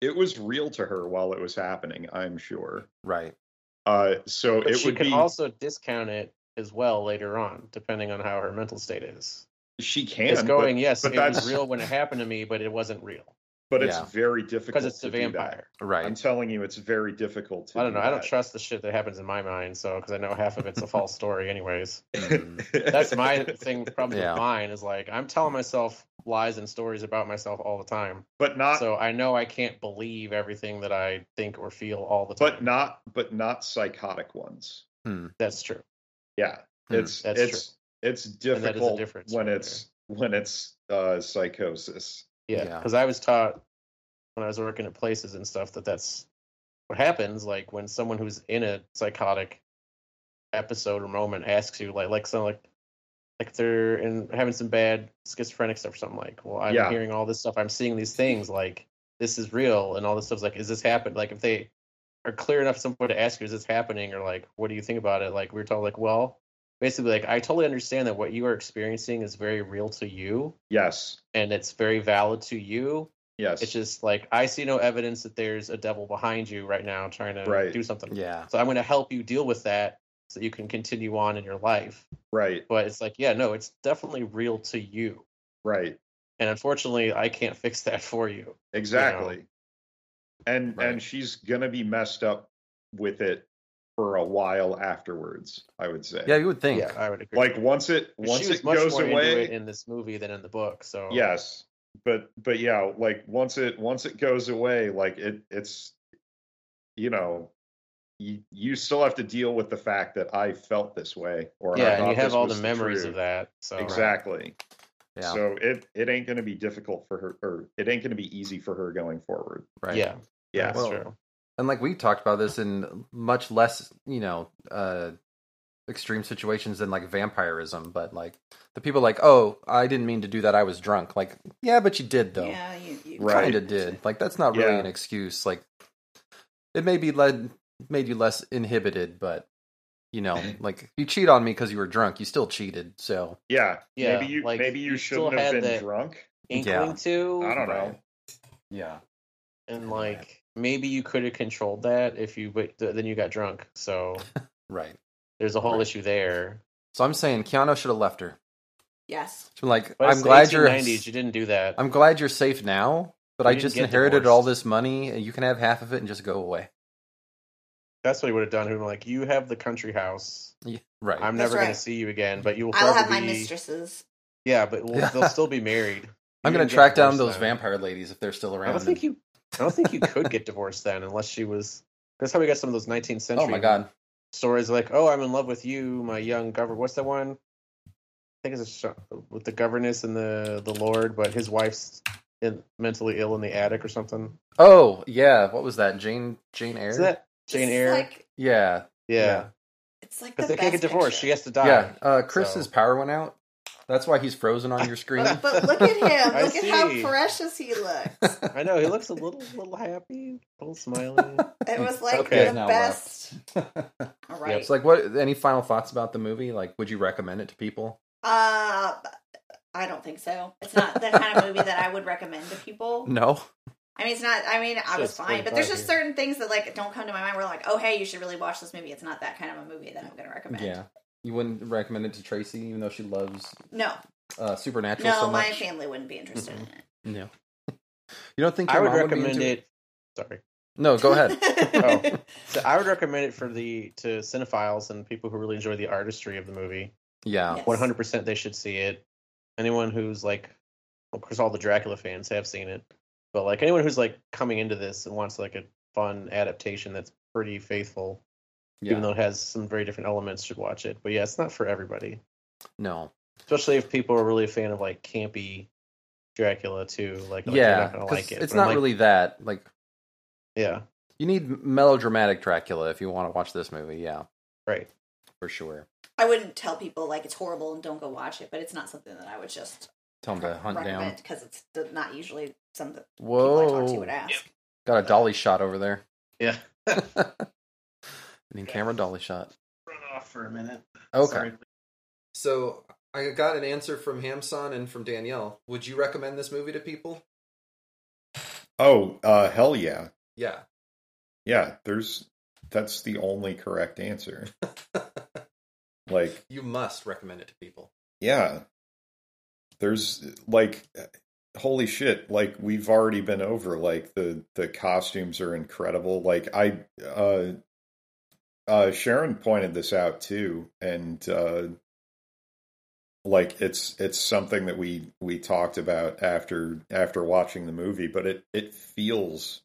[SPEAKER 1] it was real to her while it was happening i'm sure
[SPEAKER 3] Right.
[SPEAKER 1] uh, so
[SPEAKER 2] But
[SPEAKER 1] it
[SPEAKER 2] she
[SPEAKER 1] would
[SPEAKER 2] can
[SPEAKER 1] be
[SPEAKER 2] also discount it as well later on, depending on how her mental state is.
[SPEAKER 1] she can
[SPEAKER 2] It's going,
[SPEAKER 1] but,
[SPEAKER 2] yes,
[SPEAKER 1] but
[SPEAKER 2] it was
[SPEAKER 1] that's-
[SPEAKER 2] real when it happened to me, but it wasn't real
[SPEAKER 1] but it's
[SPEAKER 3] Yeah.
[SPEAKER 1] very difficult
[SPEAKER 2] because it's
[SPEAKER 1] to
[SPEAKER 2] a
[SPEAKER 1] do that.
[SPEAKER 2] vampire.
[SPEAKER 3] Right.
[SPEAKER 1] I'm telling you, it's very difficult. To
[SPEAKER 2] I don't know.
[SPEAKER 1] do
[SPEAKER 2] I don't
[SPEAKER 1] that.
[SPEAKER 2] trust the shit that happens in my mind, so because I know half of it's a false story, anyways.
[SPEAKER 3] Mhm.
[SPEAKER 2] That's my thing. Probably
[SPEAKER 3] Yeah.
[SPEAKER 2] with mine is like I'm telling myself lies and stories about myself all the time,
[SPEAKER 1] but not,
[SPEAKER 2] so I know I can't believe everything that I think or feel all the time.
[SPEAKER 1] but not, but not psychotic ones.
[SPEAKER 2] that's true.
[SPEAKER 1] Yeah,
[SPEAKER 3] Hmm,
[SPEAKER 1] it's
[SPEAKER 2] that's
[SPEAKER 1] it's it's
[SPEAKER 2] And that is a
[SPEAKER 1] difficult
[SPEAKER 2] difference
[SPEAKER 1] when
[SPEAKER 2] right
[SPEAKER 1] it's when it's uh, psychosis.
[SPEAKER 2] Yeah,
[SPEAKER 3] Yeah.
[SPEAKER 2] because I was taught when I was working at places and stuff that that's what happens. Like when someone who's in a psychotic episode or moment asks you, like, like some like like they're in having some bad schizophrenic stuff or something. Like, well, I'm
[SPEAKER 1] Yeah.
[SPEAKER 2] hearing all this stuff. I'm seeing these things. Like this is real, and all this stuff's like, is this happened? Like if they are clear enough, someone to ask you, is this happening, or like, what do you think about it? Like we were told, like, well, basically, like I totally understand that what you are experiencing is very real to you.
[SPEAKER 1] Yes,
[SPEAKER 2] And it's very valid to you,
[SPEAKER 1] yes,
[SPEAKER 2] it's just like I see no evidence that there's a devil behind you right now trying to
[SPEAKER 1] Right.
[SPEAKER 2] do something.
[SPEAKER 3] Yeah.
[SPEAKER 2] So I'm going to help you deal with that so you can continue on in your life.
[SPEAKER 1] right,
[SPEAKER 2] But it's like, yeah, no, it's definitely real to you.
[SPEAKER 1] right,
[SPEAKER 2] And unfortunately, I can't fix that for you.
[SPEAKER 1] exactly. And
[SPEAKER 3] Right.
[SPEAKER 1] and she's gonna be messed up with it for a while afterwards. I would say.
[SPEAKER 3] Yeah, you would think.
[SPEAKER 2] Yeah, I would agree.
[SPEAKER 1] Like once it
[SPEAKER 2] But
[SPEAKER 1] once
[SPEAKER 2] she was
[SPEAKER 1] it
[SPEAKER 2] much
[SPEAKER 1] goes
[SPEAKER 2] more into
[SPEAKER 1] away,
[SPEAKER 2] it in this movie than in the book. So
[SPEAKER 1] yes but but yeah like once it once it goes away like it it's you know you, you still have to deal with the fact that i felt this way or I
[SPEAKER 2] yeah, and
[SPEAKER 1] thought
[SPEAKER 2] you have
[SPEAKER 1] this
[SPEAKER 2] all the
[SPEAKER 1] was
[SPEAKER 2] memories
[SPEAKER 1] truth.
[SPEAKER 2] of that. So
[SPEAKER 1] exactly
[SPEAKER 3] Yeah.
[SPEAKER 1] so it it ain't going to be difficult for her or it ain't going to be easy for her going forward
[SPEAKER 3] right.
[SPEAKER 2] yeah,
[SPEAKER 1] yeah
[SPEAKER 2] that's
[SPEAKER 3] Well,
[SPEAKER 2] true.
[SPEAKER 3] and like we talked about this in much less you know uh extreme situations than like vampirism but like the people like oh i didn't mean to do that i was drunk like yeah but you did though
[SPEAKER 4] Yeah, you, you
[SPEAKER 1] Right.
[SPEAKER 3] kind of did like that's not really
[SPEAKER 1] Yeah.
[SPEAKER 3] an excuse like it may be led made you less inhibited but you know like you cheat on me because you were drunk you still cheated so
[SPEAKER 1] yeah
[SPEAKER 2] Yeah,
[SPEAKER 1] maybe you
[SPEAKER 2] like,
[SPEAKER 1] maybe you
[SPEAKER 2] you still
[SPEAKER 1] shouldn't have
[SPEAKER 2] had
[SPEAKER 1] been
[SPEAKER 2] that-
[SPEAKER 1] drunk
[SPEAKER 2] Inkling
[SPEAKER 3] Yeah.
[SPEAKER 2] too.
[SPEAKER 1] i don't know
[SPEAKER 3] Right. yeah
[SPEAKER 2] and like maybe you could have controlled that if you but th- then you got drunk so
[SPEAKER 3] right
[SPEAKER 2] there's a whole
[SPEAKER 3] Right.
[SPEAKER 2] issue there
[SPEAKER 3] so i'm saying keanu should have left her
[SPEAKER 4] Yes.
[SPEAKER 3] She's like
[SPEAKER 2] but
[SPEAKER 3] i'm glad you're
[SPEAKER 2] 90s you didn't do that
[SPEAKER 3] I'm glad you're safe now, but
[SPEAKER 2] You
[SPEAKER 3] I
[SPEAKER 2] didn't
[SPEAKER 3] just
[SPEAKER 2] get
[SPEAKER 3] inherited
[SPEAKER 2] divorced.
[SPEAKER 3] all this money. and You can have half of it and just go away.
[SPEAKER 2] that's what he would have done he would have been like you have the country house
[SPEAKER 3] Yeah, right.
[SPEAKER 2] i'm
[SPEAKER 4] That's
[SPEAKER 2] never going
[SPEAKER 4] right.
[SPEAKER 2] to see you again but you will
[SPEAKER 4] I will
[SPEAKER 2] forever
[SPEAKER 4] have my
[SPEAKER 2] be
[SPEAKER 4] mistresses.
[SPEAKER 2] yeah but we'll,
[SPEAKER 3] Yeah.
[SPEAKER 2] they'll still be married You
[SPEAKER 3] I'm going
[SPEAKER 2] didn't
[SPEAKER 3] to
[SPEAKER 2] get
[SPEAKER 3] track down those
[SPEAKER 2] divorced then.
[SPEAKER 3] vampire ladies if they're still
[SPEAKER 2] i
[SPEAKER 3] around.
[SPEAKER 2] don't think you i don't think you could get divorced then unless she was that's how we got some of those 19th century
[SPEAKER 3] oh my god.
[SPEAKER 2] stories like, "Oh, I'm in love with you, my young governor." What's that one? I think it's a sh- with the governess and the the lord, but his wife's in, mentally ill in the attic or something.
[SPEAKER 3] Oh yeah. What was that? Jane Jane Eyre.
[SPEAKER 2] Is that Jane
[SPEAKER 4] It's
[SPEAKER 2] Eyre?
[SPEAKER 4] Like,
[SPEAKER 3] yeah.
[SPEAKER 2] yeah,
[SPEAKER 4] it's like
[SPEAKER 2] because
[SPEAKER 4] the
[SPEAKER 2] they can't get
[SPEAKER 4] best
[SPEAKER 2] divorced.
[SPEAKER 4] picture.
[SPEAKER 2] She has to die.
[SPEAKER 3] yeah. Uh, Chris's
[SPEAKER 2] So-
[SPEAKER 3] power went out. That's why he's frozen on your screen.
[SPEAKER 4] But, but look at him.
[SPEAKER 2] I
[SPEAKER 4] Look at how
[SPEAKER 2] see.
[SPEAKER 4] precious he looks.
[SPEAKER 2] I know he looks a little little happy, a little smiling.
[SPEAKER 4] It was like
[SPEAKER 2] Okay.
[SPEAKER 4] the
[SPEAKER 3] Now
[SPEAKER 4] best.
[SPEAKER 3] it's
[SPEAKER 4] All right.
[SPEAKER 3] like what? Any final thoughts about the movie? Like, would you recommend it to people?
[SPEAKER 4] Uh, I don't think so. It's not the kind of movie that I would recommend to people.
[SPEAKER 3] No.
[SPEAKER 4] I mean, it's not. I mean, I was
[SPEAKER 2] Just
[SPEAKER 4] fine, but there's
[SPEAKER 2] 45
[SPEAKER 4] just certain things that like don't come to my mind. Where like, oh hey, you should really watch this movie. It's not that kind of a movie that I'm going to recommend.
[SPEAKER 3] Yeah. You wouldn't recommend it to Tracy, even though she loves
[SPEAKER 4] No,
[SPEAKER 3] uh, Supernatural
[SPEAKER 4] no,
[SPEAKER 3] so
[SPEAKER 4] my
[SPEAKER 3] much.
[SPEAKER 4] family wouldn't be interested in it.
[SPEAKER 3] No. You don't think
[SPEAKER 2] I
[SPEAKER 3] your
[SPEAKER 2] would
[SPEAKER 3] mom be
[SPEAKER 2] recommend
[SPEAKER 3] into
[SPEAKER 2] it. Sorry,
[SPEAKER 3] No, go ahead.
[SPEAKER 2] Oh. so I would recommend it for the to cinephiles and people who really enjoy the artistry of the movie.
[SPEAKER 3] Yeah.
[SPEAKER 4] Yes.
[SPEAKER 2] One hundred percent, they should see it. Anyone who's like of course, all the Dracula fans have seen it, but like anyone who's like coming into this and wants like a fun adaptation that's pretty faithful, even though it has some very different elements, should watch it. But yeah, it's not for everybody,
[SPEAKER 3] No.
[SPEAKER 2] especially if people are really a fan of like campy Dracula too. Like, like they're
[SPEAKER 3] yeah.
[SPEAKER 2] not gonna
[SPEAKER 3] 'cause
[SPEAKER 2] like it.
[SPEAKER 3] It's
[SPEAKER 2] but I'm
[SPEAKER 3] not
[SPEAKER 2] like,
[SPEAKER 3] really that. Like
[SPEAKER 2] yeah,
[SPEAKER 3] you need melodramatic Dracula if you want to watch this movie. Yeah,
[SPEAKER 2] right.
[SPEAKER 3] for sure.
[SPEAKER 4] I wouldn't tell people like it's horrible and don't go watch it, but it's not something that I would just
[SPEAKER 3] Tell him to hunt down.
[SPEAKER 4] because it's th- not usually something people I talk to
[SPEAKER 3] Whoa.
[SPEAKER 4] would ask.
[SPEAKER 3] Got a dolly shot over there.
[SPEAKER 2] Yeah.
[SPEAKER 3] An in camera dolly shot.
[SPEAKER 2] Run off for a minute.
[SPEAKER 3] Okay.
[SPEAKER 5] So I got an answer from Hamson and from Danielle. Would you recommend this movie to people?
[SPEAKER 1] Oh, uh, hell yeah.
[SPEAKER 5] Yeah.
[SPEAKER 1] Yeah, there's that's the only correct answer. like,
[SPEAKER 5] You must recommend it to people.
[SPEAKER 1] yeah. There's like holy shit, like we've already been over like the the costumes are incredible. Like I uh uh Sharon pointed this out too and uh like it's it's something that we we talked about after after watching the movie but it it feels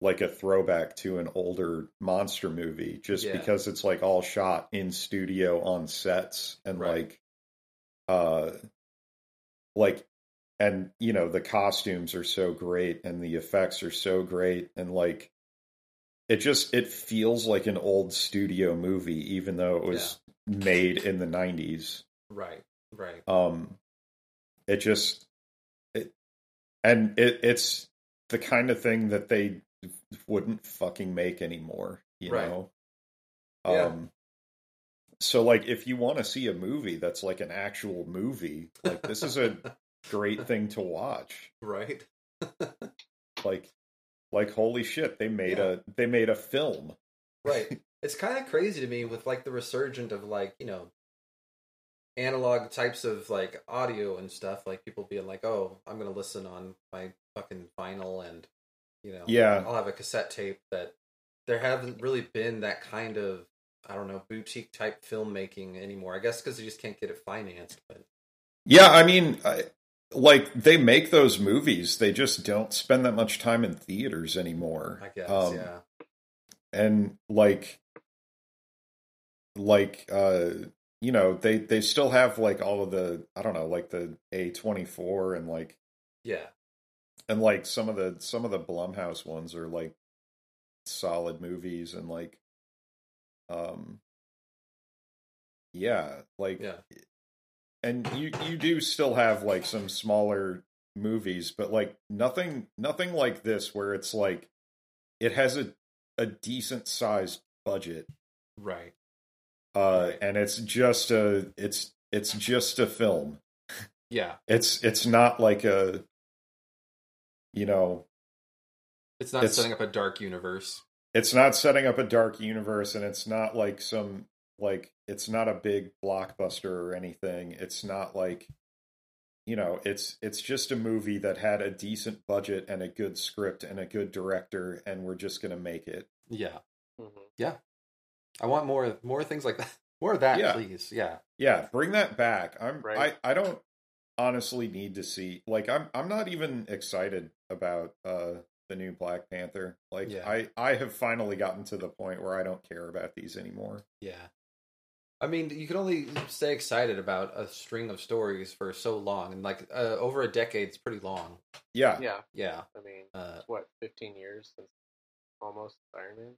[SPEAKER 1] like a throwback to an older monster movie just
[SPEAKER 5] Yeah.
[SPEAKER 1] because it's like all shot in studio on sets and
[SPEAKER 5] Right.
[SPEAKER 1] like uh like and you know the costumes are so great and the effects are so great and like it just it feels like an old studio movie even though it was made in the 90s
[SPEAKER 5] Right. Right.
[SPEAKER 1] um it just it and it it's the kind of thing that they wouldn't fucking make anymore you
[SPEAKER 5] Right.
[SPEAKER 1] know
[SPEAKER 5] Yeah.
[SPEAKER 1] um so like if you want to see a movie that's like an actual movie like this is a great thing to watch
[SPEAKER 5] Right.
[SPEAKER 1] like like holy shit they made a they made a film
[SPEAKER 5] Right. it's kind of crazy to me with like the resurgent of like, you know, analog types of like audio and stuff, like people being like, "Oh, I'm going to listen on my fucking vinyl and, you know,
[SPEAKER 1] yeah
[SPEAKER 5] I'll have a cassette tape that there haven't really been that kind of I don't know boutique type filmmaking anymore. I guess because they just can't get it financed. But
[SPEAKER 1] Yeah, I mean, I, like they make those movies, they just don't spend that much time in theaters anymore.
[SPEAKER 5] I guess
[SPEAKER 1] Um,
[SPEAKER 5] yeah,
[SPEAKER 1] And like, like, uh, you know, they they still have like all of the I don't know, like the A twenty four and like
[SPEAKER 5] yeah,
[SPEAKER 1] and like some of the some of the Blumhouse ones are like solid movies and like, um, yeah, like
[SPEAKER 5] yeah,
[SPEAKER 1] and you you do still have like some smaller movies but like nothing nothing like this where it's like it has a a decent sized budget
[SPEAKER 5] right,
[SPEAKER 1] uh
[SPEAKER 5] Right.
[SPEAKER 1] and it's just a it's it's just a film
[SPEAKER 5] yeah.
[SPEAKER 1] it's it's not like a you know
[SPEAKER 5] It's not
[SPEAKER 1] It's-
[SPEAKER 5] setting up a dark universe,
[SPEAKER 1] it's not setting up a dark universe and it's not like some like it's not a big blockbuster or anything it's not like you know it's it's just a movie that had a decent budget and a good script and a good director and we're just going to make it
[SPEAKER 5] yeah.
[SPEAKER 2] Mhm.
[SPEAKER 5] I want more more things like that, more of that,
[SPEAKER 1] Yeah.
[SPEAKER 5] please. Yeah,
[SPEAKER 1] yeah bring that back i'm
[SPEAKER 2] Right.
[SPEAKER 1] i i don't honestly need to see like i'm i'm not even excited about uh the new black panther like
[SPEAKER 5] Yeah.
[SPEAKER 1] i i have finally gotten to the point where i don't care about these anymore
[SPEAKER 5] yeah. I mean, you can only stay excited about a string of stories for so long, and like uh, over a decade's pretty long.
[SPEAKER 1] yeah
[SPEAKER 2] Yeah,
[SPEAKER 5] Yeah,
[SPEAKER 2] I mean,
[SPEAKER 5] uh,
[SPEAKER 2] what, 15 years since almost Iron Man?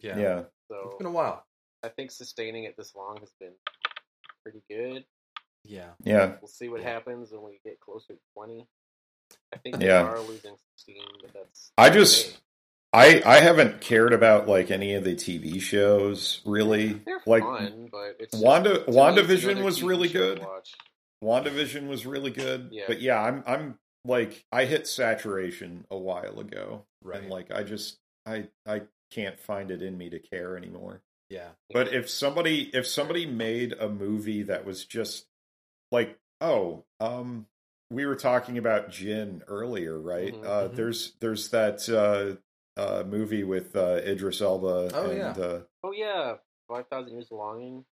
[SPEAKER 5] yeah.
[SPEAKER 1] yeah.
[SPEAKER 5] It's
[SPEAKER 2] So
[SPEAKER 5] been a while.
[SPEAKER 2] I think sustaining it this long has been pretty good.
[SPEAKER 5] Yeah,
[SPEAKER 1] yeah.
[SPEAKER 2] We'll see what
[SPEAKER 5] Yeah.
[SPEAKER 2] happens when we get closer to 20. I think
[SPEAKER 1] Yeah.
[SPEAKER 2] they are losing steam, but that's.
[SPEAKER 1] I just-
[SPEAKER 2] okay.
[SPEAKER 1] I I haven't cared about like any of the TV shows really.
[SPEAKER 2] They're
[SPEAKER 1] Like
[SPEAKER 2] fun, but it's. just-
[SPEAKER 1] Wanda
[SPEAKER 2] to me, it's
[SPEAKER 1] WandaVision
[SPEAKER 2] another
[SPEAKER 1] was
[SPEAKER 2] TV
[SPEAKER 1] really
[SPEAKER 2] show
[SPEAKER 1] good.
[SPEAKER 2] to watch.
[SPEAKER 1] WandaVision was really good.
[SPEAKER 2] Yeah.
[SPEAKER 1] But yeah, I'm I'm like I hit saturation a while ago.
[SPEAKER 5] right.
[SPEAKER 1] And like I just I I can't find it in me to care anymore.
[SPEAKER 5] yeah,
[SPEAKER 1] But if somebody if somebody made a movie that was just like, oh, um we were talking about Jin earlier, right?
[SPEAKER 2] Mhm.
[SPEAKER 1] Uh
[SPEAKER 5] Mhm.
[SPEAKER 1] there's there's that uh uh movie with uh Idris Elba
[SPEAKER 5] Oh,
[SPEAKER 1] and
[SPEAKER 5] yeah.
[SPEAKER 1] uh
[SPEAKER 2] Oh, yeah. 5,000 Years of Longing.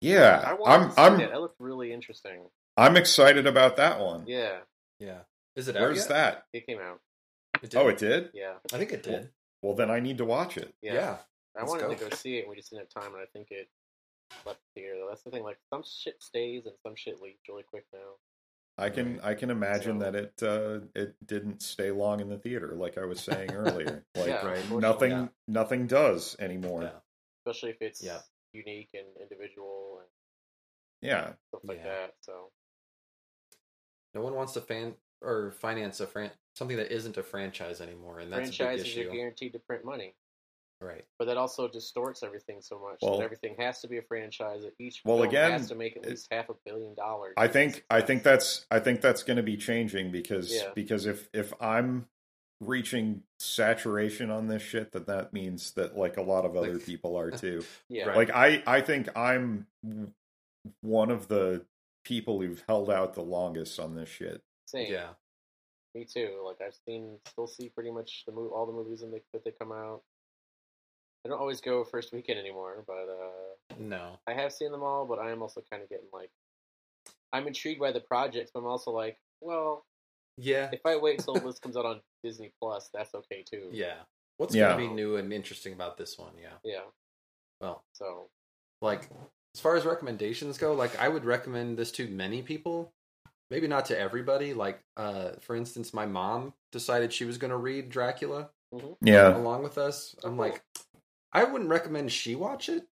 [SPEAKER 1] Yeah,
[SPEAKER 2] I want
[SPEAKER 1] I'm
[SPEAKER 2] to see
[SPEAKER 1] I'm
[SPEAKER 2] that. That looked really interesting.
[SPEAKER 1] I'm excited about that one.
[SPEAKER 2] Yeah.
[SPEAKER 5] yeah.
[SPEAKER 3] Is it out
[SPEAKER 1] Where's
[SPEAKER 3] yet?
[SPEAKER 1] that?
[SPEAKER 2] It came out.
[SPEAKER 3] It Oh, did.
[SPEAKER 1] Oh, it did.
[SPEAKER 2] Yeah.
[SPEAKER 3] I think it did.
[SPEAKER 1] Well, then I need to watch it.
[SPEAKER 3] Yeah.
[SPEAKER 2] Yeah. I
[SPEAKER 3] let's
[SPEAKER 2] wanted
[SPEAKER 3] go.
[SPEAKER 2] to go see it, and we just didn't have time, and I think it left here. Though that's the thing. Like some shit stays, and some shit leaves really quick now.
[SPEAKER 1] I can I can imagine
[SPEAKER 2] So-
[SPEAKER 1] that it uh, it didn't stay long in the theater, like I was saying earlier. Like
[SPEAKER 2] yeah,
[SPEAKER 3] right,
[SPEAKER 2] unfortunately,
[SPEAKER 1] nothing
[SPEAKER 3] yeah.
[SPEAKER 1] nothing does anymore.
[SPEAKER 3] Yeah.
[SPEAKER 2] especially if it's
[SPEAKER 3] Yeah.
[SPEAKER 2] unique and individual and
[SPEAKER 1] yeah.
[SPEAKER 2] stuff like
[SPEAKER 3] Yeah.
[SPEAKER 2] that. So
[SPEAKER 3] No one wants to fan
[SPEAKER 5] or finance a fran- something that isn't a franchise anymore, and that's a big
[SPEAKER 2] franchises
[SPEAKER 5] issue.
[SPEAKER 2] are guaranteed to print money,
[SPEAKER 5] Right.
[SPEAKER 2] but that also distorts everything so much.
[SPEAKER 1] Well-
[SPEAKER 2] that everything has to be a franchise. That each
[SPEAKER 1] Well,
[SPEAKER 2] film
[SPEAKER 1] again,
[SPEAKER 2] has to make at
[SPEAKER 1] it-
[SPEAKER 2] least half a billion dollars.
[SPEAKER 1] I think I think that's I think that's going to be changing because
[SPEAKER 2] Yeah.
[SPEAKER 1] because if if I'm reaching saturation on this shit, then that means that like a lot of other
[SPEAKER 3] Like-
[SPEAKER 1] people are too.
[SPEAKER 2] yeah,
[SPEAKER 3] Right.
[SPEAKER 1] Like I I think I'm one of the people who've held out the longest on this shit.
[SPEAKER 2] same.
[SPEAKER 3] Yeah.
[SPEAKER 2] Me too. Like I've seen, still see pretty much the mo- all the movies in the, that they come out. I don't always go first weekend anymore, but uh,
[SPEAKER 3] No.
[SPEAKER 2] I have seen them all. But I am also kind of getting like, I'm intrigued by the projects, but I'm also like, well,
[SPEAKER 3] Yeah.
[SPEAKER 2] if I wait till this comes out on Disney Plus, that's okay too.
[SPEAKER 3] Yeah. What's
[SPEAKER 1] Yeah.
[SPEAKER 3] gonna be new and interesting about this one? Yeah.
[SPEAKER 2] yeah.
[SPEAKER 3] Well,
[SPEAKER 2] So
[SPEAKER 3] like as far as recommendations go like i would recommend this to many people maybe not to everybody like uh for instance my mom decided she was going to read dracula
[SPEAKER 2] Oh.
[SPEAKER 1] Yeah.
[SPEAKER 3] along with us i'm
[SPEAKER 2] cool.
[SPEAKER 3] like i wouldn't recommend she watch it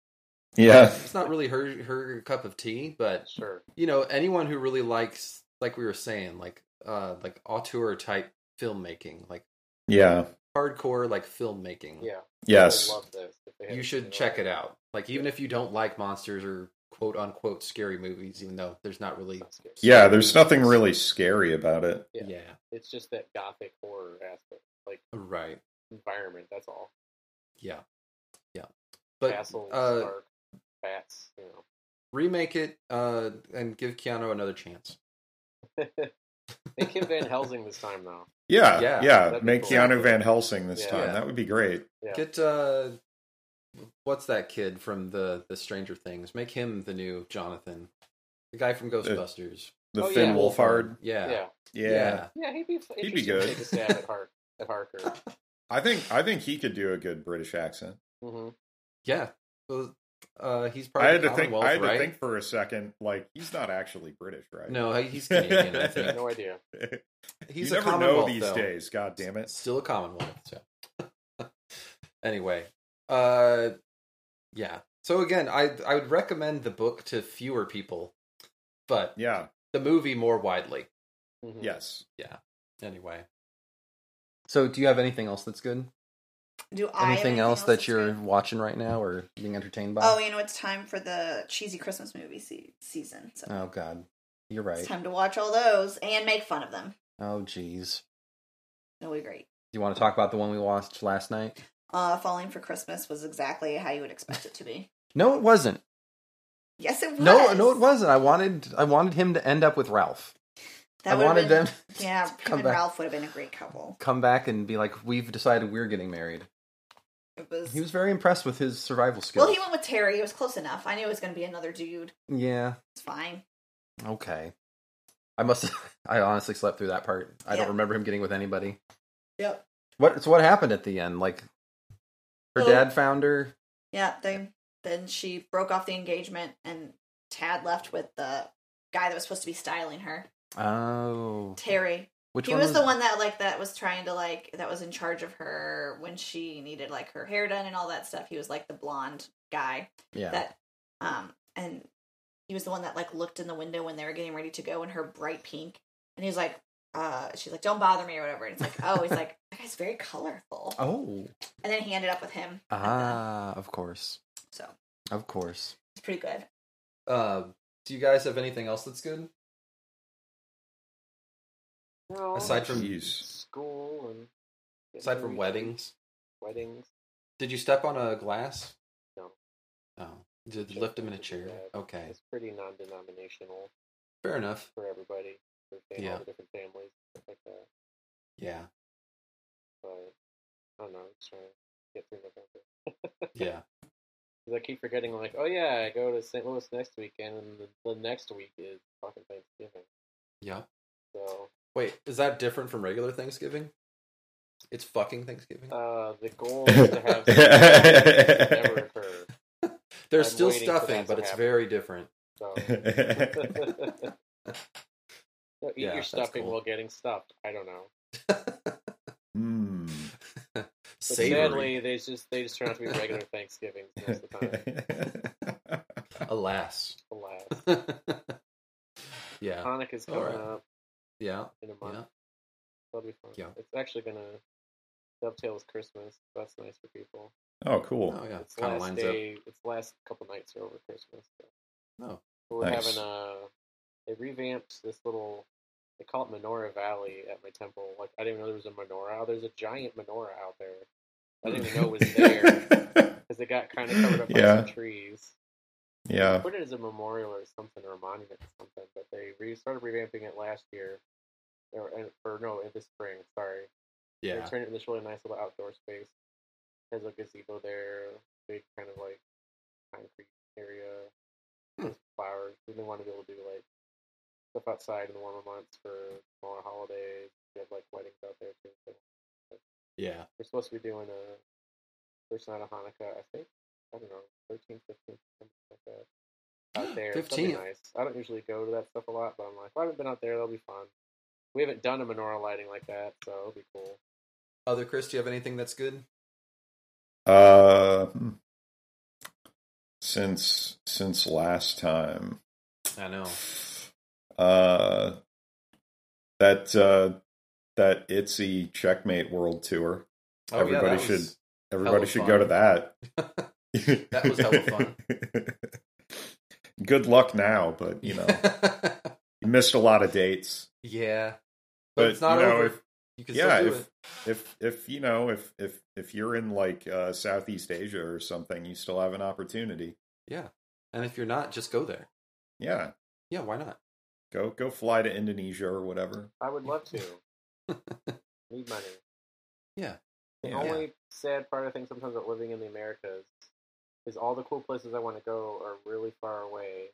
[SPEAKER 1] Yeah.
[SPEAKER 3] it's not really her her cup of tea but
[SPEAKER 2] sure,
[SPEAKER 3] you know anyone who really likes like we were saying like uh like auteur type filmmaking like
[SPEAKER 1] Yeah.
[SPEAKER 3] hardcore like filmmaking
[SPEAKER 2] yeah.
[SPEAKER 1] Yes.
[SPEAKER 2] I love this. If they had
[SPEAKER 3] Mm-hmm. you
[SPEAKER 2] it,
[SPEAKER 3] should
[SPEAKER 2] know.
[SPEAKER 3] check it out. Like even if you don't like monsters or quote unquote scary movies, even though there's not really
[SPEAKER 2] That's good.
[SPEAKER 1] Yeah, there's nothing really scary about it.
[SPEAKER 3] yeah,
[SPEAKER 2] Yeah. It's just that gothic horror aspect, like
[SPEAKER 3] right.
[SPEAKER 2] environment. That's all.
[SPEAKER 3] Yeah. Yeah. But
[SPEAKER 2] Castles,
[SPEAKER 3] uh
[SPEAKER 2] dark, bats. You know,
[SPEAKER 3] remake it uh and give Keanu another chance.
[SPEAKER 2] they Kim Van Helsing this time though.
[SPEAKER 1] Yeah,
[SPEAKER 3] Yeah,
[SPEAKER 1] yeah.
[SPEAKER 2] that'd be
[SPEAKER 1] Make
[SPEAKER 2] cool.
[SPEAKER 1] Keanu Van Helsing this
[SPEAKER 2] Yeah.
[SPEAKER 1] time.
[SPEAKER 3] Yeah.
[SPEAKER 1] That would be great.
[SPEAKER 2] Yeah.
[SPEAKER 3] Get uh what's that kid from the the Stranger Things? Make him the new Jonathan. The guy from Ghostbusters.
[SPEAKER 1] The
[SPEAKER 2] Oh,
[SPEAKER 1] Finn
[SPEAKER 2] yeah.
[SPEAKER 1] Uh, Wolfhard.
[SPEAKER 3] Yeah.
[SPEAKER 2] Yeah,
[SPEAKER 1] Yeah.
[SPEAKER 2] yeah, he'd be
[SPEAKER 1] He'd
[SPEAKER 2] he'd
[SPEAKER 1] be
[SPEAKER 2] be
[SPEAKER 1] good.
[SPEAKER 2] Take a stab at, Har- at Harker.
[SPEAKER 1] I think I think he could do a good British accent.
[SPEAKER 2] hmm
[SPEAKER 3] Yeah. So, uh he's probably
[SPEAKER 1] I had to think.
[SPEAKER 3] Commonwealth,
[SPEAKER 1] I had
[SPEAKER 3] right?
[SPEAKER 1] to think for a second. Like he's not actually British, right?
[SPEAKER 3] No, he's Canadian, I think.
[SPEAKER 2] No idea.
[SPEAKER 3] He's
[SPEAKER 1] you
[SPEAKER 3] a
[SPEAKER 1] never know
[SPEAKER 3] Commonwealth,
[SPEAKER 1] these
[SPEAKER 3] though.
[SPEAKER 1] days. God damn it.
[SPEAKER 3] Still a Commonwealth. So. anyway, uh, yeah. So again, I I would recommend the book to fewer people, but
[SPEAKER 1] Yeah.
[SPEAKER 3] the movie more widely. Hmm.
[SPEAKER 2] Mhm.
[SPEAKER 1] Yes.
[SPEAKER 3] Anyway. So, do you have anything else that's good?
[SPEAKER 4] Do I have
[SPEAKER 3] anything else that
[SPEAKER 4] that's
[SPEAKER 3] you're
[SPEAKER 4] good?
[SPEAKER 3] watching right now or being entertained by?
[SPEAKER 4] Oh, you know it's time for the cheesy Christmas movie se- season. So
[SPEAKER 3] Oh, God, you're
[SPEAKER 4] it's
[SPEAKER 3] right.
[SPEAKER 4] time to watch all those and make fun of them.
[SPEAKER 3] Oh, jeez.
[SPEAKER 4] It'll be great.
[SPEAKER 3] You want to talk about the one we watched last night?
[SPEAKER 4] Uh, Falling for Christmas was exactly how you would expect it to be.
[SPEAKER 3] No, it wasn't.
[SPEAKER 4] Yes, it was.
[SPEAKER 3] No, no, it wasn't. I wanted I wanted him to end up with Ralph.
[SPEAKER 4] That
[SPEAKER 3] I
[SPEAKER 4] would've
[SPEAKER 3] wanted
[SPEAKER 4] been,
[SPEAKER 3] them
[SPEAKER 4] Yeah, him
[SPEAKER 3] come
[SPEAKER 4] and
[SPEAKER 3] back.
[SPEAKER 4] Ralph would have been a great couple.
[SPEAKER 3] come back and be like, "We've decided we're getting married."
[SPEAKER 4] It was.
[SPEAKER 3] He was very impressed with his survival skills.
[SPEAKER 4] well, he went with Terry. It was close enough. I knew it was going to be another dude.
[SPEAKER 3] yeah.
[SPEAKER 4] It's fine.
[SPEAKER 3] Okay. I must. I honestly slept through that part. I
[SPEAKER 4] Yeah.
[SPEAKER 3] don't remember him getting with anybody.
[SPEAKER 4] Yep.
[SPEAKER 3] What? So what happened at the end? Like, her
[SPEAKER 4] Oh.
[SPEAKER 3] dad found her.
[SPEAKER 4] Yeah. Then then she broke off the engagement, and Tad left with the guy that was supposed to be styling her,
[SPEAKER 3] Oh,
[SPEAKER 4] Terry.
[SPEAKER 3] which
[SPEAKER 4] he
[SPEAKER 3] one
[SPEAKER 4] was, the one that like that was trying to like that was in charge of her when she needed like her hair done and all that stuff. He was like the blonde guy
[SPEAKER 3] Yeah.
[SPEAKER 4] that um and he was the one that like looked in the window when they were getting ready to go in her bright pink and he was like uh she's like don't bother me or whatever and it's like oh he's like that guy's very colorful
[SPEAKER 3] oh.
[SPEAKER 4] and then he ended up with him at the-
[SPEAKER 3] Ah, of course,
[SPEAKER 4] so
[SPEAKER 3] of course.
[SPEAKER 4] it's pretty good
[SPEAKER 3] Uh, do you guys have anything else that's good?
[SPEAKER 2] No.
[SPEAKER 3] Aside from
[SPEAKER 1] Jeez.
[SPEAKER 2] school and
[SPEAKER 3] aside from weddings,
[SPEAKER 2] weddings.
[SPEAKER 3] did you step on a glass?
[SPEAKER 2] No.
[SPEAKER 3] Oh, did
[SPEAKER 2] Sure,
[SPEAKER 3] lift him in a
[SPEAKER 2] something
[SPEAKER 3] chair?
[SPEAKER 2] like that.
[SPEAKER 3] Okay,
[SPEAKER 2] It's pretty non-denominational
[SPEAKER 3] fair enough.
[SPEAKER 2] for everybody, for fam-
[SPEAKER 3] Yeah.
[SPEAKER 2] all the different families, stuff like that.
[SPEAKER 3] Yeah.
[SPEAKER 2] But I don't know, I'm just trying to get through November.
[SPEAKER 3] Yeah.
[SPEAKER 2] Because I keep forgetting, like, oh yeah, I go to St. Louis next weekend, and the, the next week is fucking Thanksgiving.
[SPEAKER 3] Yep.
[SPEAKER 2] So
[SPEAKER 5] Wait, is that different from regular Thanksgiving? It's fucking Thanksgiving.
[SPEAKER 2] Uh, the goal is to have never occur.
[SPEAKER 5] There's
[SPEAKER 2] I'm
[SPEAKER 5] still
[SPEAKER 2] waiting for
[SPEAKER 5] stuffing,
[SPEAKER 2] that
[SPEAKER 5] but
[SPEAKER 2] to
[SPEAKER 5] it's
[SPEAKER 2] happen.
[SPEAKER 5] very different.
[SPEAKER 2] So. No, eat
[SPEAKER 5] Yeah,
[SPEAKER 2] your
[SPEAKER 5] that's
[SPEAKER 2] stuffing
[SPEAKER 5] cool.
[SPEAKER 2] while getting stuffed. I don't know.
[SPEAKER 1] Hmm.
[SPEAKER 2] But
[SPEAKER 5] Savory.
[SPEAKER 2] sadly, they just they just turn out to be regular Thanksgivings most of the time.
[SPEAKER 5] Alas.
[SPEAKER 2] Alas.
[SPEAKER 5] yeah.
[SPEAKER 2] Hanukkah's coming
[SPEAKER 5] Alright.
[SPEAKER 2] up
[SPEAKER 5] Yeah.
[SPEAKER 2] in a month.
[SPEAKER 5] Yeah.
[SPEAKER 2] That'll be fun.
[SPEAKER 5] Yeah.
[SPEAKER 2] It's actually gonna dovetail with Christmas. That's nice for people.
[SPEAKER 1] oh, cool.
[SPEAKER 5] Oh yeah.
[SPEAKER 2] it's
[SPEAKER 5] Kind of
[SPEAKER 2] last
[SPEAKER 5] lines up.
[SPEAKER 2] day. It's last couple nights are over Christmas. So.
[SPEAKER 5] Oh.
[SPEAKER 2] But we're
[SPEAKER 1] Nice.
[SPEAKER 2] having a they revamped this little. They call it Menorah Valley at my temple. Like I didn't even know there was a menorah. Oh, there's a giant menorah out there. I didn't even know it was there because it got kind of covered up
[SPEAKER 1] Yeah.
[SPEAKER 2] by some trees.
[SPEAKER 1] yeah.
[SPEAKER 2] put it as a memorial or something or a monument or something, but they re- started revamping it last year. Or, and- or no, in the spring, sorry. They
[SPEAKER 5] Yeah.
[SPEAKER 2] turned it into this really nice little outdoor space. Has a gazebo there, big kind of like concrete area,
[SPEAKER 5] Hmm.
[SPEAKER 2] with flowers. And they want to be able to do like stuff outside in the warmer months for smaller holidays. They have like weddings out there too. So
[SPEAKER 5] Yeah.
[SPEAKER 2] we're supposed to be doing a first night of Hanukkah, I think. I don't know, 13th, 15th, something like that. Out there, that'd be
[SPEAKER 5] 15th.
[SPEAKER 2] nice. I don't usually go to that stuff a lot, but I'm like, well, I haven't been out there. That'll be fun. We haven't done a menorah lighting like that, so it'll be cool.
[SPEAKER 5] Other Chris, do you have anything that's good?
[SPEAKER 1] Uh, hmm. since since last time,
[SPEAKER 5] I know.
[SPEAKER 3] Oh.
[SPEAKER 1] uh, that uh, that itsy checkmate world tour.
[SPEAKER 5] Oh,
[SPEAKER 1] Everybody
[SPEAKER 5] that
[SPEAKER 1] should-
[SPEAKER 5] was-
[SPEAKER 1] Everybody
[SPEAKER 5] Hella
[SPEAKER 1] should
[SPEAKER 5] fun.
[SPEAKER 1] go to that. that
[SPEAKER 5] was hella fun.
[SPEAKER 1] Good luck now, but you know you missed a lot of dates.
[SPEAKER 5] yeah. But,
[SPEAKER 1] But,
[SPEAKER 5] it's not
[SPEAKER 1] you know,
[SPEAKER 5] over.
[SPEAKER 1] if-
[SPEAKER 5] you can
[SPEAKER 1] yeah,
[SPEAKER 5] still do
[SPEAKER 1] if-
[SPEAKER 5] it.
[SPEAKER 1] If if you know if if if you're in like uh, Southeast Asia or something, you still have an opportunity.
[SPEAKER 5] Yeah. And if you're not, just go there.
[SPEAKER 1] Yeah,
[SPEAKER 5] Yeah, why not?
[SPEAKER 1] Go go fly to Indonesia or whatever.
[SPEAKER 2] I would love to. Need money.
[SPEAKER 5] Yeah.
[SPEAKER 2] The
[SPEAKER 1] Yeah.
[SPEAKER 2] only sad part I think sometimes about living in the Americas is all the cool places I want to go are really far away,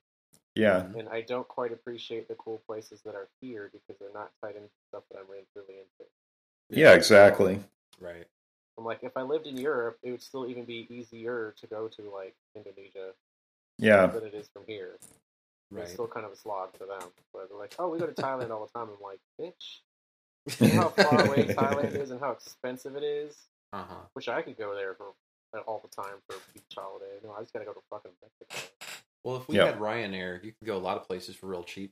[SPEAKER 1] Yeah.
[SPEAKER 2] and I don't quite appreciate the cool places that are here because they're not tied into stuff that I'm really, really into.
[SPEAKER 1] Yeah, exactly.
[SPEAKER 5] Right.
[SPEAKER 2] I'm like, if I lived in Europe, it would still even be easier to go to like Indonesia
[SPEAKER 1] Yeah.
[SPEAKER 2] than it is from here.
[SPEAKER 5] Right.
[SPEAKER 2] It's still kind of a slog for them. But they're like, oh, we go to Thailand all the time. I'm like, bitch, you know how far away Thailand is and how expensive it is.
[SPEAKER 5] Uh huh.
[SPEAKER 2] Wish I could go there for uh, all the time for a beach holiday. No, I just gotta go to fucking Mexico.
[SPEAKER 5] Well, if we
[SPEAKER 1] Yeah.
[SPEAKER 5] had Ryanair, you could go a lot of places for real cheap.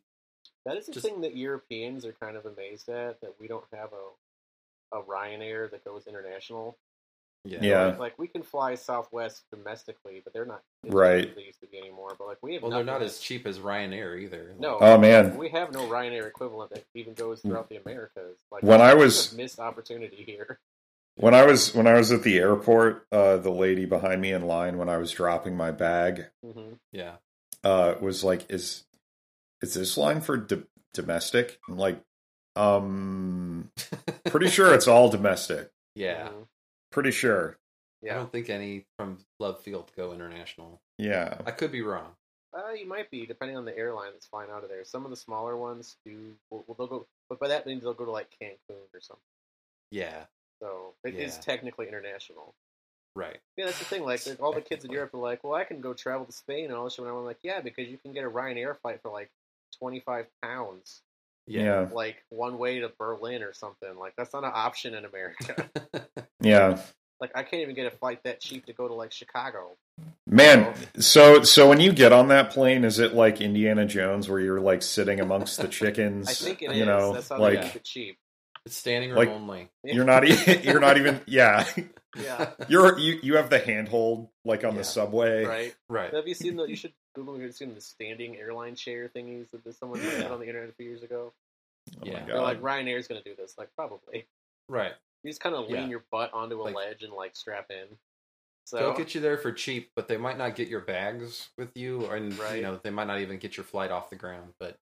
[SPEAKER 2] That is the
[SPEAKER 5] Just-
[SPEAKER 2] thing that Europeans are kind of amazed at that we don't have a a Ryanair that goes international.
[SPEAKER 5] Yeah.
[SPEAKER 1] Yeah.
[SPEAKER 2] Like, like, we can fly Southwest domestically, but they're not it's not
[SPEAKER 1] Right.
[SPEAKER 2] what They used to be anymore, but like we have.
[SPEAKER 5] Well, they're
[SPEAKER 2] nothing
[SPEAKER 5] not
[SPEAKER 2] that-
[SPEAKER 5] as cheap as Ryanair either.
[SPEAKER 2] No.
[SPEAKER 1] Oh man.
[SPEAKER 2] We have no Ryanair equivalent that even goes throughout the Americas. Like
[SPEAKER 1] When I
[SPEAKER 2] it's
[SPEAKER 1] was-
[SPEAKER 2] a missed opportunity here.
[SPEAKER 1] When I was when I was at the airport, uh the lady behind me in line when I was dropping my bag
[SPEAKER 2] hmm
[SPEAKER 5] Yeah.
[SPEAKER 1] uh was like is is this line for do- domestic? I'm like um pretty sure it's all domestic.
[SPEAKER 5] Yeah.
[SPEAKER 2] Mm-hmm.
[SPEAKER 1] Pretty sure.
[SPEAKER 2] Yeah.
[SPEAKER 5] I don't think any from Love Field go international.
[SPEAKER 1] Yeah.
[SPEAKER 5] I could be wrong.
[SPEAKER 2] Uh, you might be depending on the airline that's flying out of there. Some of the smaller ones do. Well, they'll go, but by that means they'll go to like Cancun or something.
[SPEAKER 5] Yeah.
[SPEAKER 2] So it is
[SPEAKER 5] Yeah.
[SPEAKER 2] technically international.
[SPEAKER 5] Right.
[SPEAKER 2] Yeah, that's the thing. Like all the kids in Europe are like, "Well, I can go travel to Spain and all this." shit," And I'm like, "Yeah, because you can get a Ryanair flight for like twenty five pounds,
[SPEAKER 1] Yeah.
[SPEAKER 2] like one way to Berlin or something. Like that's not an option in America."
[SPEAKER 1] Yeah.
[SPEAKER 2] Like I can't even get a flight that cheap to go to like Chicago.
[SPEAKER 1] Man, so so when you get on that plane, is it like Indiana Jones where you're like sitting amongst the chickens?
[SPEAKER 2] I think it is.
[SPEAKER 1] you know,
[SPEAKER 2] That's how
[SPEAKER 1] like
[SPEAKER 2] they keep it cheap.
[SPEAKER 5] It's standing room
[SPEAKER 1] Like-
[SPEAKER 5] only.
[SPEAKER 1] You're not. e- You're not even. Yeah.
[SPEAKER 2] yeah,
[SPEAKER 1] You're. You. You have the handhold like on
[SPEAKER 5] Yeah.
[SPEAKER 1] the subway.
[SPEAKER 2] right.
[SPEAKER 5] Right.
[SPEAKER 2] Have you seen the? You should Google. if You've seen the standing airline chair thingies that this- someone
[SPEAKER 5] Yeah.
[SPEAKER 2] did on the internet a few years ago.
[SPEAKER 1] Oh
[SPEAKER 5] Yeah.
[SPEAKER 1] my
[SPEAKER 2] They're like
[SPEAKER 1] god.
[SPEAKER 2] Ryanair's going to do this. Like probably.
[SPEAKER 5] Right.
[SPEAKER 2] You just kind of lean
[SPEAKER 5] Yeah.
[SPEAKER 2] your butt onto a
[SPEAKER 5] Like-
[SPEAKER 2] ledge and like strap in. So
[SPEAKER 5] They'll get you there for cheap, but they might not get your bags with you, and you
[SPEAKER 2] Right.
[SPEAKER 5] know they might not even get your flight off the ground. But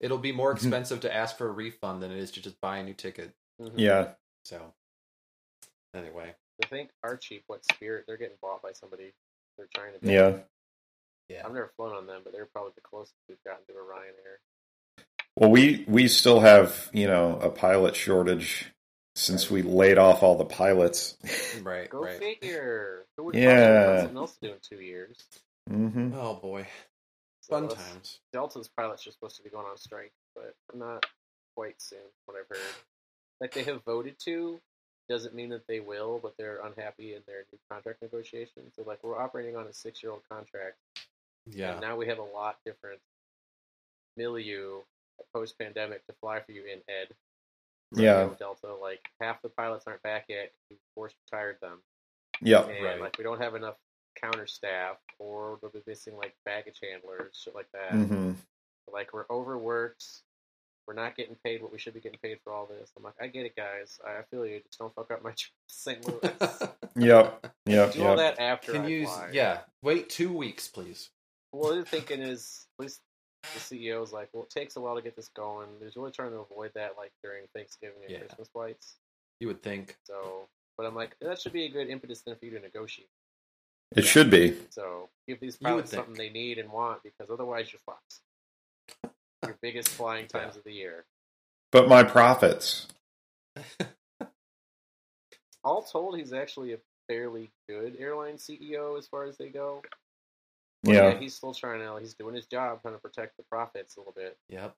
[SPEAKER 5] it'll be more
[SPEAKER 1] Mm-hmm.
[SPEAKER 5] expensive to ask for a refund than it is to just buy a new ticket.
[SPEAKER 2] Mhm.
[SPEAKER 1] Yeah.
[SPEAKER 5] So anyway,
[SPEAKER 2] I think are cheap. What Spirit? They're getting bought by somebody. They're trying to. do.
[SPEAKER 1] Yeah.
[SPEAKER 5] yeah,
[SPEAKER 2] I've never flown on them, but they're probably the closest we've gotten to a Ryanair.
[SPEAKER 1] Well, we we still have you know a pilot shortage since we laid off all the pilots.
[SPEAKER 6] Right,
[SPEAKER 2] Go
[SPEAKER 6] right.
[SPEAKER 2] figure. Who would
[SPEAKER 1] Yeah.
[SPEAKER 2] probably want something else to do in two years?
[SPEAKER 1] hmm
[SPEAKER 3] Oh boy,
[SPEAKER 2] So
[SPEAKER 3] fun
[SPEAKER 2] that's-
[SPEAKER 3] times.
[SPEAKER 2] Delta's pilots are supposed to be going on strike, but not quite soon. What I've heard, like they have voted to, doesn't mean that they will, but they're unhappy in their new contract negotiations. So like we're operating on a six-year-old contract,
[SPEAKER 3] Yeah,
[SPEAKER 2] and now we have a lot different milieu post-pandemic to fly for you in Ed.
[SPEAKER 1] Yeah.
[SPEAKER 2] Delta, like half the pilots aren't back yet. We forced retired them.
[SPEAKER 1] Yep.
[SPEAKER 2] and
[SPEAKER 3] Right.
[SPEAKER 2] like we don't have enough counter staff, or they'll be missing like baggage handlers, shit like that.
[SPEAKER 1] hmm
[SPEAKER 2] Like we're overworked. We're not getting paid what we should be getting paid for all this. I'm like, I get it, guys. I I feel you. Just don't fuck up my trip to St. Louis.
[SPEAKER 1] Yep. Yep.
[SPEAKER 2] Do
[SPEAKER 1] Yep.
[SPEAKER 2] all that after
[SPEAKER 3] Can
[SPEAKER 2] I
[SPEAKER 3] you?
[SPEAKER 2] fly.
[SPEAKER 3] Yeah, wait two weeks, please.
[SPEAKER 2] Well, the thinking is, at least the CEO's like, well, it takes a while to get this going. There's really trying to avoid that, like during Thanksgiving and
[SPEAKER 3] Yeah.
[SPEAKER 2] Christmas flights.
[SPEAKER 3] You would think.
[SPEAKER 2] So, but I'm like, that should be a good impetus then for you to negotiate.
[SPEAKER 1] It should be.
[SPEAKER 2] So give these
[SPEAKER 3] You would
[SPEAKER 2] pilots
[SPEAKER 3] think.
[SPEAKER 2] something they need and want because otherwise you're fucked. Your biggest flying times of the year.
[SPEAKER 1] But my profits.
[SPEAKER 2] All told, he's actually a fairly good airline CEO as far as they go. But
[SPEAKER 1] Yeah.
[SPEAKER 2] he's still trying to. He's doing his job, trying to protect the profits a little bit.
[SPEAKER 3] Yep.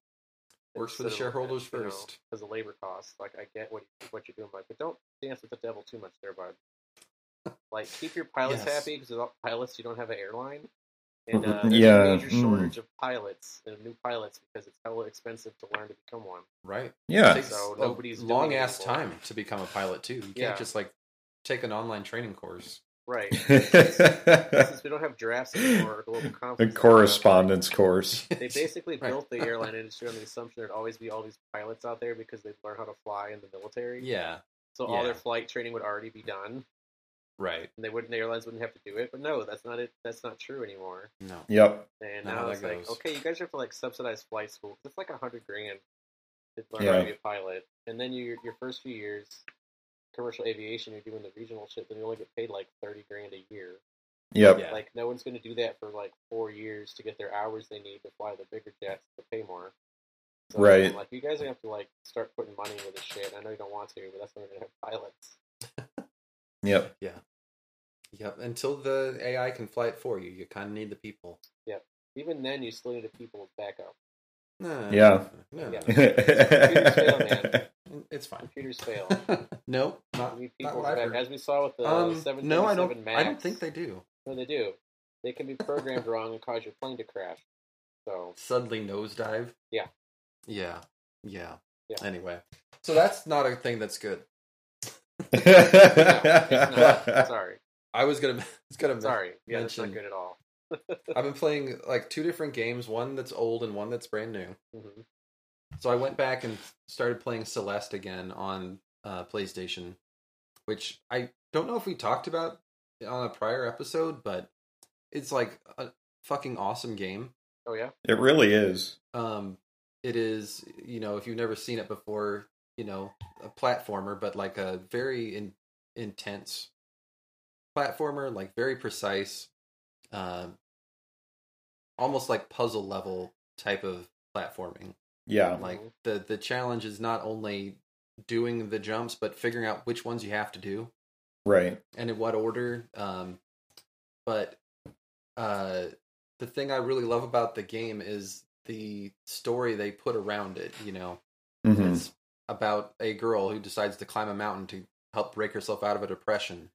[SPEAKER 3] Works for the shareholders first.
[SPEAKER 2] because of labor costs. Like I get what what you're doing, like, but don't dance with the devil too much, there, bud. Like keep your pilots
[SPEAKER 3] Yes.
[SPEAKER 2] happy because without pilots, you don't have an airline. And uh, there's
[SPEAKER 1] Mm-hmm. Yeah,
[SPEAKER 2] a major
[SPEAKER 1] mm.
[SPEAKER 2] shortage of pilots and new pilots because it's hella expensive to learn to become one.
[SPEAKER 3] Right.
[SPEAKER 1] Yeah.
[SPEAKER 3] takes
[SPEAKER 2] So
[SPEAKER 3] a
[SPEAKER 2] nobody's doing
[SPEAKER 3] long ass
[SPEAKER 2] it
[SPEAKER 3] time
[SPEAKER 2] anymore.
[SPEAKER 3] to become a pilot too. You can't
[SPEAKER 2] Yeah.
[SPEAKER 3] just like take an online training course.
[SPEAKER 2] Right. Since
[SPEAKER 1] a
[SPEAKER 2] we don't have drafts anymore, or global conferences.
[SPEAKER 1] correspondence course.
[SPEAKER 2] They basically
[SPEAKER 3] Right.
[SPEAKER 2] built the airline industry on the assumption there'd always be all these pilots out there because they'd learn how to fly in the military.
[SPEAKER 3] yeah.
[SPEAKER 2] So all
[SPEAKER 3] yeah.
[SPEAKER 2] their flight training would already be done.
[SPEAKER 3] Right.
[SPEAKER 2] and they wouldn't the airlines wouldn't have to do it. But no, that's not it. That's not true anymore.
[SPEAKER 3] No.
[SPEAKER 1] Yep.
[SPEAKER 2] And
[SPEAKER 3] Not
[SPEAKER 2] now
[SPEAKER 3] how
[SPEAKER 2] it's
[SPEAKER 3] that
[SPEAKER 2] like,
[SPEAKER 3] goes.
[SPEAKER 2] okay, you guys have to like subsidize flight school. 'cause It's like a hundred grand to learn how
[SPEAKER 1] Yeah.
[SPEAKER 2] to be a pilot, and then your your first few years, commercial aviation, you're doing the regional shit, then you only get paid like thirty grand a year.
[SPEAKER 1] Yep.
[SPEAKER 3] Yeah.
[SPEAKER 2] Like no one's going to do that for like four years to get their hours they need to fly the bigger jets to pay more. So,
[SPEAKER 1] Right.
[SPEAKER 2] I'm Like you guys are gonna have to like start putting money into this shit. I know you don't want to, but that's when we're gonna have pilots.
[SPEAKER 1] Yep.
[SPEAKER 3] Yep. Until the AI can fly it for you, you kind of need the people.
[SPEAKER 2] Even then, you still need a people backup.
[SPEAKER 3] Nah,
[SPEAKER 1] Yeah.
[SPEAKER 3] No.
[SPEAKER 2] Yeah.
[SPEAKER 3] It's fine.
[SPEAKER 2] Computers fail.
[SPEAKER 3] no. Not,
[SPEAKER 2] We
[SPEAKER 3] not
[SPEAKER 2] people
[SPEAKER 3] what I've
[SPEAKER 2] back,
[SPEAKER 3] heard.
[SPEAKER 2] as we saw with the
[SPEAKER 3] Um,
[SPEAKER 2] seven
[SPEAKER 3] no, I don't.
[SPEAKER 2] Max,
[SPEAKER 3] I don't think they do.
[SPEAKER 2] No, they do. They can be programmed wrong and cause your plane to crash. So
[SPEAKER 3] Suddenly nosedive.
[SPEAKER 2] Yeah.
[SPEAKER 3] Yeah. Yeah.
[SPEAKER 2] Yeah.
[SPEAKER 3] Anyway, so that's not a thing that's good.
[SPEAKER 2] no, it's not. sorry,
[SPEAKER 3] I was gonna. It's gonna.
[SPEAKER 2] sorry. Yeah, that's not
[SPEAKER 3] Mention-
[SPEAKER 2] good at all.
[SPEAKER 3] I've been playing like two different games. One that's old and one that's brand new.
[SPEAKER 2] Mhm.
[SPEAKER 3] So I went back and started playing Celeste again on uh, PlayStation, which I don't know if we talked about on a prior episode, but it's like a fucking awesome game.
[SPEAKER 2] Oh yeah,
[SPEAKER 1] It really is.
[SPEAKER 3] Um, it is, you know, if you've never seen it before, you know, a platformer, but like a very in- intense platformer, like very precise, um, almost like puzzle level type of platforming
[SPEAKER 1] Yeah.
[SPEAKER 3] like
[SPEAKER 2] Mhm.
[SPEAKER 3] the the challenge is not only doing the jumps but figuring out which ones you have to do
[SPEAKER 1] Right.
[SPEAKER 3] and in what order um but uh the thing i really love about the game is the story they put around it you know
[SPEAKER 1] hmm
[SPEAKER 3] it's about a girl who decides to climb a mountain to help break herself out of a depression,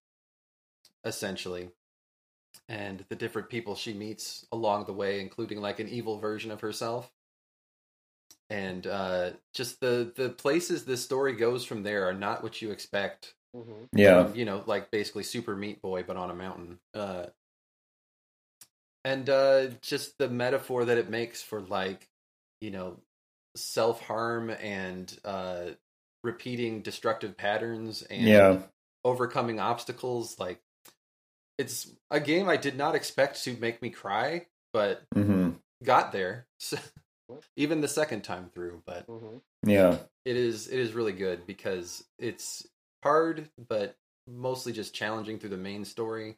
[SPEAKER 3] essentially. And the different people she meets along the way, including like an evil version of herself. And uh, just the, the places this story goes from there are not what you expect.
[SPEAKER 2] hmm
[SPEAKER 1] Yeah.
[SPEAKER 3] You know, like basically Super Meat Boy, but on a mountain. Uh, and uh, just the metaphor that it makes for like, you know, self harm and uh, repeating destructive patterns and
[SPEAKER 1] Yeah.
[SPEAKER 3] overcoming obstacles. Like, it's a game I did not expect to make me cry, but
[SPEAKER 1] hmm
[SPEAKER 3] got there. So, even the second time through, but
[SPEAKER 2] hmm
[SPEAKER 1] Yeah.
[SPEAKER 3] it is it is really good because it's hard, but mostly just challenging through the main story.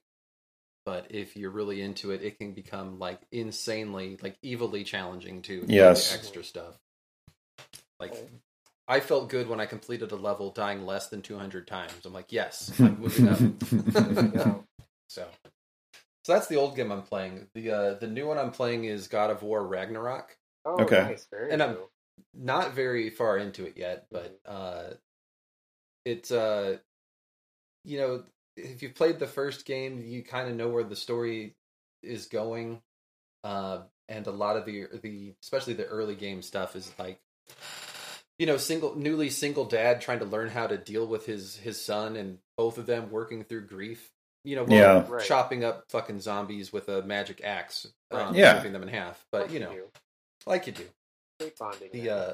[SPEAKER 3] But if you're really into it, it can become like insanely, like evilly challenging too. with all the
[SPEAKER 1] Yes.
[SPEAKER 3] extra stuff. Like, I felt good when I completed a level dying less than 200 times. I'm like, yes, I'm moving up. so, so that's the old game I'm playing. The uh, the new one I'm playing is God of War Ragnarok.
[SPEAKER 7] Oh,
[SPEAKER 1] Okay.
[SPEAKER 7] nice. Very
[SPEAKER 3] And I'm-
[SPEAKER 7] cool.
[SPEAKER 3] Not very far into it yet, but uh, it's uh, you know, if you played the first game, you kind of know where the story is going, uh, and a lot of the er, the especially the early game stuff is like you know single newly single dad trying to learn how to deal with his his son and both of them working through grief you know while
[SPEAKER 1] Yeah.
[SPEAKER 7] Right.
[SPEAKER 3] chopping up fucking zombies with a magic axe um,
[SPEAKER 7] Right.
[SPEAKER 1] Yeah.
[SPEAKER 3] ripping them in half but
[SPEAKER 7] Like
[SPEAKER 3] you know like you do
[SPEAKER 7] Great bonding.
[SPEAKER 3] the
[SPEAKER 7] there.
[SPEAKER 3] uh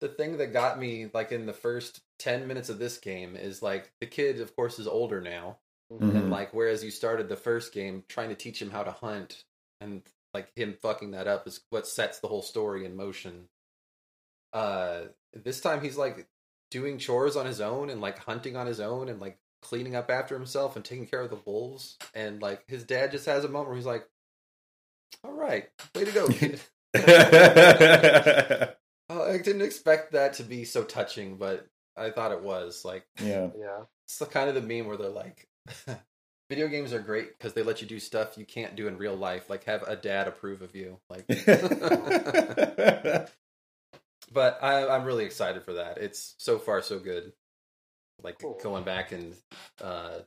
[SPEAKER 3] the thing that got me like in the first 10 minutes of this game is like the kid of course is older now
[SPEAKER 2] Mm-hmm.
[SPEAKER 1] Mhm.
[SPEAKER 3] and like whereas you started the first game trying to teach him how to hunt and like him fucking that up is what sets the whole story in motion uh this time he's like doing chores on his own and like hunting on his own and like cleaning up after himself and taking care of the wolves and like his dad just has a moment where he's like all right way to go kid Oh, I didn't expect that to be so touching, but I thought it was. Like,
[SPEAKER 1] yeah.
[SPEAKER 7] yeah.
[SPEAKER 3] it's the kind of the meme where they're like, video games are great because they let you do stuff you can't do in real life, like have a dad approve of you. Like,
[SPEAKER 1] Mm-hmm.
[SPEAKER 3] but I, I'm really excited for that. It's so far so good. Like
[SPEAKER 7] Cool.
[SPEAKER 3] going back and uh,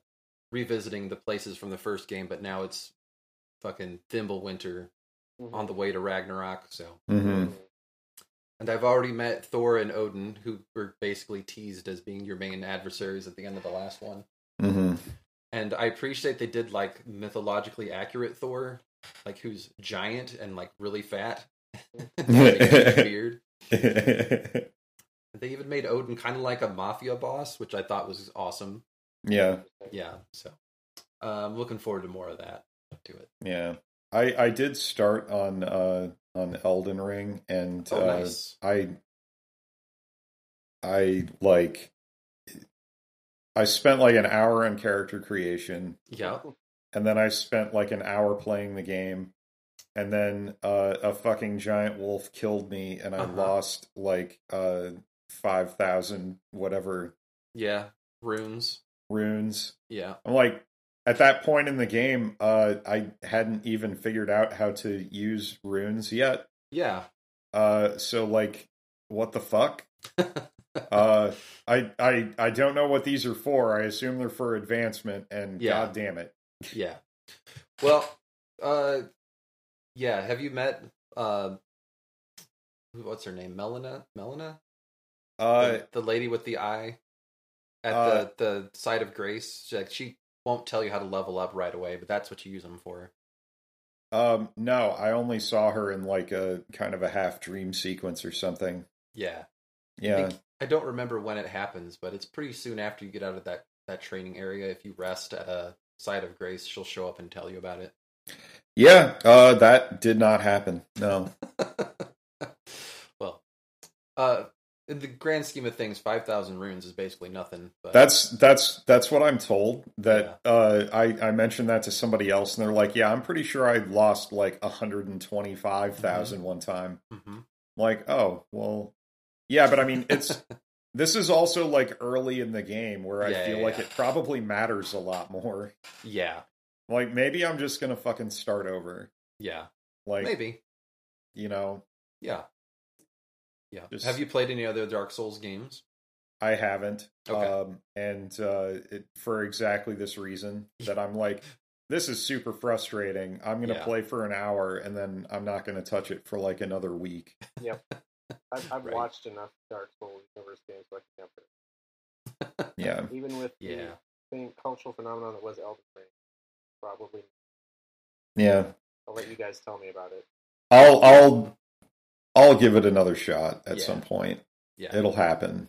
[SPEAKER 3] revisiting the places from the first game, but now it's fucking Thimble Winter
[SPEAKER 7] Mhm.
[SPEAKER 3] on the way to Ragnarok. So
[SPEAKER 1] hmm
[SPEAKER 2] Mm-hmm.
[SPEAKER 3] And I've already met Thor and Odin, who were basically teased as being your main adversaries at the end of the last one.
[SPEAKER 1] hmm
[SPEAKER 3] And I appreciate they did like mythologically accurate Thor, like who's giant and like really fat, weird. They even made Odin kind of like a mafia boss, which I thought was awesome.
[SPEAKER 1] yeah.
[SPEAKER 3] Yeah, so uh, I'm looking forward to more of that. To it.
[SPEAKER 1] Yeah. I I did start on uh on Elden Ring and
[SPEAKER 3] Oh,
[SPEAKER 1] uh
[SPEAKER 3] nice.
[SPEAKER 1] I I like I spent like an hour on character creation
[SPEAKER 3] Yeah.
[SPEAKER 1] and then I spent like an hour playing the game and then uh a fucking giant wolf killed me and I
[SPEAKER 3] Uh-huh.
[SPEAKER 1] lost like uh 5000 whatever
[SPEAKER 3] Yeah. Runes.
[SPEAKER 1] runes
[SPEAKER 3] Yeah.
[SPEAKER 1] I'm like, at that point in the game, uh, I hadn't even figured out how to use runes yet.
[SPEAKER 3] Yeah.
[SPEAKER 1] Uh, so like, what the fuck? uh, I I I don't know what these are for. I assume they're for advancement. And
[SPEAKER 3] Yeah.
[SPEAKER 1] god damn it,
[SPEAKER 3] Yeah. Well, uh yeah, have you met uh who- what's her name? Melina? Melina?
[SPEAKER 1] uh,
[SPEAKER 3] the, the lady with the eye at
[SPEAKER 1] Uh,
[SPEAKER 3] the the side of grace. She, like she won't tell you how to level up right away, but that's what you use them for.
[SPEAKER 1] um, no, I only saw her in like a kind of a half dream sequence or something.
[SPEAKER 3] Yeah. I,
[SPEAKER 1] Yeah,
[SPEAKER 3] think- I don't remember when it happens, but it's pretty soon after you get out of that that training area if you rest at a side of grace, she'll show up and tell you about it.
[SPEAKER 1] yeah. Uh, that did not happen. No.
[SPEAKER 3] well, uh, in the grand scheme of things, five thousand runes is basically nothing. But
[SPEAKER 1] That's that's that's what I'm told. That uh, I I mentioned that to somebody else, and they're like, "Yeah, I'm pretty sure I lost like 125,000
[SPEAKER 3] Mm-hmm.
[SPEAKER 1] one time."
[SPEAKER 3] Mhm.
[SPEAKER 1] I'm like, oh well, yeah, but I mean, it's this is also like early in the game where I
[SPEAKER 3] Yeah,
[SPEAKER 1] feel
[SPEAKER 3] yeah,
[SPEAKER 1] like
[SPEAKER 3] yeah.
[SPEAKER 1] it probably matters a lot more.
[SPEAKER 3] yeah,
[SPEAKER 1] Like maybe I'm just gonna fucking start over.
[SPEAKER 3] yeah,
[SPEAKER 1] Like
[SPEAKER 3] maybe,
[SPEAKER 1] you know,
[SPEAKER 3] yeah, yeah.
[SPEAKER 1] Just-
[SPEAKER 3] Have you played any other Dark Souls games?
[SPEAKER 1] I haven't.
[SPEAKER 3] Okay.
[SPEAKER 1] Um, and uh, it, for exactly this reason that I'm like, this is super frustrating. I'm going to
[SPEAKER 3] Yeah.
[SPEAKER 1] play for an hour and then I'm not going to touch it for like another week.
[SPEAKER 7] I've, I've
[SPEAKER 3] Right.
[SPEAKER 7] watched enough Dark Souls universe games so I can jump it.
[SPEAKER 1] Yeah.
[SPEAKER 7] Even with
[SPEAKER 3] Yeah.
[SPEAKER 7] the same cultural phenomenon that was Elden Ring, probably.
[SPEAKER 1] Yeah.
[SPEAKER 7] I'll let you guys tell me about it.
[SPEAKER 1] I'll, I'll, I'll give it another shot at
[SPEAKER 3] Yeah.
[SPEAKER 1] some point.
[SPEAKER 3] Yeah,
[SPEAKER 1] It'll happen.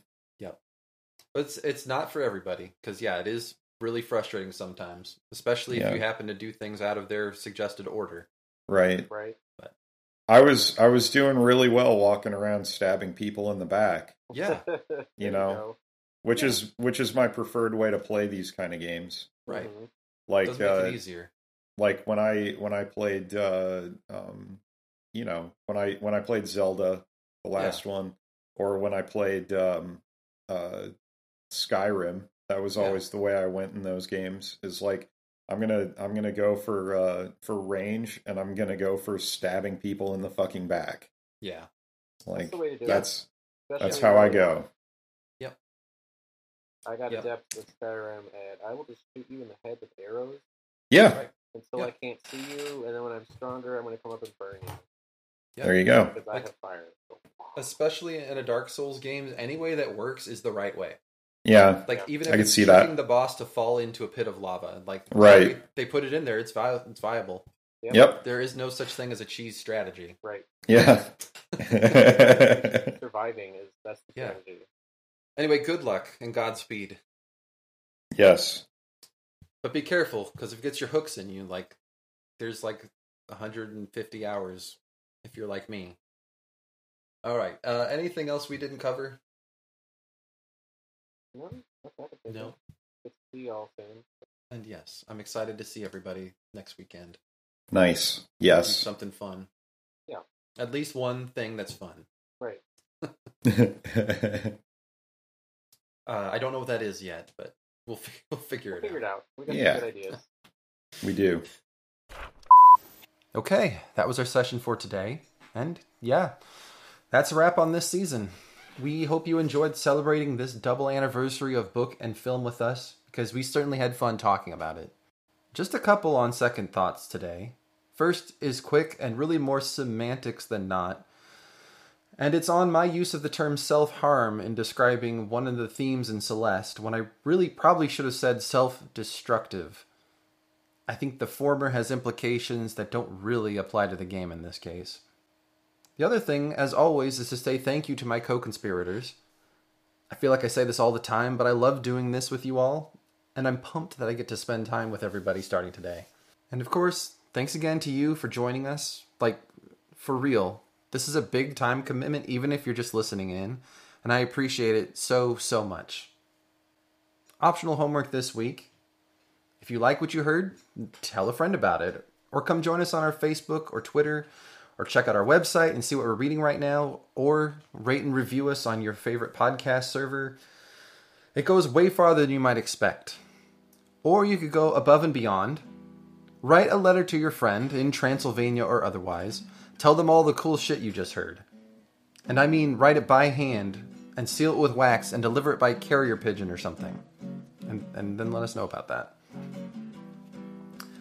[SPEAKER 3] But it's it's not for everybody because yeah, it is really frustrating sometimes, especially
[SPEAKER 1] Yeah.
[SPEAKER 3] if you happen to do things out of their suggested order.
[SPEAKER 1] Right.
[SPEAKER 7] Right?
[SPEAKER 1] I was, I was doing really well walking around stabbing people in the back,
[SPEAKER 3] Yeah,
[SPEAKER 7] There
[SPEAKER 1] You know. which is, which is my preferred way to play these kind of games.
[SPEAKER 3] right.
[SPEAKER 2] Mm-hmm.
[SPEAKER 7] Mhm.
[SPEAKER 1] Mm-hmm. Like,
[SPEAKER 3] Doesn't make
[SPEAKER 1] uh,
[SPEAKER 3] it easier.
[SPEAKER 1] like when I when I played uh um you know when I when I played Zelda the last one or when I played um, uh, Skyrim. That was
[SPEAKER 8] Yeah.
[SPEAKER 1] always the way I went in those games. Is like I'm gonna I'm gonna go for uh, for range, and I'm gonna go for stabbing people in the fucking back.
[SPEAKER 8] Yeah.
[SPEAKER 1] Like
[SPEAKER 2] the way to do it.
[SPEAKER 1] that's that's
[SPEAKER 2] Especially
[SPEAKER 1] how I
[SPEAKER 2] when
[SPEAKER 1] go.
[SPEAKER 2] I got
[SPEAKER 8] Yep.
[SPEAKER 2] adept with Skyrim at I will just shoot you in the head with arrows
[SPEAKER 1] Yeah,
[SPEAKER 2] until
[SPEAKER 8] Yep.
[SPEAKER 2] I can't see you, and then when I'm stronger, I'm going to come up and burn you
[SPEAKER 8] Yep.
[SPEAKER 1] there you go.
[SPEAKER 2] because I
[SPEAKER 8] Like-
[SPEAKER 2] have fire.
[SPEAKER 8] Especially in a Dark Souls game, any way that works is the right way.
[SPEAKER 1] Yeah,
[SPEAKER 8] Like
[SPEAKER 2] Yeah.
[SPEAKER 8] even
[SPEAKER 1] I
[SPEAKER 8] if
[SPEAKER 1] could
[SPEAKER 8] it's
[SPEAKER 1] see that.
[SPEAKER 8] tricking the boss to fall into a pit of lava, like
[SPEAKER 1] Right.
[SPEAKER 8] they put it in there. It's vi- it's viable.
[SPEAKER 1] yep,
[SPEAKER 8] There is no such thing as a cheese strategy.
[SPEAKER 2] Right.
[SPEAKER 1] yeah.
[SPEAKER 2] Surviving is that's the
[SPEAKER 8] Yeah.
[SPEAKER 2] strategy.
[SPEAKER 8] Anyway, good luck and Godspeed.
[SPEAKER 1] yes,
[SPEAKER 8] But be careful because if it gets your hooks in you, like there's like 150 hours if you're like me. All right. Uh, anything else we didn't cover?
[SPEAKER 2] No, that's not the thing. Good to see y'all soon.
[SPEAKER 8] And yes, I'm excited to see everybody next weekend.
[SPEAKER 1] nice.
[SPEAKER 8] Do
[SPEAKER 1] Yes.
[SPEAKER 8] something fun.
[SPEAKER 2] Yeah.
[SPEAKER 8] At least one thing that's fun.
[SPEAKER 2] Right.
[SPEAKER 8] Uh, I don't know what that is yet, but we'll, fi- we'll figure
[SPEAKER 2] We'll
[SPEAKER 8] it out.
[SPEAKER 2] figure it out. We got
[SPEAKER 1] Yeah.
[SPEAKER 2] some good ideas.
[SPEAKER 1] we do.
[SPEAKER 3] Okay, that was our session for today. And yeah, that's a wrap on this season. We hope you enjoyed celebrating this double anniversary of book and film with us because we certainly had fun talking about it. Just a couple on second thoughts today. First is quick and really more semantics than not. And it's on my use of the term self harm in describing one of the themes in Celeste when I really probably should have said self destructive. I think the former has implications that don't really apply to the game in this case. The other thing, as always, is to say thank you to my co conspirators. I feel like I say this all the time, but I love doing this with you all, and I'm pumped that I get to spend time with everybody starting today. And of course, thanks again to you for joining us. Like, for real, this is a big time commitment, even if you're just listening in, and I appreciate it so, so much. Optional homework this week if you like what you heard, tell a friend about it. Or come join us on our Facebook or Twitter, or check out our website and see what we're reading right now, or rate and review us on your favorite podcast server. It goes way farther than you might expect. Or you could go above and beyond. Write a letter to your friend in Transylvania or otherwise. Tell them all the cool shit you just heard. And I mean, write it by hand and seal it with wax and deliver it by carrier pigeon or something. And, and then let us know about that.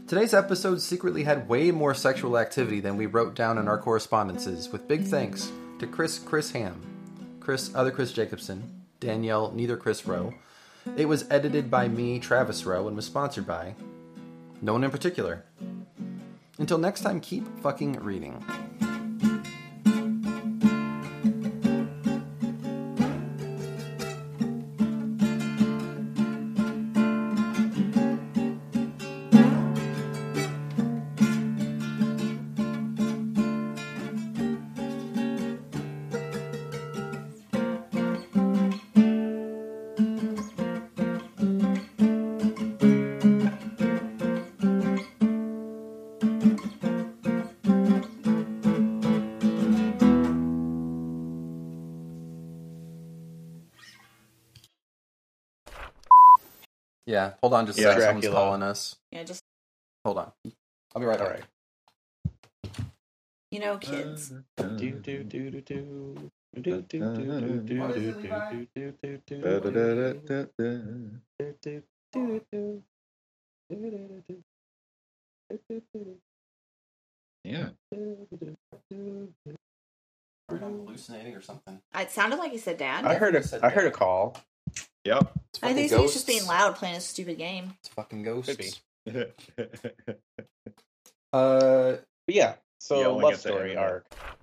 [SPEAKER 3] Today's episode secretly had way more sexual activity than we wrote down in our correspondences, with big thanks to Chris Chris Ham, Chris Other Chris Jacobson, Danielle Neither Chris Rowe. It was edited by me, Travis Rowe, and was sponsored by no one in particular. Until next time, keep fucking reading.
[SPEAKER 8] Yeah. Hold on just a
[SPEAKER 1] Yeah.
[SPEAKER 8] second. Someone's
[SPEAKER 9] Dracula.
[SPEAKER 8] calling us.
[SPEAKER 4] Yeah, just
[SPEAKER 8] Hold on. I'll be right
[SPEAKER 9] All
[SPEAKER 8] back.
[SPEAKER 9] right.
[SPEAKER 4] you know, kids.
[SPEAKER 9] Do do do do do. Do, do, do, do, do, do,
[SPEAKER 1] What
[SPEAKER 8] is it,
[SPEAKER 9] do,
[SPEAKER 8] Levi?
[SPEAKER 9] do, do, do, do, do, do,
[SPEAKER 1] Da-da-da-da-da.
[SPEAKER 9] do, do, do, do, do, do, do, do, do.
[SPEAKER 1] Yeah.
[SPEAKER 8] hallucinating or something.
[SPEAKER 4] It sounded like he said dad.
[SPEAKER 9] I heard a
[SPEAKER 8] Said
[SPEAKER 9] I heard a
[SPEAKER 8] that.
[SPEAKER 9] call.
[SPEAKER 1] Yep.
[SPEAKER 4] I think he's just being loud playing a stupid game.
[SPEAKER 8] It's fucking ghosts.
[SPEAKER 9] Could be.
[SPEAKER 8] Uh,
[SPEAKER 9] But yeah, so
[SPEAKER 1] Yelling
[SPEAKER 9] love
[SPEAKER 3] Uh,
[SPEAKER 1] at the
[SPEAKER 9] story
[SPEAKER 1] internet.
[SPEAKER 9] arc.